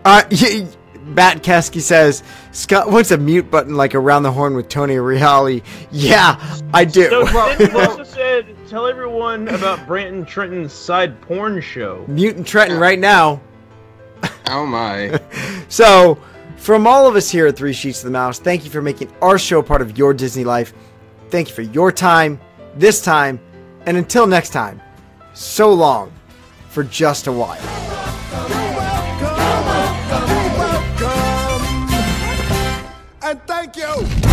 Speaker 6: uh, y- Matt Kasky says Scott wants a mute button like around the horn with Tony Reale. Yeah, I do.
Speaker 2: So Linda also said, tell everyone about Branton Trenton's side porn show.
Speaker 6: Mute and Trenton right now.
Speaker 7: oh my.
Speaker 6: So, from all of us here at Three Sheets to the Mouse, thank you for making our show part of your Disney life. Thank you for your time, this time, and until next time, so long for just a while.
Speaker 4: welcome. And thank you.